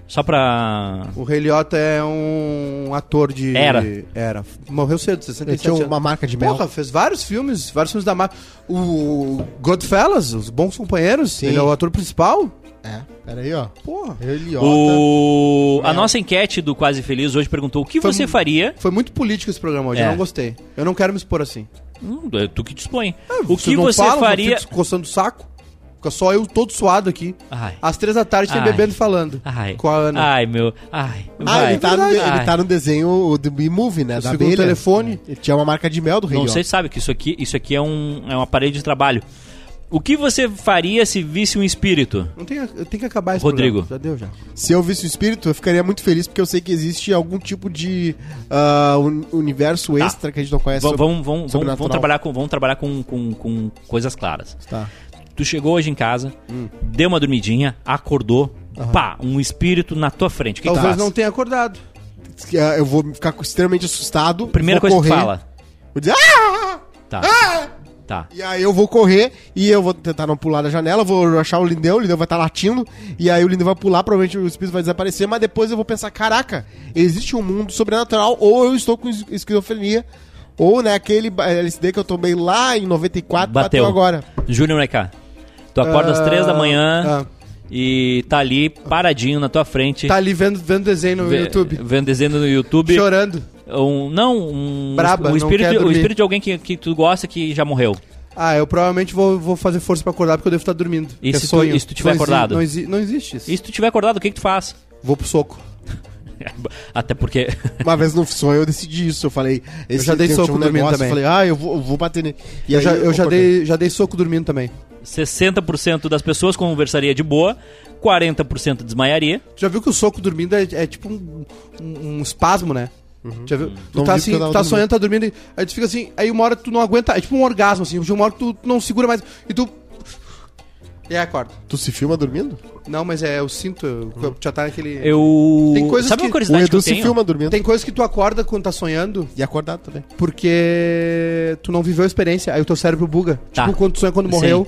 Speaker 2: só pra
Speaker 5: O Rei Liotta é um ator de.
Speaker 2: Era.
Speaker 5: Era. Morreu cedo, 67
Speaker 3: Ele tinha um uma
Speaker 5: anos.
Speaker 3: marca de mel.
Speaker 5: Porra, fez vários filmes, vários filmes da marca. O Godfellas, Os Bons Companheiros,
Speaker 3: Sim.
Speaker 5: ele é o ator principal.
Speaker 3: É, peraí, ó. tá-
Speaker 5: Porra.
Speaker 3: Eliota.
Speaker 2: o a nossa enquete do Quase Feliz hoje perguntou o que você faria?
Speaker 5: Foi muito político esse programa hoje,
Speaker 2: É.
Speaker 5: eu não gostei. Eu não quero me expor assim.
Speaker 2: Hum, é tu que dispõe. o
Speaker 5: Ah, Vocês
Speaker 2: que
Speaker 5: não
Speaker 2: você
Speaker 5: falam,
Speaker 2: faria?
Speaker 5: Eu fico coçando o saco. Fica só eu todo suado aqui.
Speaker 2: Ai.
Speaker 5: Às três da tarde tem
Speaker 2: Ah. Ai.
Speaker 5: bebendo e falando.
Speaker 2: Ai. Ah.
Speaker 5: Com a Ana. é
Speaker 2: Ai, meu. Ai.
Speaker 3: Ah,
Speaker 2: vai.
Speaker 3: ele tá, no, de-
Speaker 2: Ai.
Speaker 3: ele tá no desenho do B-Movie, né?
Speaker 5: Eu
Speaker 3: Da
Speaker 5: fico no
Speaker 3: abelha.
Speaker 5: telefone.
Speaker 3: Ele tinha uma marca de mel do Rei
Speaker 2: Não
Speaker 3: Liotta.
Speaker 2: sei se sabe que isso aqui, isso aqui é um, é um aparelho de trabalho. O que você faria se visse um espírito?
Speaker 5: Não tem, eu tenho que acabar esse
Speaker 2: Rodrigo.
Speaker 5: programa. Já deu, já.
Speaker 3: Se eu visse o espírito, eu ficaria muito feliz, porque eu sei que existe algum tipo de ah, un- universo extra que a gente não conhece.
Speaker 2: Tá. Vamos, vamos,
Speaker 3: sobre-
Speaker 2: vamos, vamos,
Speaker 3: É sobrenatural.
Speaker 2: trabalhar, com, vamos trabalhar com, com, com coisas claras.
Speaker 3: Tá.
Speaker 2: Tu chegou hoje em casa, deu uma dormidinha, acordou, pá, um espírito na tua frente. O que
Speaker 5: Talvez
Speaker 2: tu faz?
Speaker 5: não tenha acordado.
Speaker 3: Ah, Eu vou ficar extremamente assustado.
Speaker 2: Primeira
Speaker 3: vou
Speaker 2: coisa que
Speaker 3: correr,
Speaker 2: tu fala.
Speaker 3: Vou dizer, ah!
Speaker 2: Tá. Tá.
Speaker 3: E aí eu vou correr e eu vou tentar não pular da janela, vou achar o Lindeu, o Lindeu vai estar latindo, e aí o Lindeu vai pular, provavelmente o espírito vai desaparecer, mas depois eu vou pensar, caraca, existe um mundo sobrenatural, ou eu estou com es- esquizofrenia, ou né, aquele ba- LSD que eu tomei lá em 94,
Speaker 2: Bateu.
Speaker 3: agora.
Speaker 2: Júnior Maiká, tu acorda às
Speaker 5: Ah,
Speaker 2: três da manhã
Speaker 5: ah.
Speaker 2: e tá ali paradinho na tua frente.
Speaker 5: Tá ali vendo, vendo desenho no
Speaker 2: ve-
Speaker 5: YouTube.
Speaker 2: Vendo desenho no YouTube.
Speaker 5: Chorando.
Speaker 2: Um, não, um, o
Speaker 5: Braba, não quer
Speaker 2: espírito, o
Speaker 5: dormir.
Speaker 2: espírito de alguém que, que tu gosta que já morreu.
Speaker 5: Ah, eu provavelmente vou, vou fazer força pra acordar porque eu devo estar dormindo.
Speaker 2: E
Speaker 5: É
Speaker 2: se tu- e se tu tiver
Speaker 5: não exi-
Speaker 2: acordado?
Speaker 5: Não, exi- não existe isso.
Speaker 2: E se tu tiver acordado, o que que tu faz?
Speaker 5: Vou pro soco.
Speaker 2: Até porque
Speaker 3: Uma vez no sonho eu decidi isso, eu falei, esse
Speaker 5: já dei
Speaker 3: tem-
Speaker 5: soco
Speaker 3: tinha
Speaker 5: dormindo também.
Speaker 3: eu falei, ah, eu vou, eu vou bater nele. E
Speaker 5: eu
Speaker 3: aí
Speaker 5: já, eu já,
Speaker 3: acordei.
Speaker 5: dei, já dei soco dormindo também.
Speaker 2: 60% das pessoas conversaria de boa, 40% desmaiaria.
Speaker 5: Tu já viu que o soco dormindo é, é tipo um, um- um espasmo, né? Já viu? Tu
Speaker 3: Uhum. Não
Speaker 5: tá,
Speaker 3: vi
Speaker 5: assim,
Speaker 3: porque eu tava
Speaker 5: tu tá
Speaker 3: dormindo.
Speaker 5: sonhando, tá dormindo, e- aí tu fica assim, aí uma hora tu não aguenta, é tipo um orgasmo, assim, uma hora tu, tu não segura mais, e tu... E aí acorda.
Speaker 3: Tu se filma dormindo?
Speaker 5: Não, mas é, eu sinto, eu- o
Speaker 3: Uhum.
Speaker 5: corpo já tá naquele...
Speaker 2: Eu.
Speaker 5: Tem coisas
Speaker 2: Sabe
Speaker 5: que-
Speaker 2: uma
Speaker 3: O
Speaker 2: curiosidade que
Speaker 3: Edu
Speaker 2: eu
Speaker 3: se
Speaker 2: tenho?
Speaker 3: filma dormindo.
Speaker 5: Tem coisas que tu acorda quando tá sonhando,
Speaker 3: E acordado também.
Speaker 5: porque tu não viveu a experiência, aí o teu cérebro buga.
Speaker 2: Tá.
Speaker 5: Tipo, quando tu sonha quando
Speaker 2: Sim.
Speaker 5: morreu,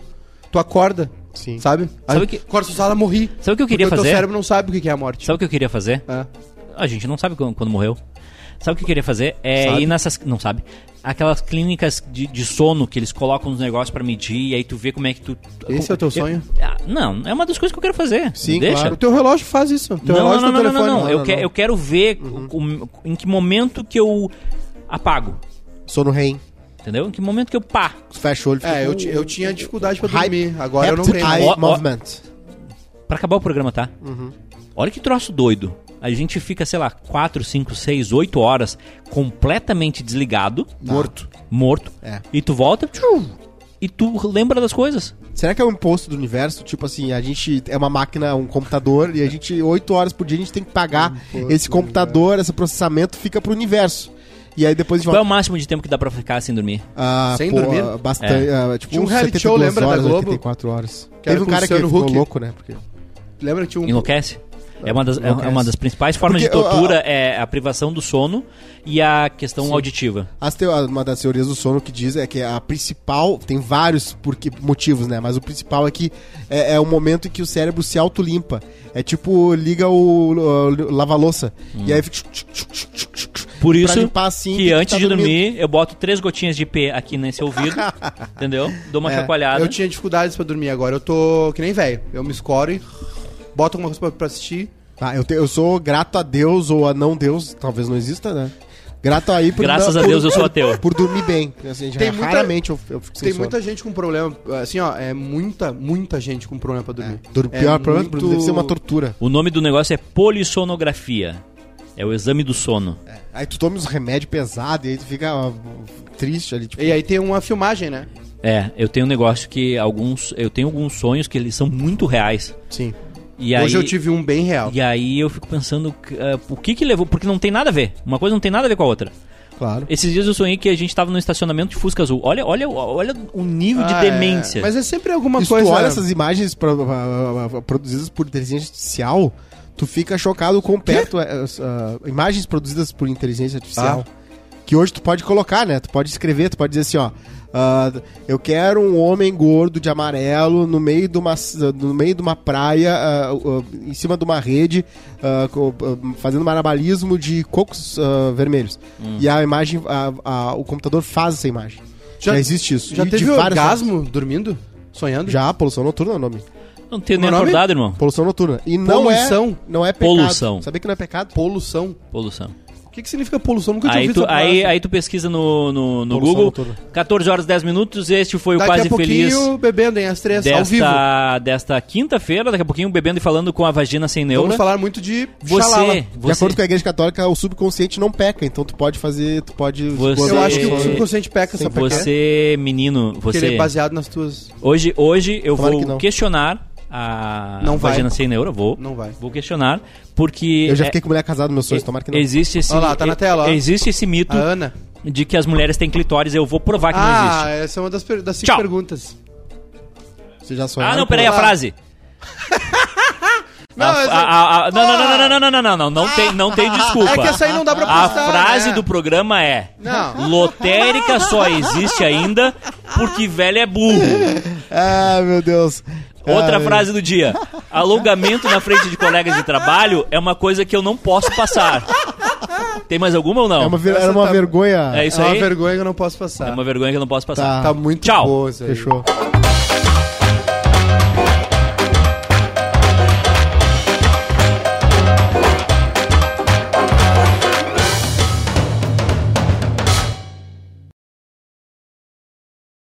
Speaker 5: tu acorda,
Speaker 3: Sim.
Speaker 5: sabe? Aí
Speaker 2: Sabe que-
Speaker 5: Acorda, tu fala, morri.
Speaker 2: Sabe o que eu queria
Speaker 5: Porque o
Speaker 2: fazer?
Speaker 5: teu cérebro não sabe o que que é a morte.
Speaker 2: Sabe o que eu queria fazer?
Speaker 5: É.
Speaker 2: A gente não sabe quando, quando morreu. Sabe o que eu queria fazer? É
Speaker 5: Sabe.
Speaker 2: ir nessas. Não sabe? Aquelas clínicas de, de sono que eles colocam nos negócios pra medir e aí tu vê como é que tu.
Speaker 5: Esse é o teu sonho?
Speaker 2: Eu- ah, não, é uma das coisas que eu quero fazer.
Speaker 3: Sim,
Speaker 2: Deixa.
Speaker 5: O teu relógio faz isso.
Speaker 2: Não,
Speaker 5: Teu relógio
Speaker 2: não, não, não,
Speaker 5: teu
Speaker 2: não,
Speaker 5: telefone.
Speaker 2: não, Eu,
Speaker 3: não,
Speaker 2: que-
Speaker 3: não.
Speaker 2: eu quero ver
Speaker 5: Uhum.
Speaker 2: com- em que momento que eu apago.
Speaker 3: Sono rei.
Speaker 2: Entendeu? Em que momento que eu pá.
Speaker 3: Tu fecha o olho e fica
Speaker 5: É, eu,
Speaker 3: com-
Speaker 5: ti- eu tinha dificuldade pra
Speaker 3: Hype-
Speaker 5: dormir. Agora eu não
Speaker 3: Rapid
Speaker 5: tenho.
Speaker 3: Eye
Speaker 2: Ó, ó.
Speaker 3: Movement.
Speaker 2: Pra acabar o programa, tá?
Speaker 3: Uhum.
Speaker 2: Olha que troço doido. A gente fica, sei lá, 4, 5, 6, 8 horas completamente desligado.
Speaker 3: Tá. Morto.
Speaker 2: Morto.
Speaker 3: É.
Speaker 2: E tu volta tchum, e tu lembra das coisas.
Speaker 3: Será que é um imposto do universo? Tipo assim, a gente é uma máquina, um computador, e a gente, oito horas por dia, a gente tem que pagar esse computador, esse processamento, fica pro universo. E aí depois a gente
Speaker 2: Qual é
Speaker 3: volta.
Speaker 2: o máximo de tempo que dá pra ficar sem dormir?
Speaker 3: Ah,
Speaker 5: Sem dormir?
Speaker 3: ah, Bastante, ah, tipo,
Speaker 5: Tinha um
Speaker 3: uns
Speaker 5: reality show,
Speaker 3: 72
Speaker 5: lembra, da
Speaker 3: horas,
Speaker 5: Globo?
Speaker 3: 84 horas.
Speaker 5: Que era
Speaker 3: Teve um
Speaker 5: com
Speaker 3: cara que
Speaker 5: Luciano
Speaker 3: ficou
Speaker 5: Huck.
Speaker 3: louco, né? Porque...
Speaker 5: Lembra que tinha um.
Speaker 2: Enlouquece? É uma das, é-
Speaker 3: Uhum. Enlouquece.
Speaker 2: é uma das principais formas
Speaker 3: Porque,
Speaker 2: de
Speaker 3: ó,
Speaker 2: tortura, é a privação do sono e a questão auditiva.
Speaker 3: As teo- uma das teorias do sono que diz é que a principal, tem vários porque, motivos, né? Mas o principal é que é, é o momento em que o cérebro se autolimpa. É tipo, liga o, o lava-louça. E aí fica.
Speaker 2: Por isso
Speaker 3: pra limpar assim, tem
Speaker 2: que
Speaker 3: que
Speaker 2: antes
Speaker 3: tá
Speaker 2: de
Speaker 3: dormindo.
Speaker 2: dormir, eu boto três gotinhas de IP aqui nesse ouvido, entendeu? Dou uma
Speaker 5: É,
Speaker 2: chacoalhada.
Speaker 5: Eu tinha dificuldades pra dormir agora. Eu tô que nem velho. Eu me escoro e boto alguma coisa pra, pra assistir.
Speaker 3: Tá, eu, te- eu sou grato a Deus ou a não Deus, talvez não exista, né? Grato aí por
Speaker 2: Graças
Speaker 3: não-
Speaker 2: a
Speaker 3: por-
Speaker 2: Deus eu sou ateu.
Speaker 3: Por dormir bem. Porque, Assim,
Speaker 5: Tem muita-
Speaker 3: raramente eu, eu fico sem
Speaker 5: Tem
Speaker 3: sono.
Speaker 5: muita gente com problema. Assim, ó, é muita, muita gente com problema pra dormir.
Speaker 3: Dur-
Speaker 5: É
Speaker 3: pior problema,
Speaker 5: muito-
Speaker 3: deve ser uma tortura.
Speaker 2: O nome do negócio é polissonografia. É o exame do sono.
Speaker 3: É, Aí tu toma uns remédios pesados e aí tu fica ó, triste ali, tipo,
Speaker 5: E aí tem uma filmagem, né?
Speaker 2: É, eu tenho um negócio que alguns. Eu tenho alguns sonhos que eles são muito reais.
Speaker 3: sim.
Speaker 2: E
Speaker 5: Hoje
Speaker 2: aí,
Speaker 5: eu tive um bem real.
Speaker 2: E aí eu fico pensando que, ah, o que que levou. Porque não tem nada a ver. Uma coisa não tem nada a ver com a outra.
Speaker 3: Claro.
Speaker 2: Esses dias eu sonhei que a gente tava no estacionamento de Fusca Azul. Olha, olha, olha o nível de
Speaker 5: Ah,
Speaker 2: demência.
Speaker 5: é. Mas é sempre alguma
Speaker 3: E se
Speaker 5: coisa.
Speaker 3: tu olha essas imagens pro- ah, ah, ah, produzidas por inteligência artificial, tu fica chocado com perto é, as, ah, imagens produzidas por inteligência artificial.
Speaker 5: Ah.
Speaker 3: Que hoje tu pode colocar, né? Tu pode escrever, tu pode dizer assim, ó. ah, eu quero um homem gordo de amarelo no meio de uma, c- no meio de uma praia, ah, ah, em cima de uma rede, ah, co- ah, fazendo marabalismo de cocos ah, vermelhos.
Speaker 5: Hum.
Speaker 3: E a imagem, a- a- o computador faz essa imagem. Já,
Speaker 5: Já-
Speaker 3: existe isso.
Speaker 5: Já
Speaker 3: E de
Speaker 5: teve
Speaker 3: várias
Speaker 5: orgasmo dormindo? Sonhando?
Speaker 3: já, poluição noturna é o nome.
Speaker 2: Não tenho nem
Speaker 5: Meu nome?
Speaker 2: acordado, irmão.
Speaker 3: Poluição noturna. E não
Speaker 5: Poluição?
Speaker 3: é não é pecado.
Speaker 2: Poluição.
Speaker 3: Sabia que não é pecado?
Speaker 5: Poluição.
Speaker 2: Poluição.
Speaker 5: O que, que significa poluição? Nunca tinha
Speaker 2: Aí
Speaker 5: ouvido assim.
Speaker 2: tu,
Speaker 5: essa palavra.
Speaker 2: aí, aí tu pesquisa no, no, no
Speaker 3: Poluição
Speaker 2: Google.
Speaker 3: noturna.
Speaker 2: 14 horas 10 minutos. Este foi o
Speaker 5: Daqui
Speaker 2: Quase
Speaker 5: a pouquinho,
Speaker 2: Feliz.
Speaker 5: bebendo, hein? As três, ao vivo.
Speaker 2: desta, desta quinta-feira, daqui a pouquinho, bebendo e falando com a vagina sem neura.
Speaker 5: Vamos falar muito de xalala.
Speaker 2: Você,
Speaker 3: De
Speaker 2: você,
Speaker 3: acordo com a igreja católica, o subconsciente não peca, então tu pode fazer, tu pode...
Speaker 2: Você-
Speaker 5: Eu acho que o
Speaker 2: Você-
Speaker 5: subconsciente peca essa pequena.
Speaker 2: você, menino,
Speaker 5: Porque ele
Speaker 2: você.
Speaker 5: é baseado nas tuas...
Speaker 2: Hoje, hoje eu
Speaker 3: Tomara que
Speaker 2: vou
Speaker 3: não.
Speaker 2: questionar a
Speaker 5: Não vai.
Speaker 2: vagina sem neura. Vou.
Speaker 5: Não vai.
Speaker 2: Vou questionar, porque.
Speaker 3: Eu já
Speaker 2: é-
Speaker 3: fiquei com mulher casada nos meus sonhos, tomara que não.
Speaker 2: Existe esse.
Speaker 5: Olha lá, tá na
Speaker 2: e-
Speaker 5: tela, ó.
Speaker 2: Existe esse mito
Speaker 5: A Ana.
Speaker 2: de que as mulheres têm clitóris. Eu vou provar que não
Speaker 5: Ah,
Speaker 2: existe.
Speaker 5: essa é uma das, per- das cinco
Speaker 2: Tchau.
Speaker 5: perguntas.
Speaker 3: Você já sonhou?
Speaker 2: Ah, não, peraí, a
Speaker 5: lá.
Speaker 2: frase.
Speaker 1: Não,
Speaker 2: A-
Speaker 1: mas-
Speaker 2: a- a- a- Não, não, não, não, não, não, não, não, não, não tem, não tem desculpa.
Speaker 1: É que essa aí não dá pra
Speaker 2: A
Speaker 1: postar,
Speaker 2: frase
Speaker 1: né?
Speaker 2: do programa é:
Speaker 1: Não.
Speaker 2: Lotérica só existe ainda porque velho é burro.
Speaker 3: Ah, meu Deus.
Speaker 2: Outra
Speaker 3: Ah,
Speaker 2: frase do dia: Alongamento na frente de colegas de trabalho é uma coisa que eu não posso passar. Tem mais alguma ou não?
Speaker 3: É uma, ver- era
Speaker 1: Essa
Speaker 3: uma
Speaker 1: tá-
Speaker 3: vergonha.
Speaker 2: É isso
Speaker 1: é uma
Speaker 2: aí?
Speaker 1: vergonha que eu não posso passar.
Speaker 2: É uma vergonha que eu não posso passar.
Speaker 3: Tá.
Speaker 1: Tá muito
Speaker 2: Tchau.
Speaker 1: boa isso aí.
Speaker 3: Fechou.